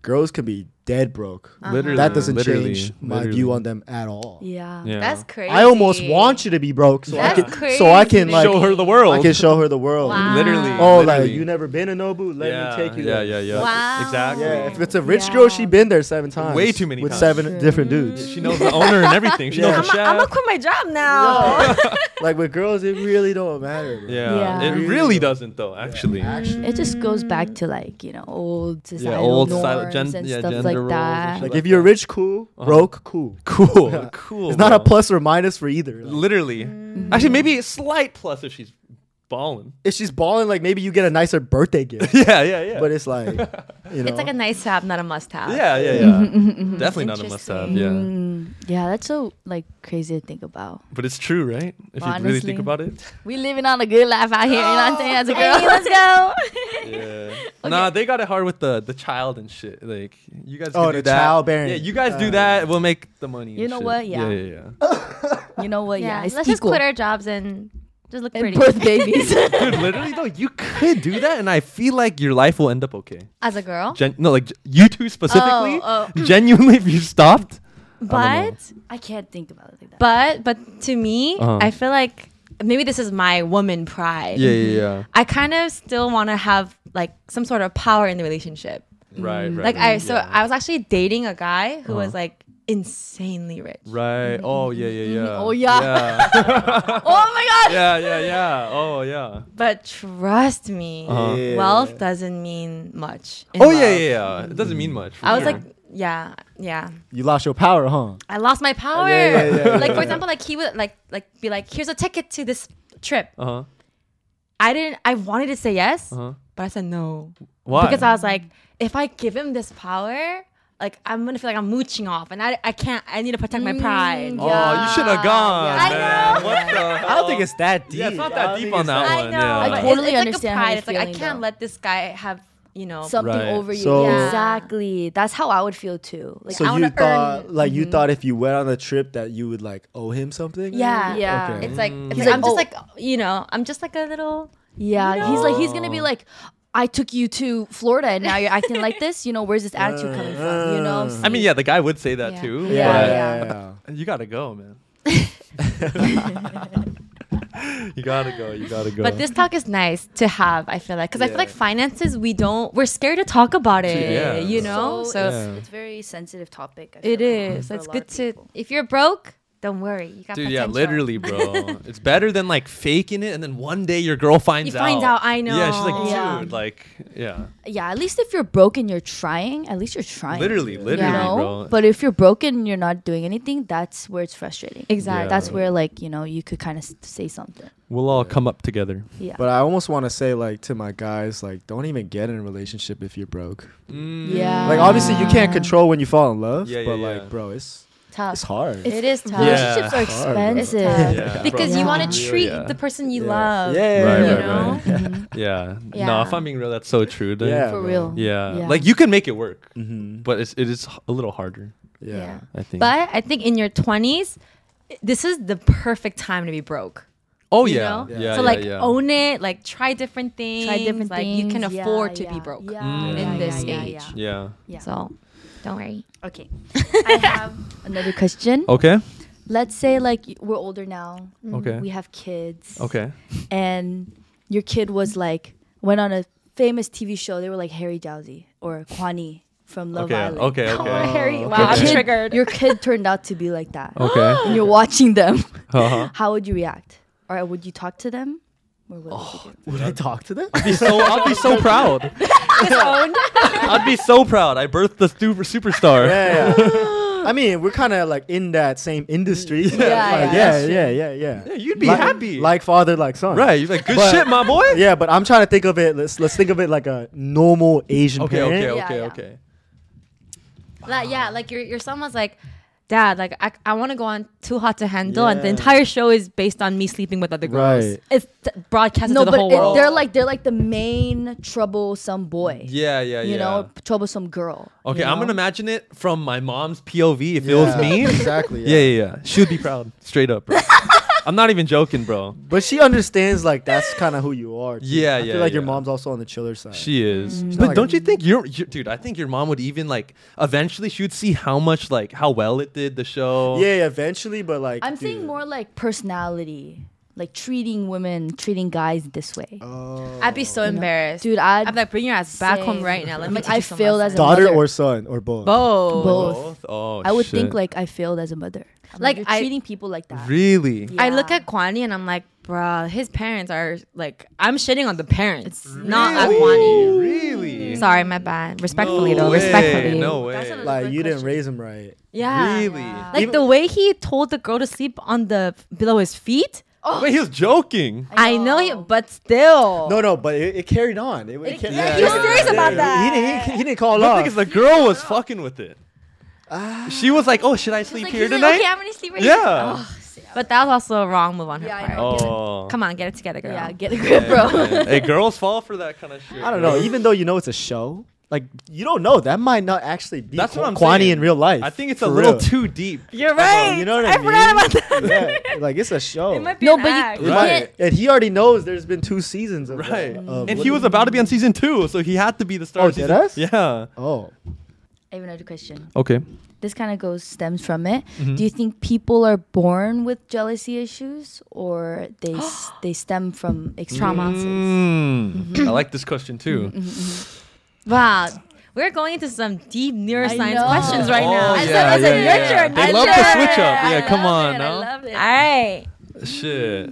Speaker 1: girls can be dead broke.
Speaker 4: Uh-huh.
Speaker 2: Literally.
Speaker 1: That doesn't
Speaker 2: literally,
Speaker 1: change my
Speaker 2: literally.
Speaker 1: view on them at all.
Speaker 3: Yeah.
Speaker 2: Yeah.
Speaker 4: That's crazy.
Speaker 1: I almost want you to be broke so I
Speaker 4: That's
Speaker 1: can so I can
Speaker 4: crazy.
Speaker 1: like
Speaker 2: Show her the world.
Speaker 1: I can show her the world.
Speaker 4: Wow.
Speaker 2: Literally.
Speaker 1: Oh, like
Speaker 2: literally.
Speaker 1: you never been to Nobu? Let
Speaker 2: yeah,
Speaker 1: me take you.
Speaker 2: Yeah,
Speaker 1: there.
Speaker 2: yeah, yeah.
Speaker 4: Wow.
Speaker 2: Exactly.
Speaker 1: Yeah, if it's a rich girl, she
Speaker 3: Yeah.
Speaker 1: been there seven times.
Speaker 2: Way too many
Speaker 1: with
Speaker 2: times.
Speaker 1: seven
Speaker 3: True.
Speaker 1: different dudes.
Speaker 2: She knows the owner and everything. She
Speaker 1: Yeah.
Speaker 2: knows the chef.
Speaker 4: I'm gonna quit my job now.
Speaker 1: like with girls, it really don't matter. bro.
Speaker 2: yeah. It
Speaker 3: Yeah.
Speaker 2: really doesn't though, actually.
Speaker 1: Actually,
Speaker 3: It just goes back to like you know old societal
Speaker 2: old
Speaker 3: norms
Speaker 2: societal- gen-
Speaker 3: and
Speaker 2: yeah,
Speaker 3: stuff
Speaker 2: gender
Speaker 3: like
Speaker 2: roles and
Speaker 3: that.
Speaker 2: shit.
Speaker 1: like if you're rich, cool. Broke, cool.
Speaker 2: Cool. Uh-huh. Cool.
Speaker 1: It's not a
Speaker 2: bro.
Speaker 1: plus or minus for either. Like,
Speaker 2: Literally. Actually, maybe a slight plus if she's balling.
Speaker 1: if she's balling, like maybe you get a nicer birthday gift.
Speaker 2: Yeah, yeah, yeah.
Speaker 1: But it's like, you know,
Speaker 4: It's like a nice to have, not a must have.
Speaker 2: yeah, yeah, yeah. Definitely not a must have. Yeah.
Speaker 3: Mm, yeah, that's so like crazy to think about.
Speaker 2: But it's true, right? If you really think
Speaker 3: Honestly.
Speaker 2: about it.
Speaker 3: We living on a good life out here, you know what I'm saying? As a girl,
Speaker 4: Hey, let's go.
Speaker 2: Yeah. Nah, they got it hard with the the child and shit. Like you guys
Speaker 1: Oh,
Speaker 2: can do
Speaker 1: the
Speaker 2: that.
Speaker 1: childbearing. Uh,
Speaker 2: Yeah, you guys do that, we'll make the money.
Speaker 3: You
Speaker 2: and
Speaker 3: know
Speaker 2: shit.
Speaker 3: what? Yeah.
Speaker 2: Yeah, yeah, yeah.
Speaker 3: you know what? Yeah,
Speaker 4: Yeah,
Speaker 3: it's
Speaker 4: let's just
Speaker 3: equal.
Speaker 4: quit our jobs and just look
Speaker 3: and
Speaker 4: pretty
Speaker 3: birth babies.
Speaker 2: Dude, literally though, you could do that, and I feel like your life will end up okay.
Speaker 4: as a girl.
Speaker 2: Gen- no, like you two specifically.
Speaker 4: Oh,
Speaker 2: Genuinely, if you stopped, know.
Speaker 4: But
Speaker 3: I can't think about it like that.
Speaker 4: but but to me,
Speaker 2: Uh-huh.
Speaker 4: I feel like maybe this is my woman pride.
Speaker 2: yeah, yeah, yeah.
Speaker 4: I kind of still want to have like some sort of power in the relationship.
Speaker 2: Right, right.
Speaker 4: Like I so
Speaker 2: yeah. Uh-huh.
Speaker 4: I was actually dating a guy who was like insanely rich.
Speaker 2: Right. Oh yeah, yeah, yeah.
Speaker 3: Oh, yeah.
Speaker 2: Yeah.
Speaker 4: Oh my god.
Speaker 2: yeah, yeah, yeah. Oh yeah.
Speaker 4: But trust me,
Speaker 2: Uh-huh.
Speaker 1: Yeah.
Speaker 4: wealth doesn't mean much. in
Speaker 2: Oh yeah,
Speaker 4: love.
Speaker 2: yeah, yeah. It doesn't mean much. for
Speaker 4: I was
Speaker 2: sure.
Speaker 4: like yeah, yeah.
Speaker 1: you lost your power, huh?
Speaker 4: I lost my power.
Speaker 1: yeah, yeah, yeah,
Speaker 4: like for
Speaker 1: yeah.
Speaker 4: example, like he would like like be like, "Here's a ticket to this trip."
Speaker 2: uh-huh.
Speaker 4: I didn't. I wanted to say yes,
Speaker 2: Uh-huh.
Speaker 4: but I said no
Speaker 2: Why?
Speaker 4: because I was like, if I give him this power, like I'm gonna feel like I'm mooching off, and I, I can't. I need to protect my
Speaker 3: Mm,
Speaker 4: pride.
Speaker 2: Oh, you should have gone.
Speaker 4: I
Speaker 2: man.
Speaker 4: know.
Speaker 2: What the
Speaker 6: I don't think it's that deep.
Speaker 2: Oh. Yeah, it's not
Speaker 6: I
Speaker 2: that
Speaker 6: don't
Speaker 2: deep
Speaker 6: think
Speaker 2: on
Speaker 6: it's
Speaker 2: Oh, that
Speaker 4: I
Speaker 2: one.
Speaker 4: know.
Speaker 2: Yeah.
Speaker 4: but
Speaker 3: I
Speaker 4: it's-
Speaker 3: totally
Speaker 4: it's,
Speaker 3: understand
Speaker 4: Like a
Speaker 3: how
Speaker 4: pride.
Speaker 3: you're
Speaker 4: It's like I
Speaker 3: feeling,
Speaker 4: can't
Speaker 3: though.
Speaker 4: let this guy have you know.
Speaker 3: something
Speaker 2: Right.
Speaker 3: over you.
Speaker 1: So-
Speaker 4: Yeah.
Speaker 3: Exactly. That's how I would feel too. Like I
Speaker 1: so
Speaker 3: wanna
Speaker 1: you
Speaker 3: earn-
Speaker 1: thought, like, you thought if you went on a trip that you would like owe him something.
Speaker 4: yeah,
Speaker 3: Yeah.
Speaker 1: Okay.
Speaker 4: It's like, it's
Speaker 3: He's
Speaker 4: like,
Speaker 3: like,
Speaker 4: I'm just
Speaker 3: oh.
Speaker 4: like you know I'm just like a little.
Speaker 3: Yeah, he's like he's gonna be like, I took you to Florida and now you're acting like this. You know, where's this attitude coming from? You know.
Speaker 2: I mean, yeah, the guy would say that
Speaker 4: Yeah.
Speaker 2: too.
Speaker 1: Yeah, yeah,
Speaker 3: Yeah.
Speaker 1: yeah.
Speaker 2: but You gotta go, man. you gotta go. You gotta go.
Speaker 4: But this talk is nice to have. I feel like because I
Speaker 2: Yeah.
Speaker 4: feel like finances we don't we're scared to talk about it.
Speaker 2: yeah.
Speaker 4: You know, so,
Speaker 2: Yeah.
Speaker 3: it's very sensitive topic. I
Speaker 4: it
Speaker 3: feel.
Speaker 4: is.
Speaker 3: For a
Speaker 4: It's
Speaker 3: lot
Speaker 4: good
Speaker 3: of
Speaker 4: to
Speaker 3: people.
Speaker 4: if you're broke, don't worry. You got
Speaker 2: Dude, yeah,
Speaker 4: potential.
Speaker 2: literally, bro. it's better than like faking it and then one day your girl finds
Speaker 4: You
Speaker 2: out.
Speaker 4: find out, I
Speaker 2: Yeah, she's like,
Speaker 4: know.
Speaker 2: dude,
Speaker 3: Yeah.
Speaker 2: like, yeah.
Speaker 3: Yeah, at least if you're broken, you're trying. At least you're trying.
Speaker 2: Literally,
Speaker 3: You
Speaker 2: literally,
Speaker 3: know?
Speaker 2: bro.
Speaker 3: But if you're broken and you're not doing anything, that's where it's frustrating.
Speaker 4: Exactly.
Speaker 3: That's where like you know you could kind of say something.
Speaker 2: we'll all come up together.
Speaker 3: Yeah.
Speaker 1: But I almost want to say, like, to my guys, like, don't even get in a relationship if you're broke.
Speaker 2: Mm.
Speaker 3: yeah.
Speaker 1: Like, obviously, you can't control when you fall in love,
Speaker 2: Yeah, yeah,
Speaker 1: but
Speaker 2: yeah.
Speaker 1: like, bro, it's
Speaker 3: Tough.
Speaker 1: it's hard.
Speaker 4: It is tough.
Speaker 3: Relationships
Speaker 2: Yeah.
Speaker 3: are
Speaker 1: Hard, bro.
Speaker 3: expensive.
Speaker 2: Yeah.
Speaker 4: because
Speaker 3: Yeah.
Speaker 4: you want
Speaker 2: Yeah.
Speaker 4: to treat
Speaker 2: Yeah.
Speaker 4: the person you
Speaker 1: Yeah.
Speaker 4: love.
Speaker 1: Yeah,
Speaker 2: Right,
Speaker 4: you
Speaker 2: right,
Speaker 4: know?
Speaker 2: right. Yeah. No,
Speaker 4: Yeah.
Speaker 2: if I'm being real, that's so true. dude.
Speaker 1: Yeah.
Speaker 3: For
Speaker 1: bro.
Speaker 3: real.
Speaker 2: Yeah.
Speaker 3: Yeah.
Speaker 2: Like you can make it work,
Speaker 1: Mhm.
Speaker 2: but it's it is h- a little harder,
Speaker 1: Yeah.
Speaker 4: Yeah.
Speaker 2: I think.
Speaker 4: But I think in your 20s, this is the perfect time to be broke.
Speaker 2: oh
Speaker 4: you
Speaker 2: yeah.
Speaker 4: know?
Speaker 2: Yeah. yeah,
Speaker 4: so like
Speaker 2: yeah.
Speaker 4: own it, like try different things.
Speaker 3: Try different
Speaker 4: like
Speaker 3: things.
Speaker 4: you can
Speaker 3: Yeah,
Speaker 4: afford to be
Speaker 3: yeah,
Speaker 4: broke.
Speaker 3: yeah,
Speaker 2: Mm.
Speaker 4: in
Speaker 3: yeah,
Speaker 4: this
Speaker 3: yeah,
Speaker 4: age.
Speaker 3: yeah,
Speaker 2: Yeah.
Speaker 3: yeah.
Speaker 4: So don't worry.
Speaker 3: Okay. I have another question.
Speaker 2: Okay.
Speaker 3: Let's say like y- we're older now.
Speaker 2: Okay.
Speaker 3: We have kids.
Speaker 2: Okay.
Speaker 3: And your kid was like went on a famous TV show. They were like Harry Dowsey or Kwani from Love
Speaker 2: Okay.
Speaker 3: Island.
Speaker 2: Okay. Oh. Okay.
Speaker 4: Harry, wow,
Speaker 3: Your
Speaker 4: I'm
Speaker 3: kid-
Speaker 4: triggered.
Speaker 3: Your kid turned out to be like that.
Speaker 2: Okay.
Speaker 3: And you're watching them.
Speaker 2: Uh-huh.
Speaker 3: How would you react? Or would you talk to them? Or what
Speaker 2: Oh,
Speaker 3: would you do?
Speaker 1: Would I talk to them?
Speaker 2: be so I'd be so proud. I'd be so proud. I birthed the super superstar.
Speaker 1: yeah, yeah. I mean, we're kind of like in that same industry. Yeah,
Speaker 3: yeah,
Speaker 1: yeah,
Speaker 3: that's
Speaker 1: yeah, yeah, yeah,
Speaker 2: Yeah, you'd be
Speaker 1: Like-
Speaker 2: happy.
Speaker 1: Like father, like son.
Speaker 2: right. You're like good
Speaker 1: But-
Speaker 2: shit, my boy.
Speaker 1: Yeah, but I'm trying to think of it. Let's let's think of it like a normal Asian
Speaker 2: Okay.
Speaker 1: parent.
Speaker 2: Okay.
Speaker 3: Yeah,
Speaker 2: Okay.
Speaker 3: yeah.
Speaker 2: Okay.
Speaker 4: Like, yeah, like your your son was like, Dad, like I, I want to go on Too Hot to Handle, and the
Speaker 1: Yeah.
Speaker 4: entire show is based on me sleeping with other girls.
Speaker 1: Right.
Speaker 4: It's t- broadcasted to
Speaker 3: No,
Speaker 4: the
Speaker 3: but
Speaker 4: whole
Speaker 3: it-
Speaker 4: world.
Speaker 3: they're like they're like the main troublesome boy.
Speaker 2: Yeah. Yeah.
Speaker 3: You
Speaker 2: yeah.
Speaker 3: know, troublesome girl.
Speaker 2: Okay.
Speaker 3: you
Speaker 2: I'm gonna
Speaker 3: know?
Speaker 2: imagine it from my mom's POV. If it was me.
Speaker 1: Exactly.
Speaker 2: Yeah. Yeah. Yeah. She would be proud. Straight up. Bro. I'm not even joking, bro.
Speaker 1: But she understands like that's kind of who you are. too.
Speaker 2: Yeah,
Speaker 1: I
Speaker 2: yeah,
Speaker 1: feel like your
Speaker 2: yeah.
Speaker 1: mom's also on the chiller side.
Speaker 2: She is.
Speaker 1: She's
Speaker 2: But
Speaker 1: not like-
Speaker 2: don't you think your, your dude? I think your mom would even like eventually she would see how much like how well it did the show.
Speaker 1: yeah, yeah, eventually, but like
Speaker 3: I'm saying
Speaker 1: dude.
Speaker 3: more like personality, like treating women, treating guys this way.
Speaker 4: I'd be so embarrassed,
Speaker 3: Dude, I'd
Speaker 4: I'm like, bring your ass back home
Speaker 3: Same.
Speaker 4: right now. Let me.
Speaker 3: Like,
Speaker 4: teach
Speaker 3: I
Speaker 4: you some
Speaker 3: failed
Speaker 4: lessons.
Speaker 3: as a-
Speaker 1: daughter
Speaker 3: mother-
Speaker 1: or son or both.
Speaker 4: Both.
Speaker 3: both.
Speaker 2: Both. Oh.
Speaker 3: I would think
Speaker 2: shit.
Speaker 3: like I failed as a mother. I'm
Speaker 4: Like,
Speaker 3: like you're
Speaker 4: I-
Speaker 3: treating people like that.
Speaker 2: Really.
Speaker 4: I look
Speaker 3: Yeah.
Speaker 4: at Kwani and I'm like, bruh, his parents are like, I'm shitting on the parents, not at
Speaker 2: really?
Speaker 4: Kwani.
Speaker 2: Really.
Speaker 4: Sorry, my bad.
Speaker 2: No
Speaker 4: Respectfully though,
Speaker 2: way,
Speaker 4: respectfully.
Speaker 2: No way.
Speaker 3: That's another
Speaker 1: Like
Speaker 3: great
Speaker 1: you didn't
Speaker 3: question.
Speaker 1: raise him right.
Speaker 4: Yeah.
Speaker 2: Really?
Speaker 4: Like the way he told the girl to sleep on the below his feet.
Speaker 2: Wait, he was joking.
Speaker 4: I know, you, but still.
Speaker 1: No, no, but it, it carried on. It, it carried
Speaker 4: yeah, he was serious about
Speaker 1: He
Speaker 4: that.
Speaker 1: didn't. He, he didn't call
Speaker 2: The
Speaker 1: off.
Speaker 2: thing is, the girl was fucking with it. she was like, "Oh, should I sleep
Speaker 4: Like,
Speaker 2: here
Speaker 4: he's like,
Speaker 2: tonight?"
Speaker 4: okay, I'm gonna sleep Oh, right here.
Speaker 2: yeah.
Speaker 4: But that was also a wrong move on her
Speaker 3: Yeah, I
Speaker 4: part.
Speaker 3: know.
Speaker 2: oh.
Speaker 4: Come on, get it together, girl.
Speaker 3: Yeah, get a grip, bro.
Speaker 2: hey, girls fall for that kind of shit.
Speaker 1: I don't know. Even though you know it's a show, like you don't know that might not actually be
Speaker 2: That's what I'm
Speaker 1: Kwani
Speaker 2: saying.
Speaker 1: in real life.
Speaker 2: I think it's a
Speaker 1: for
Speaker 2: little
Speaker 1: real.
Speaker 2: too deep.
Speaker 3: Oh,
Speaker 4: You're
Speaker 1: Bro,
Speaker 4: right.
Speaker 1: You know what I,
Speaker 4: I
Speaker 1: mean?
Speaker 4: forgot about that.
Speaker 1: Yeah, like it's a show.
Speaker 4: It might be
Speaker 3: No,
Speaker 4: an
Speaker 3: but you-
Speaker 4: act.
Speaker 1: It
Speaker 2: Right.
Speaker 1: might- and he already knows there's been two seasons of
Speaker 2: Right.
Speaker 1: That, of
Speaker 2: and
Speaker 1: Uh, what-
Speaker 2: he was about to be on season two, so he had to be the star.
Speaker 1: Oh,
Speaker 2: of
Speaker 1: did
Speaker 2: season-
Speaker 1: us?
Speaker 2: Yeah.
Speaker 1: Oh,
Speaker 3: I have another question.
Speaker 2: Okay.
Speaker 3: This kind of goes stems from it.
Speaker 2: Mm-hmm.
Speaker 3: Do you think people are born with jealousy issues, or they s- they stem from experiences?
Speaker 2: Mm. Mm-hmm. I like this question too.
Speaker 1: Mm-hmm.
Speaker 4: Wow. We're going into some deep neuroscience
Speaker 3: know.
Speaker 4: questions right
Speaker 2: Oh,
Speaker 4: now.
Speaker 2: yeah, yeah, yeah, yeah. They love to switch up. Yeah, come on, no?
Speaker 4: All right.
Speaker 1: Mm-hmm.
Speaker 2: Shit.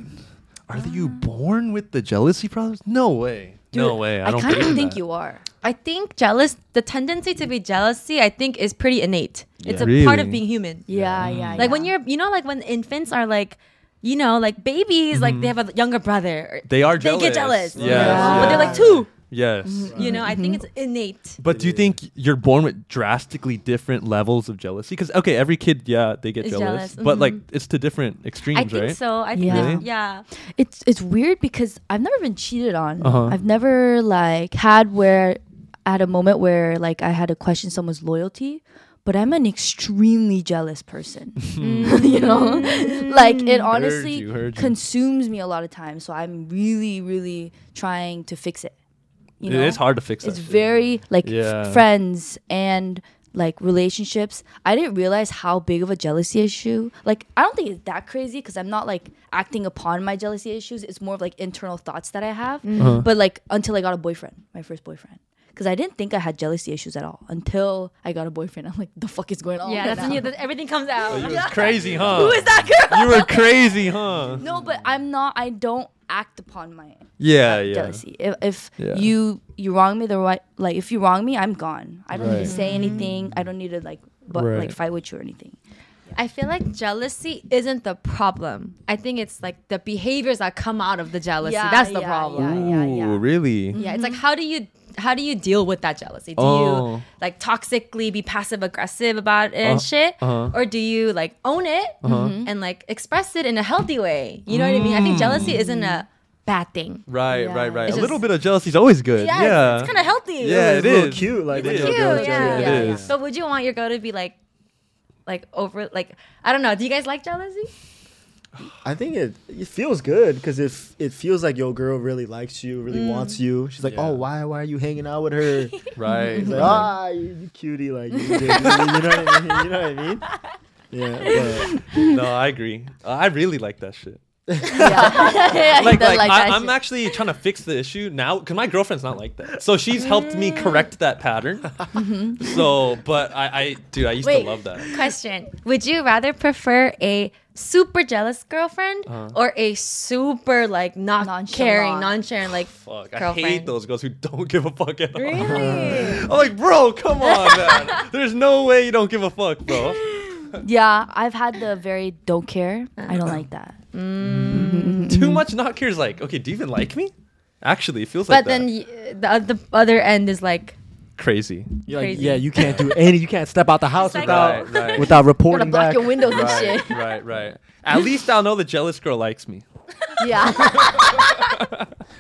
Speaker 2: Are you born with the jealousy problems? No way. no way. I, don't
Speaker 3: kind of
Speaker 2: believe
Speaker 3: think
Speaker 2: that.
Speaker 3: you are.
Speaker 4: I think jealous, the tendency to be jealousy, I think is pretty innate. It's a
Speaker 2: Yeah.
Speaker 4: part of
Speaker 2: Really?
Speaker 4: being human.
Speaker 3: Yeah, yeah.
Speaker 4: Like when
Speaker 3: yeah.
Speaker 4: you're, you know, like when infants are like, you know, like babies, like they have a younger brother. or-
Speaker 2: They are
Speaker 4: They
Speaker 2: Mm-hmm. jealous.
Speaker 4: get
Speaker 2: Yes,
Speaker 4: jealous.
Speaker 2: Mm-hmm. Yeah.
Speaker 4: But they're
Speaker 3: yeah.
Speaker 4: like two. Mm-hmm.
Speaker 2: Yes.
Speaker 4: You know, I think it's innate.
Speaker 2: But do you think you're born with drastically different levels of jealousy? Because okay, every kid, yeah, they get
Speaker 4: Is
Speaker 2: jealous,
Speaker 4: jealous,
Speaker 2: but like
Speaker 4: mhm.
Speaker 2: it's to different extremes,
Speaker 4: I think
Speaker 2: right?
Speaker 4: so. I think
Speaker 3: Yeah.
Speaker 4: yeah.
Speaker 2: Really?
Speaker 4: yeah.
Speaker 3: it's it's weird because I've never been cheated on.
Speaker 2: Uh-huh.
Speaker 3: I've never like had where at a moment where like I had to question someone's loyalty, but I'm an extremely jealous person. you know, like it honestly
Speaker 2: you, Hmm. heard you.
Speaker 3: consumes me a lot of times. So I'm really, really trying to fix it. You know,
Speaker 2: It is hard to fix.
Speaker 3: It's
Speaker 2: that shit.
Speaker 3: very like f-
Speaker 2: Yeah.
Speaker 3: friends and like relationships. I didn't realize how big of a jealousy issue. Like I don't think it's that crazy because I'm not like acting upon my jealousy issues. It's more of like internal thoughts that I have. But like until I got a boyfriend, my first boyfriend. Because I didn't think I had jealousy issues at all until I got a boyfriend. I'm like, the fuck is going on?
Speaker 4: yeah,
Speaker 3: right
Speaker 4: that's when
Speaker 3: now?"
Speaker 4: you, that everything comes out.
Speaker 2: You was crazy, huh?
Speaker 3: Who is that girl?
Speaker 2: You were crazy, huh?
Speaker 3: No, but I'm not. I don't act upon my
Speaker 2: Yeah, yeah.
Speaker 3: jealousy. If, if
Speaker 2: Yeah.
Speaker 3: you you wrong me the right, like if you wrong me, I'm gone. I don't need
Speaker 2: Right.
Speaker 3: to say anything. I don't need to like but
Speaker 2: Right.
Speaker 3: like fight with you or anything.
Speaker 4: I feel like jealousy isn't the problem. I think it's like the behaviors that come out of the jealousy.
Speaker 3: Yeah,
Speaker 4: That's the
Speaker 3: yeah,
Speaker 4: problem.
Speaker 3: yeah. Mm,
Speaker 4: Yeah. Mm-hmm.
Speaker 2: Ooh, really?
Speaker 4: it's like how do you how do you deal with that jealousy? Do
Speaker 2: Oh.
Speaker 4: you like toxically be passive aggressive about it and
Speaker 2: Uh,
Speaker 4: shit,
Speaker 2: uh-huh.
Speaker 4: or do you like own it and like express it in a healthy way? You know what I mean? I think jealousy
Speaker 2: Mm.
Speaker 4: isn't a bad thing.
Speaker 2: Right,
Speaker 3: Yeah.
Speaker 2: right, right.
Speaker 4: It's
Speaker 2: a little
Speaker 4: just-
Speaker 2: bit of jealousy is always good.
Speaker 4: Yeah, it's-
Speaker 2: yeah.
Speaker 4: it's kind of healthy.
Speaker 2: Yeah, it
Speaker 1: it's a little
Speaker 2: is.
Speaker 1: cute. Like
Speaker 2: It
Speaker 1: when
Speaker 2: is.
Speaker 1: your
Speaker 4: Cute,
Speaker 1: girl's
Speaker 4: yeah,
Speaker 1: jealous.
Speaker 2: It
Speaker 4: yeah,
Speaker 2: is.
Speaker 4: yeah. But would you want your girl to be like, like over, like I don't know? Do you guys like jealousy?
Speaker 1: I think it, it feels good because if it feels like your girl really likes you,
Speaker 4: Mm.
Speaker 1: really wants you, she's like,
Speaker 2: Yeah.
Speaker 1: oh, why, why are you hanging out with her? It's
Speaker 2: right.
Speaker 1: like,
Speaker 2: right.
Speaker 1: ah, you, you cutie, like you, did- you know what I mean? You know what I mean? Yeah,
Speaker 2: no, I agree. Uh, I really like that shit.
Speaker 3: yeah,
Speaker 2: Like, like, I,
Speaker 3: that
Speaker 2: I'm
Speaker 3: shit.
Speaker 2: actually trying to fix the issue now because my girlfriend's not like that. So she's helped
Speaker 3: Mm.
Speaker 2: me correct that pattern.
Speaker 3: Mm-hmm.
Speaker 2: So, but I, I, dude, I used
Speaker 4: Wait.
Speaker 2: to love that.
Speaker 4: Question: Would you rather prefer a super jealous girlfriend
Speaker 2: Uh-huh.
Speaker 4: or a super like not
Speaker 3: Nonchalant.
Speaker 4: caring, non-sharing like
Speaker 2: Fuck, I hate
Speaker 4: girlfriend?
Speaker 2: those girls who don't give a fuck at all.
Speaker 4: Really?
Speaker 2: I'm like, bro, come on, man. There's no way you don't give a fuck, bro.
Speaker 3: yeah, I've had the very don't care. I
Speaker 2: Uh-huh.
Speaker 3: don't like that.
Speaker 1: Hmm.
Speaker 2: Too much not cares. Like, okay, do you even like me? Actually, it feels like
Speaker 4: but
Speaker 2: that.
Speaker 4: then y- the oth- the other end is like
Speaker 2: crazy.
Speaker 1: You're like,
Speaker 4: Crazy.
Speaker 1: yeah, you can't do any, you can't step out the house
Speaker 4: like-
Speaker 1: without
Speaker 2: Right, right.
Speaker 1: without
Speaker 3: Gotta
Speaker 1: reporting
Speaker 3: block
Speaker 1: back.
Speaker 3: your windows and
Speaker 2: Right,
Speaker 3: shit.
Speaker 2: right, right. At least I'll know the jealous girl likes me.
Speaker 3: Yeah,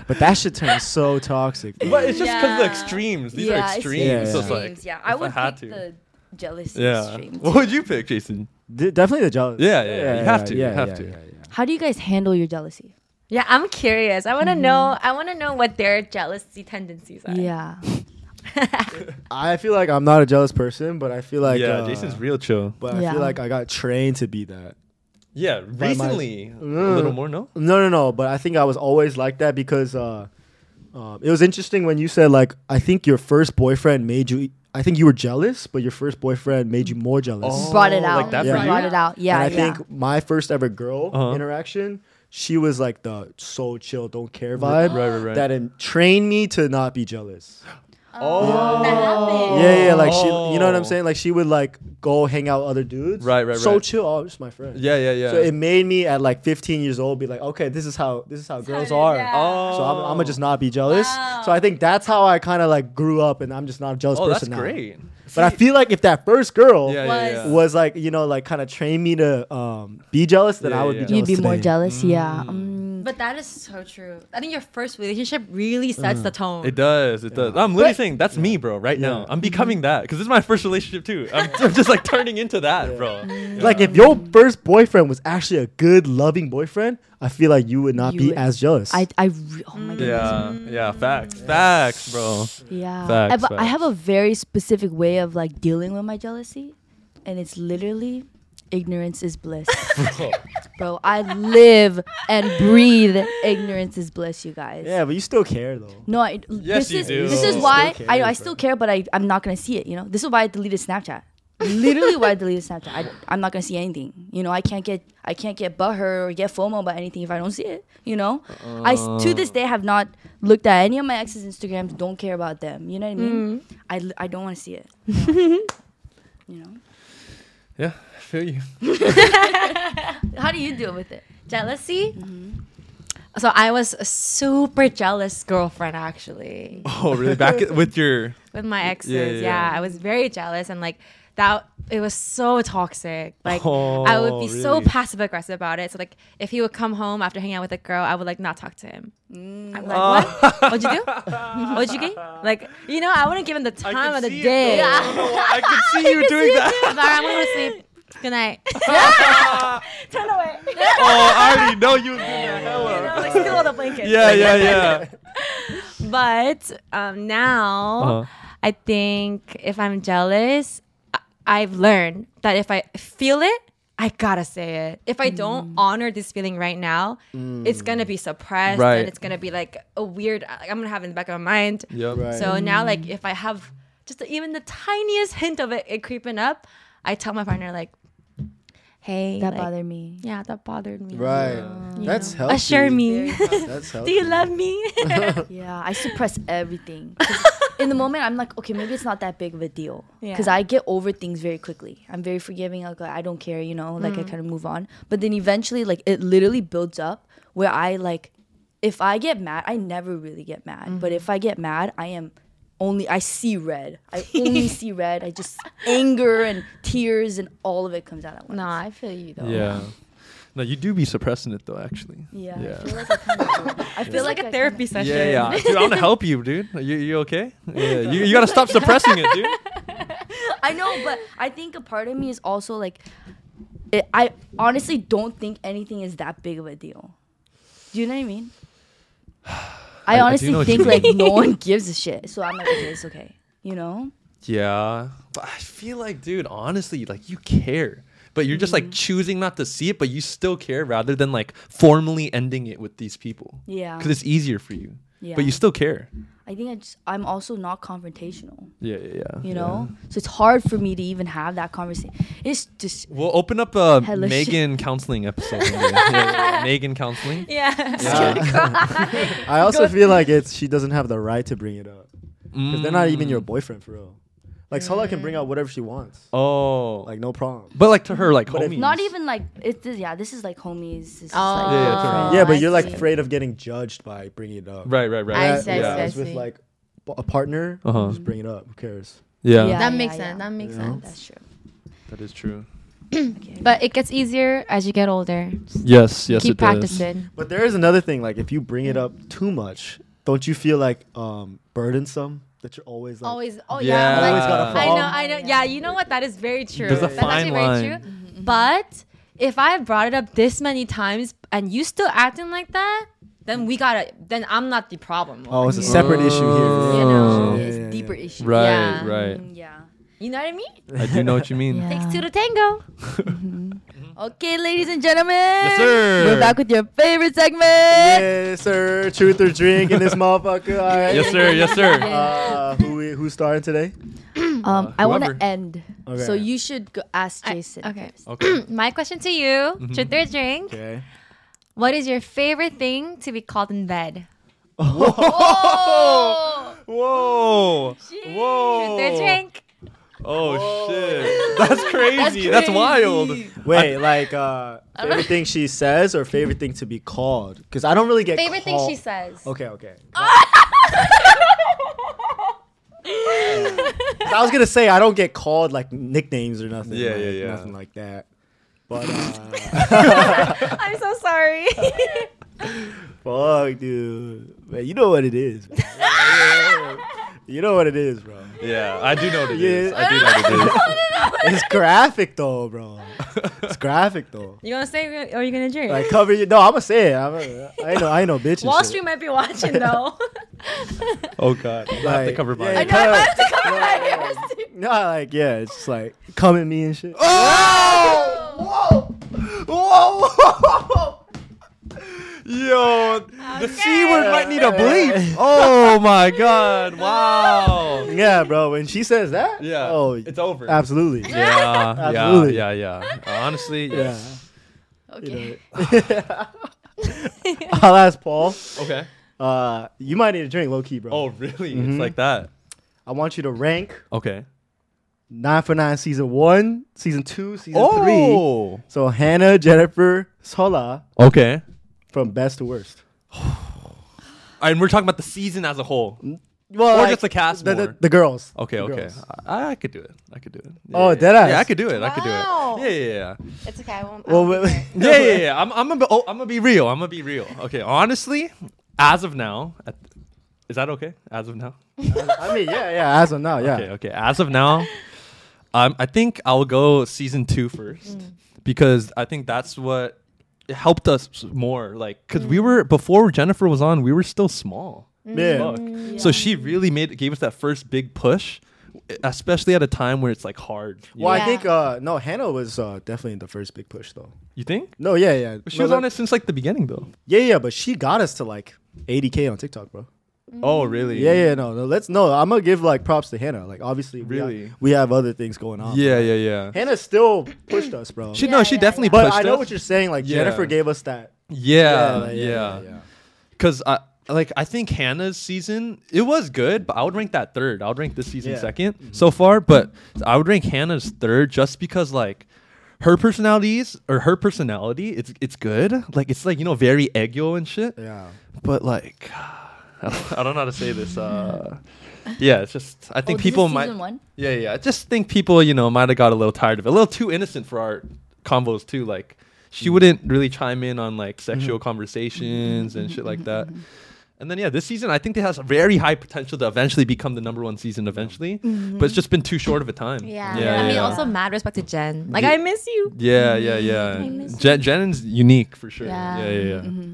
Speaker 1: But that shit turns so toxic. bro.
Speaker 2: But it's just because the
Speaker 4: Yeah.
Speaker 2: extremes. These
Speaker 3: Yeah,
Speaker 2: are
Speaker 3: it's
Speaker 2: extremes.
Speaker 1: Yeah.
Speaker 2: So it's like,
Speaker 3: Extremes, yeah. I
Speaker 2: if
Speaker 3: would
Speaker 2: had
Speaker 3: pick
Speaker 2: to.
Speaker 3: the jealousy
Speaker 2: yeah.
Speaker 3: extremes.
Speaker 2: What would you pick, Jason?
Speaker 1: D- definitely the jealous.
Speaker 2: Yeah, yeah, yeah. You have to, you have to.
Speaker 3: How do you guys handle your jealousy?
Speaker 4: yeah. I'm curious. I want to know. I want to know what their jealousy tendencies are.
Speaker 3: Yeah,
Speaker 1: I feel like I'm not a jealous person, but I feel like
Speaker 2: yeah,
Speaker 1: uh,
Speaker 2: Jason's real chill.
Speaker 1: But I
Speaker 3: Yeah.
Speaker 1: feel like I got trained to be that.
Speaker 2: Yeah, recently
Speaker 1: uh,
Speaker 2: a little more. No,
Speaker 1: No, no, no. But I think I was always like that because uh, um, it was interesting when you said like I think your first boyfriend made you. e, I think you were jealous, but your first boyfriend made you more jealous.
Speaker 2: Oh,
Speaker 3: brought it out.
Speaker 2: Like that
Speaker 1: Yeah.
Speaker 2: for you?
Speaker 3: Brought it out. Yeah,
Speaker 1: and I
Speaker 3: yeah.
Speaker 1: think my first ever girl
Speaker 2: Uh-huh.
Speaker 1: interaction, she was like the so chill, don't care vibe.
Speaker 2: right, right, right.
Speaker 1: That en- trained me to not be jealous.
Speaker 2: Oh,
Speaker 4: That happened.
Speaker 1: Yeah, yeah, like she, you know what
Speaker 2: Oh.
Speaker 1: I'm saying? Like she would like go hang out with other dudes.
Speaker 2: Right, right,
Speaker 1: So
Speaker 2: right.
Speaker 1: chill, oh, it's my friend.
Speaker 2: yeah, yeah, yeah.
Speaker 1: So it made me at like 15 years old be like, okay, this is how this is how girls are.
Speaker 2: oh,
Speaker 1: So I'm, I'm gonna just not be jealous. So I think that's how I kind of like grew up, and I'm just not a jealous
Speaker 2: Oh, that's
Speaker 1: person now.
Speaker 2: great.
Speaker 1: But I feel like if that first girl
Speaker 2: Yeah, yeah, yeah.
Speaker 1: was like, you know, like kind of trained me to um, be jealous, then
Speaker 2: Yeah,
Speaker 1: I would
Speaker 2: yeah,
Speaker 1: be
Speaker 2: yeah.
Speaker 1: jealous.
Speaker 3: You'd be more
Speaker 1: today.
Speaker 3: jealous. Yeah. Mm.
Speaker 4: But that is so true. I think your first relationship really sets the tone.
Speaker 2: Mm. It does. It does. I'm literally saying that's me, bro. Right now,
Speaker 1: Yeah.
Speaker 2: I'm becoming that because this is my first relationship too. I'm, I'm just like turning into that, bro.
Speaker 1: Like if your first boyfriend was actually a good, loving boyfriend, I feel like you would not
Speaker 3: You
Speaker 1: be
Speaker 3: would-
Speaker 1: as jealous.
Speaker 3: I, I, re- oh my goodness.
Speaker 2: Yeah, yeah. Facts, facts, bro.
Speaker 3: Yeah.
Speaker 2: Facts,
Speaker 3: I, but I
Speaker 2: facts.
Speaker 3: have a very specific way of like dealing with my jealousy, and it's literally ignorance is bliss. Bro, I live and breathe ignorance is bliss, you guys.
Speaker 1: yeah, but you still care though.
Speaker 3: No, I,
Speaker 2: Yes,
Speaker 3: this
Speaker 2: you
Speaker 3: is
Speaker 2: do.
Speaker 3: this is
Speaker 1: Still
Speaker 3: why
Speaker 1: care,
Speaker 3: I,
Speaker 1: bro.
Speaker 3: I still care, but I, I'm not gonna see it. You know, this is why I deleted Snapchat. Literally, why I deleted Snapchat. I, I'm not gonna see anything. You know, I can't get I can't get butthurt or get FOMO about anything if I don't see it. You know, I s- to this day have not looked at any of my ex's Instagrams. Don't care about them. You know what I mean?
Speaker 1: Mm-hmm.
Speaker 3: I, li- I don't want to see it. you know,
Speaker 2: Yeah, I feel you.
Speaker 3: how do you deal with it?
Speaker 4: Jealousy. Mm-hmm. So I was a super jealous girlfriend actually
Speaker 2: Oh, really? Back at- with your
Speaker 4: with my exes.
Speaker 2: yeah,
Speaker 4: Yeah,
Speaker 2: yeah.
Speaker 4: I was very jealous and like that it was so toxic. Like I would be
Speaker 2: Oh,
Speaker 4: so
Speaker 2: really?
Speaker 4: passive aggressive about it. So like if he would come home after hanging out with a girl, I would like not talk to him. I'm like,
Speaker 2: Oh.
Speaker 4: what? What'd you do? What'd you get? Like, you know, I wouldn't give him the time of the day.
Speaker 2: I, can see you doing that.
Speaker 4: All right, I'm gonna sleep. Good night. Turn away.
Speaker 2: Oh, I already know you were doing that. Hella.
Speaker 4: like still on the blanket.
Speaker 2: Yeah, yeah, yeah.
Speaker 4: But um, now
Speaker 2: Uh-huh.
Speaker 4: I think if I'm jealous, I- I've learned that if I feel it, I gotta say it. If I don't honor this feeling right now,
Speaker 1: Mm.
Speaker 4: it's gonna be suppressed
Speaker 2: Right.
Speaker 4: and it's gonna be like a weird. Like, I'm gonna have it in the back of my mind.
Speaker 2: Yep.
Speaker 1: Right.
Speaker 4: So now, like, if I have just the, even the tiniest hint of it, it creeping up, I tell my partner like, "Hey,
Speaker 3: That
Speaker 4: like,
Speaker 3: bothered me.
Speaker 4: Yeah, that bothered me.
Speaker 1: Right.
Speaker 4: You
Speaker 1: That's
Speaker 4: know,
Speaker 1: healthy.
Speaker 4: Assure me.
Speaker 1: That's healthy.
Speaker 4: Do you love me?
Speaker 3: Yeah, I suppress everything. 'Cause in the moment, I'm like, okay, maybe it's not that big of a deal. Because
Speaker 4: Yeah.
Speaker 3: I get over things very quickly. I'm very forgiving. Like, I don't care, you know, like I
Speaker 4: Mm.
Speaker 3: kind of move on. But then eventually, like, it literally builds up where I, like, if I get mad, I never really get mad. But
Speaker 4: Mm-hmm.
Speaker 3: if I get mad, I am only, I see red. I only see red. I just anger and tears and all of it comes out at once.
Speaker 4: no, I feel you though.
Speaker 2: Yeah. No, you do be suppressing it though, actually.
Speaker 3: Yeah, I
Speaker 2: Yeah.
Speaker 3: feel like I kind of. I feel
Speaker 4: It's like a
Speaker 3: I
Speaker 4: therapy
Speaker 3: kinda-
Speaker 4: session.
Speaker 2: Yeah, yeah. Dude, I want to help you, dude. Are you, you okay? Yeah. You, you gotta stop suppressing it, dude.
Speaker 3: I know, but I think a part of me is also like, it, I honestly don't think anything is that big of a deal. Do you know what I mean?
Speaker 2: I
Speaker 3: I
Speaker 2: do
Speaker 3: honestly
Speaker 2: know what you
Speaker 3: think like
Speaker 2: mean.
Speaker 3: no one gives a shit, so I'm like, okay, it's okay. You know?
Speaker 2: Yeah. But I feel like, dude, honestly, like you care. But you're just like choosing not to see it, but you still care rather than like formally ending it with these people.
Speaker 3: Yeah.
Speaker 2: Because it's easier for you.
Speaker 3: Yeah.
Speaker 2: But you still care.
Speaker 3: I think I just, I'm also not confrontational.
Speaker 2: Yeah, yeah, yeah.
Speaker 3: You know, so it's hard for me to even have that conversation. It's just
Speaker 2: We'll open up a
Speaker 3: Hella shit.
Speaker 2: Megan counseling episode. one day. Yeah, yeah, yeah. Megan counseling.
Speaker 4: Yeah.
Speaker 1: I also feel like it's she doesn't have the right to bring it up because they're not even
Speaker 4: Mm.
Speaker 1: your boyfriend for real. Like Sola can bring out whatever she wants,
Speaker 2: Oh.
Speaker 1: like no problem.
Speaker 2: but like to her, like
Speaker 1: But if-
Speaker 2: homies.
Speaker 3: not even like it's yeah. This is like homies. It's just,
Speaker 4: Oh.
Speaker 2: Yeah,
Speaker 3: like,
Speaker 2: yeah,
Speaker 3: friends.
Speaker 2: totally.
Speaker 1: yeah, but you're like
Speaker 4: see.
Speaker 1: afraid of getting judged by bringing it up.
Speaker 2: Right, right, right.
Speaker 4: I
Speaker 1: That-
Speaker 4: see, I
Speaker 2: yeah.
Speaker 4: see, I
Speaker 1: whereas with
Speaker 4: see.
Speaker 1: like b- a partner,
Speaker 2: Uh-huh.
Speaker 1: just bring it up. Who cares?
Speaker 2: Yeah.
Speaker 3: Yeah.
Speaker 4: that makes sense.
Speaker 3: yeah.
Speaker 4: That makes
Speaker 1: You know?
Speaker 4: sense.
Speaker 3: That's true.
Speaker 2: That is true.
Speaker 4: But it gets easier as you get older. Just
Speaker 2: Yes, yes,
Speaker 4: keep
Speaker 2: it does.
Speaker 4: practicing.
Speaker 1: But there is another thing. Like if you bring it up too much, don't you feel like um burdensome that you're always like
Speaker 4: Always. Oh
Speaker 2: Yeah.
Speaker 4: yeah. I'm
Speaker 1: Always gotta
Speaker 4: I
Speaker 1: follow.
Speaker 4: know. I know. Yeah. You know what? That is very true.
Speaker 2: There's a
Speaker 4: That's actually
Speaker 2: fine
Speaker 4: very true. Mm-hmm. But if I have brought it up this many times and you still acting like that, then we gotta. Then I'm not the problem.
Speaker 1: oh it's a separate issue here.
Speaker 2: Oh.
Speaker 3: You know,
Speaker 1: Yeah,
Speaker 3: it's
Speaker 1: yeah,
Speaker 3: deeper
Speaker 1: yeah.
Speaker 3: issue.
Speaker 2: Right,
Speaker 4: Yeah.
Speaker 2: right.
Speaker 3: Mm, Yeah.
Speaker 4: You know what I mean?
Speaker 2: I do know what you mean.
Speaker 3: Yeah.
Speaker 4: Takes two to tango.
Speaker 3: Okay, ladies and gentlemen.
Speaker 2: Yes, sir.
Speaker 3: We're back with your favorite segment.
Speaker 1: Yes, sir. Truth or drink in this motherfucker. All right.
Speaker 2: Yes, sir. Yes, sir.
Speaker 1: Uh, who we, who's starting today?
Speaker 3: Um, I want to
Speaker 2: whoever.
Speaker 3: end.
Speaker 1: Okay.
Speaker 3: So you should go ask
Speaker 4: I-
Speaker 3: Jason.
Speaker 4: okay.
Speaker 3: first.
Speaker 2: Okay.
Speaker 4: My question to you,
Speaker 2: Mm-hmm.
Speaker 4: truth or drink.
Speaker 1: Okay.
Speaker 4: What is your favorite thing to be called in bed?
Speaker 2: Oh. Whoa. Whoa.
Speaker 4: Truth or drink.
Speaker 2: Oh shit. That's crazy. That's, wild.
Speaker 1: Wait, like uh, favorite thing she says or favorite thing to be called? Because I don't really get
Speaker 4: Favorite thing
Speaker 1: call-
Speaker 4: she says.
Speaker 1: Okay, okay. 'Cause I was gonna say I don't get called like nicknames or nothing.
Speaker 2: Yeah,
Speaker 1: like,
Speaker 2: yeah, yeah.
Speaker 1: Nothing like that. But uh,
Speaker 4: I'm so sorry.
Speaker 1: fuck, dude, man, you know what it is. man. you know what it is, bro.
Speaker 2: Yeah, I do know what it is.
Speaker 1: Yeah.
Speaker 2: I do know what it is.
Speaker 1: It's graphic though, bro. It's graphic though.
Speaker 4: you gonna say or you gonna drink?
Speaker 1: Like cover your. No, I'ma say it. I'm a, I ain't no, I ain't no bitch. and
Speaker 4: Wall
Speaker 1: shit.
Speaker 4: Street might be watching though.
Speaker 2: Oh god. I have to
Speaker 1: Like,
Speaker 2: cover
Speaker 1: yeah,
Speaker 2: mine.
Speaker 1: kinda like- No, like yeah, it's just like come at me and shit.
Speaker 2: Oh! Whoa! Whoa! Whoa! Yo, the C word might need a bleep. Oh my god. Wow.
Speaker 1: Yeah, bro. When she says that,
Speaker 2: Yeah.
Speaker 1: oh,
Speaker 2: it's over.
Speaker 1: absolutely.
Speaker 2: yeah, yeah,
Speaker 1: Absolutely.
Speaker 2: yeah, yeah. Honestly,
Speaker 1: Yeah.
Speaker 2: yes.
Speaker 1: You know. I'll ask Paul.
Speaker 2: Okay.
Speaker 1: Uh, you might need a drink, low key, bro.
Speaker 2: Oh, really?
Speaker 1: Mhm.
Speaker 2: It's like that.
Speaker 1: I want you to rank
Speaker 2: Okay.
Speaker 1: nine for nine, season one, season two, season three.
Speaker 2: Oh.
Speaker 1: So Hannah, Jennifer, Sola,
Speaker 2: Okay.
Speaker 1: from best to worst.
Speaker 2: and we're talking about the season as a whole.
Speaker 1: Well,
Speaker 2: Or just the cast
Speaker 1: the,
Speaker 2: more.
Speaker 1: the, the girls.
Speaker 2: Okay,
Speaker 1: Mm, The
Speaker 2: okay.
Speaker 1: girls.
Speaker 2: I, I could do it. I could do it. Yeah,
Speaker 1: Oh,
Speaker 2: yeah,
Speaker 1: deadass.
Speaker 2: Yeah, I could do it. I could
Speaker 4: Wow.
Speaker 2: do it. Yeah, yeah, yeah.
Speaker 4: It's okay. I won't. um,
Speaker 1: Well, wait-
Speaker 2: yeah, yeah, yeah. I'm, I'm, gonna, be- oh, I'm gonna be real. I'm gonna be real. Okay, honestly, as of now, at, is that okay? As of now,
Speaker 1: I mean, yeah, yeah. As of now, yeah.
Speaker 2: okay, okay. As of now, um, I think I'll go season two first because I think that's what it helped us more. Like, cause we were before Jennifer was on, we were still small.
Speaker 1: Mm, Yeah.
Speaker 2: Fuck. So she really made gave us that first big push, especially at a time where it's like hard. You,
Speaker 1: Well,
Speaker 2: know?
Speaker 1: I
Speaker 4: Yeah.
Speaker 1: think uh no, Hannah was uh definitely the first big push though.
Speaker 2: You think?
Speaker 1: No, yeah, yeah.
Speaker 2: She
Speaker 1: No,
Speaker 2: was
Speaker 1: that-
Speaker 2: on it since like the beginning though.
Speaker 1: Yeah, yeah, but she got us to like 80k on TikTok, bro.
Speaker 2: Oh really?
Speaker 1: Yeah, yeah, no, no. Let's no. I'm gonna give like props to Hannah. Like obviously, we
Speaker 2: Really?
Speaker 1: have, we have other things going on.
Speaker 2: Yeah, yeah, yeah.
Speaker 1: Hannah still pushed us, bro.
Speaker 2: She no, she definitely
Speaker 1: but
Speaker 2: pushed
Speaker 1: I know
Speaker 2: us.
Speaker 1: what you're saying. Like
Speaker 2: Yeah.
Speaker 1: Jennifer gave us that.
Speaker 2: yeah, Oh, yeah,
Speaker 1: yeah,
Speaker 2: Cause I like I think Hannah's season it was good, but I would rank that third. I would rank this season
Speaker 1: Yeah. Mm-hmm.
Speaker 2: 2nd so far, but I would rank Hannah's third just because like her personalities or her personality, it's it's good. Like it's like you know very egg yo and shit.
Speaker 1: yeah.
Speaker 2: But like, I don't know how to say this. Uh, yeah, it's just I think
Speaker 3: Oh, this is
Speaker 2: people might.
Speaker 3: season one?
Speaker 2: Yeah, yeah. I just think people, you know, might have got a little tired of it, a little too innocent for our combos too. Like, she wouldn't really chime in on like sexual conversations and shit like that. And then yeah, this season I think it has a very high potential to eventually become the number one season eventually,
Speaker 3: Mm-hmm.
Speaker 2: but it's just been too short of a time.
Speaker 4: yeah.
Speaker 2: yeah.
Speaker 4: I mean,
Speaker 2: yeah.
Speaker 4: also mad respect to Jen. Like,
Speaker 2: Yeah.
Speaker 4: I miss you.
Speaker 2: Yeah, yeah,
Speaker 3: Mm-hmm.
Speaker 2: yeah. Jen, Jen's unique for sure. Yeah,
Speaker 4: Yeah.
Speaker 2: yeah, yeah. Yeah,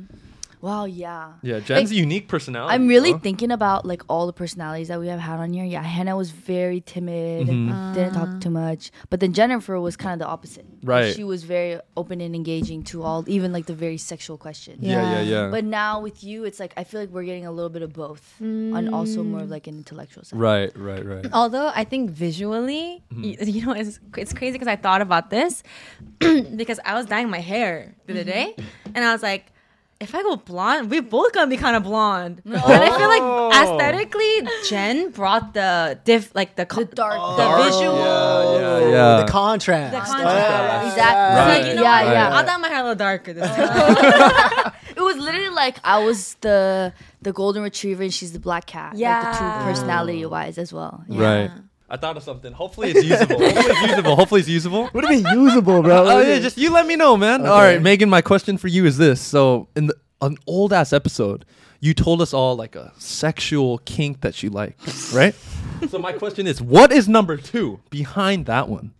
Speaker 3: Wow, yeah.
Speaker 2: Jen's
Speaker 3: Mm-hmm. Like,
Speaker 2: a unique personality.
Speaker 3: I'm really
Speaker 2: bro.
Speaker 3: thinking about like all the personalities that we have had on here. Yeah, Hannah was very timid, and
Speaker 2: Mm-hmm.
Speaker 3: didn't talk too much. But then Jennifer was kind of the opposite.
Speaker 2: Right.
Speaker 3: She was very open and engaging to all, even like the very sexual questions.
Speaker 2: Yeah, yeah,
Speaker 4: Yeah.
Speaker 2: yeah.
Speaker 3: But now with you, it's like I feel like we're getting a little bit of both, and also more of like an intellectual side.
Speaker 2: Right, right, right.
Speaker 4: Although I think visually, y-
Speaker 2: Mm-hmm.
Speaker 4: you, know, it's, it's crazy because I thought about this because I was dyeing my hair the other day,
Speaker 2: Mm-hmm.
Speaker 4: and I was like, if I go blonde, we both gonna be kind of blonde. And I feel
Speaker 2: Oh.
Speaker 4: like aesthetically, Jen brought the diff, like the co-
Speaker 3: The dark,
Speaker 2: Oh.
Speaker 4: the
Speaker 3: dark.
Speaker 4: visual.
Speaker 2: Yeah, yeah,
Speaker 1: Ooh,
Speaker 2: yeah.
Speaker 1: The contrast.
Speaker 4: The contrast.
Speaker 1: Yeah.
Speaker 3: Exactly.
Speaker 2: Right.
Speaker 4: Like, you know,
Speaker 3: yeah,
Speaker 4: what?
Speaker 3: yeah.
Speaker 4: I'll dye my hair a little darker this time.
Speaker 3: It was literally like I was the the golden retriever and she's the black cat. like the
Speaker 4: Yeah.
Speaker 3: two personality wise as well. Yeah.
Speaker 2: Right. I thought of something. Hopefully it's usable. Hopefully it's usable. Hopefully it's usable.
Speaker 1: What do you mean usable, bro?
Speaker 2: Oh yeah, just you let me know, man. All
Speaker 1: Okay.
Speaker 2: right, Megan. My question for you is this: So in the, an old ass episode, you told us all like a sexual kink that you like, right? so my question is, what is number two behind that one?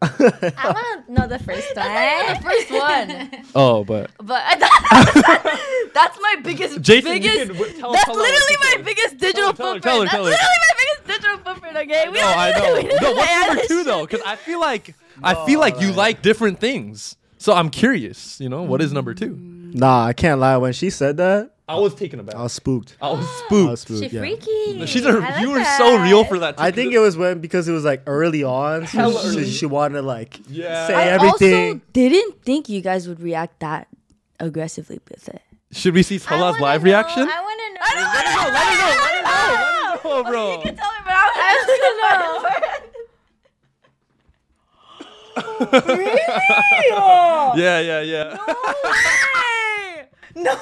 Speaker 4: I want to know the first
Speaker 3: The
Speaker 4: one.
Speaker 3: first one.
Speaker 2: Oh, but
Speaker 3: But I- that's my biggest
Speaker 2: Jason, you
Speaker 3: biggest.
Speaker 2: can w- tell-
Speaker 3: that's
Speaker 2: tell her
Speaker 3: literally
Speaker 2: what to
Speaker 3: my
Speaker 2: do.
Speaker 3: biggest digital
Speaker 2: tell her,
Speaker 3: footprint.
Speaker 2: tell her,
Speaker 3: that's
Speaker 2: tell her.
Speaker 3: literally my biggest digital footprint. Okay, we
Speaker 2: no,
Speaker 3: don't-
Speaker 2: Oh, I
Speaker 3: we
Speaker 2: know.
Speaker 3: don't
Speaker 2: No, what's
Speaker 3: add
Speaker 2: number
Speaker 3: this
Speaker 2: two
Speaker 3: shit.
Speaker 2: though? Because I feel like I feel like you like different things. So I'm curious. You know, what is number two?
Speaker 1: Nah, I can't lie. When she said that,
Speaker 2: I was taken aback.
Speaker 1: I was spooked.
Speaker 2: I was
Speaker 1: I was
Speaker 2: spooked.
Speaker 1: spooked.
Speaker 4: She
Speaker 1: yeah.
Speaker 4: freaky.
Speaker 2: She's a,
Speaker 4: I like
Speaker 2: you were
Speaker 4: that.
Speaker 2: so real for that.
Speaker 1: I think it was when because it was like early on, so
Speaker 2: Hella
Speaker 1: she,
Speaker 2: early.
Speaker 1: she wanted to like
Speaker 2: Yeah.
Speaker 1: say
Speaker 3: I
Speaker 1: everything.
Speaker 3: also didn't think you guys would react that aggressively with it.
Speaker 2: Should we see
Speaker 4: I
Speaker 2: Tala's
Speaker 4: wanna
Speaker 2: live
Speaker 4: know,
Speaker 2: reaction?
Speaker 4: I want to know.
Speaker 2: Let her know, let her know, let her know, let her know, bro.
Speaker 4: Tell me, but I was gonna know.
Speaker 2: Yeah, yeah, yeah.
Speaker 4: No.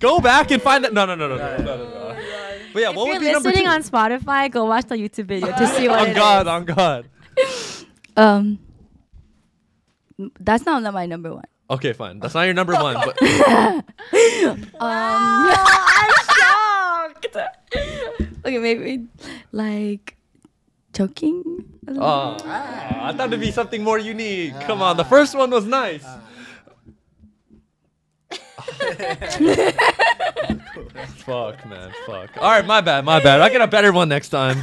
Speaker 2: Go back and find that. No, no, no, no, no, no, no, no. But yeah, what
Speaker 4: Oh If
Speaker 2: would
Speaker 4: you're
Speaker 2: be number
Speaker 4: listening
Speaker 2: two?
Speaker 4: on Spotify, go watch the YouTube video to see what
Speaker 2: on
Speaker 4: it
Speaker 2: Oh, God, on God.
Speaker 3: Um, that's not my number one.
Speaker 2: Okay, fine. That's not your number one, but
Speaker 4: I'm shocked.
Speaker 3: Okay, maybe like choking. a little
Speaker 2: uh, I thought it'd be something more unique. Come on, the first one was nice. fuck, man, fuck. All right, my bad, my bad. I get a better one next time.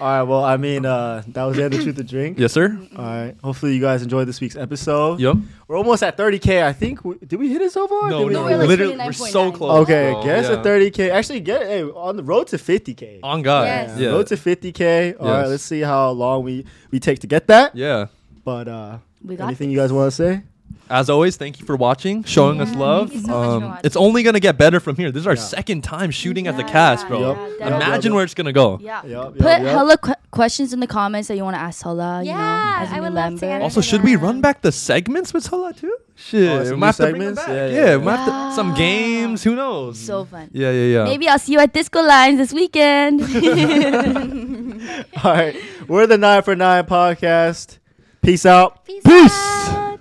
Speaker 1: All right, well, I mean, uh, that was the end of truth to drink.
Speaker 2: yes, sir.
Speaker 1: All right, hopefully you guys enjoyed this week's episode.
Speaker 2: Yep.
Speaker 1: We're almost at 30k. I think. We, did we hit it so far? Did
Speaker 2: No,
Speaker 1: we-
Speaker 2: no,
Speaker 3: we're like
Speaker 2: literally, we're
Speaker 3: 29.9.
Speaker 2: so close.
Speaker 1: Okay,
Speaker 2: bro.
Speaker 1: guess
Speaker 2: Yeah.
Speaker 1: at 30k. Actually, get hey, on the road to 50k.
Speaker 2: On God.
Speaker 4: Yes.
Speaker 2: Yeah.
Speaker 1: Road to 50k. All right,
Speaker 2: Yes.
Speaker 1: let's see how long we we take to get that.
Speaker 2: yeah.
Speaker 1: But uh,
Speaker 3: We got
Speaker 1: anything you guys want to say?
Speaker 2: As always, thank you for watching, showing us love. Um,
Speaker 4: you so much for watching.
Speaker 2: it's only gonna get better from here. This is our second time shooting at the cast, bro.
Speaker 1: Yup.
Speaker 3: Yeah,
Speaker 2: Imagine
Speaker 1: yup.
Speaker 2: where it's gonna go.
Speaker 3: Yeah.
Speaker 1: Yup, yup,
Speaker 3: Put
Speaker 1: yup.
Speaker 3: hella qu- questions in the comments that you want to ask Hala. you know,
Speaker 4: Yeah,
Speaker 3: as a
Speaker 4: I
Speaker 3: new
Speaker 4: would love to
Speaker 3: member.
Speaker 4: get it.
Speaker 2: Also, should we run back the segments with Sola too? Shit,
Speaker 1: Oh,
Speaker 2: we
Speaker 1: some new
Speaker 2: might have to bring them
Speaker 1: segments?
Speaker 2: back.
Speaker 1: Yeah,
Speaker 2: Yeah,
Speaker 1: yeah, yeah.
Speaker 2: we might have to, some games. Who knows?
Speaker 3: So fun.
Speaker 2: yeah, yeah, yeah.
Speaker 3: Maybe I'll see you at Disco Lines this weekend.
Speaker 1: All right. We're the Nine for Nine podcast. Peace out.
Speaker 4: Peace. out.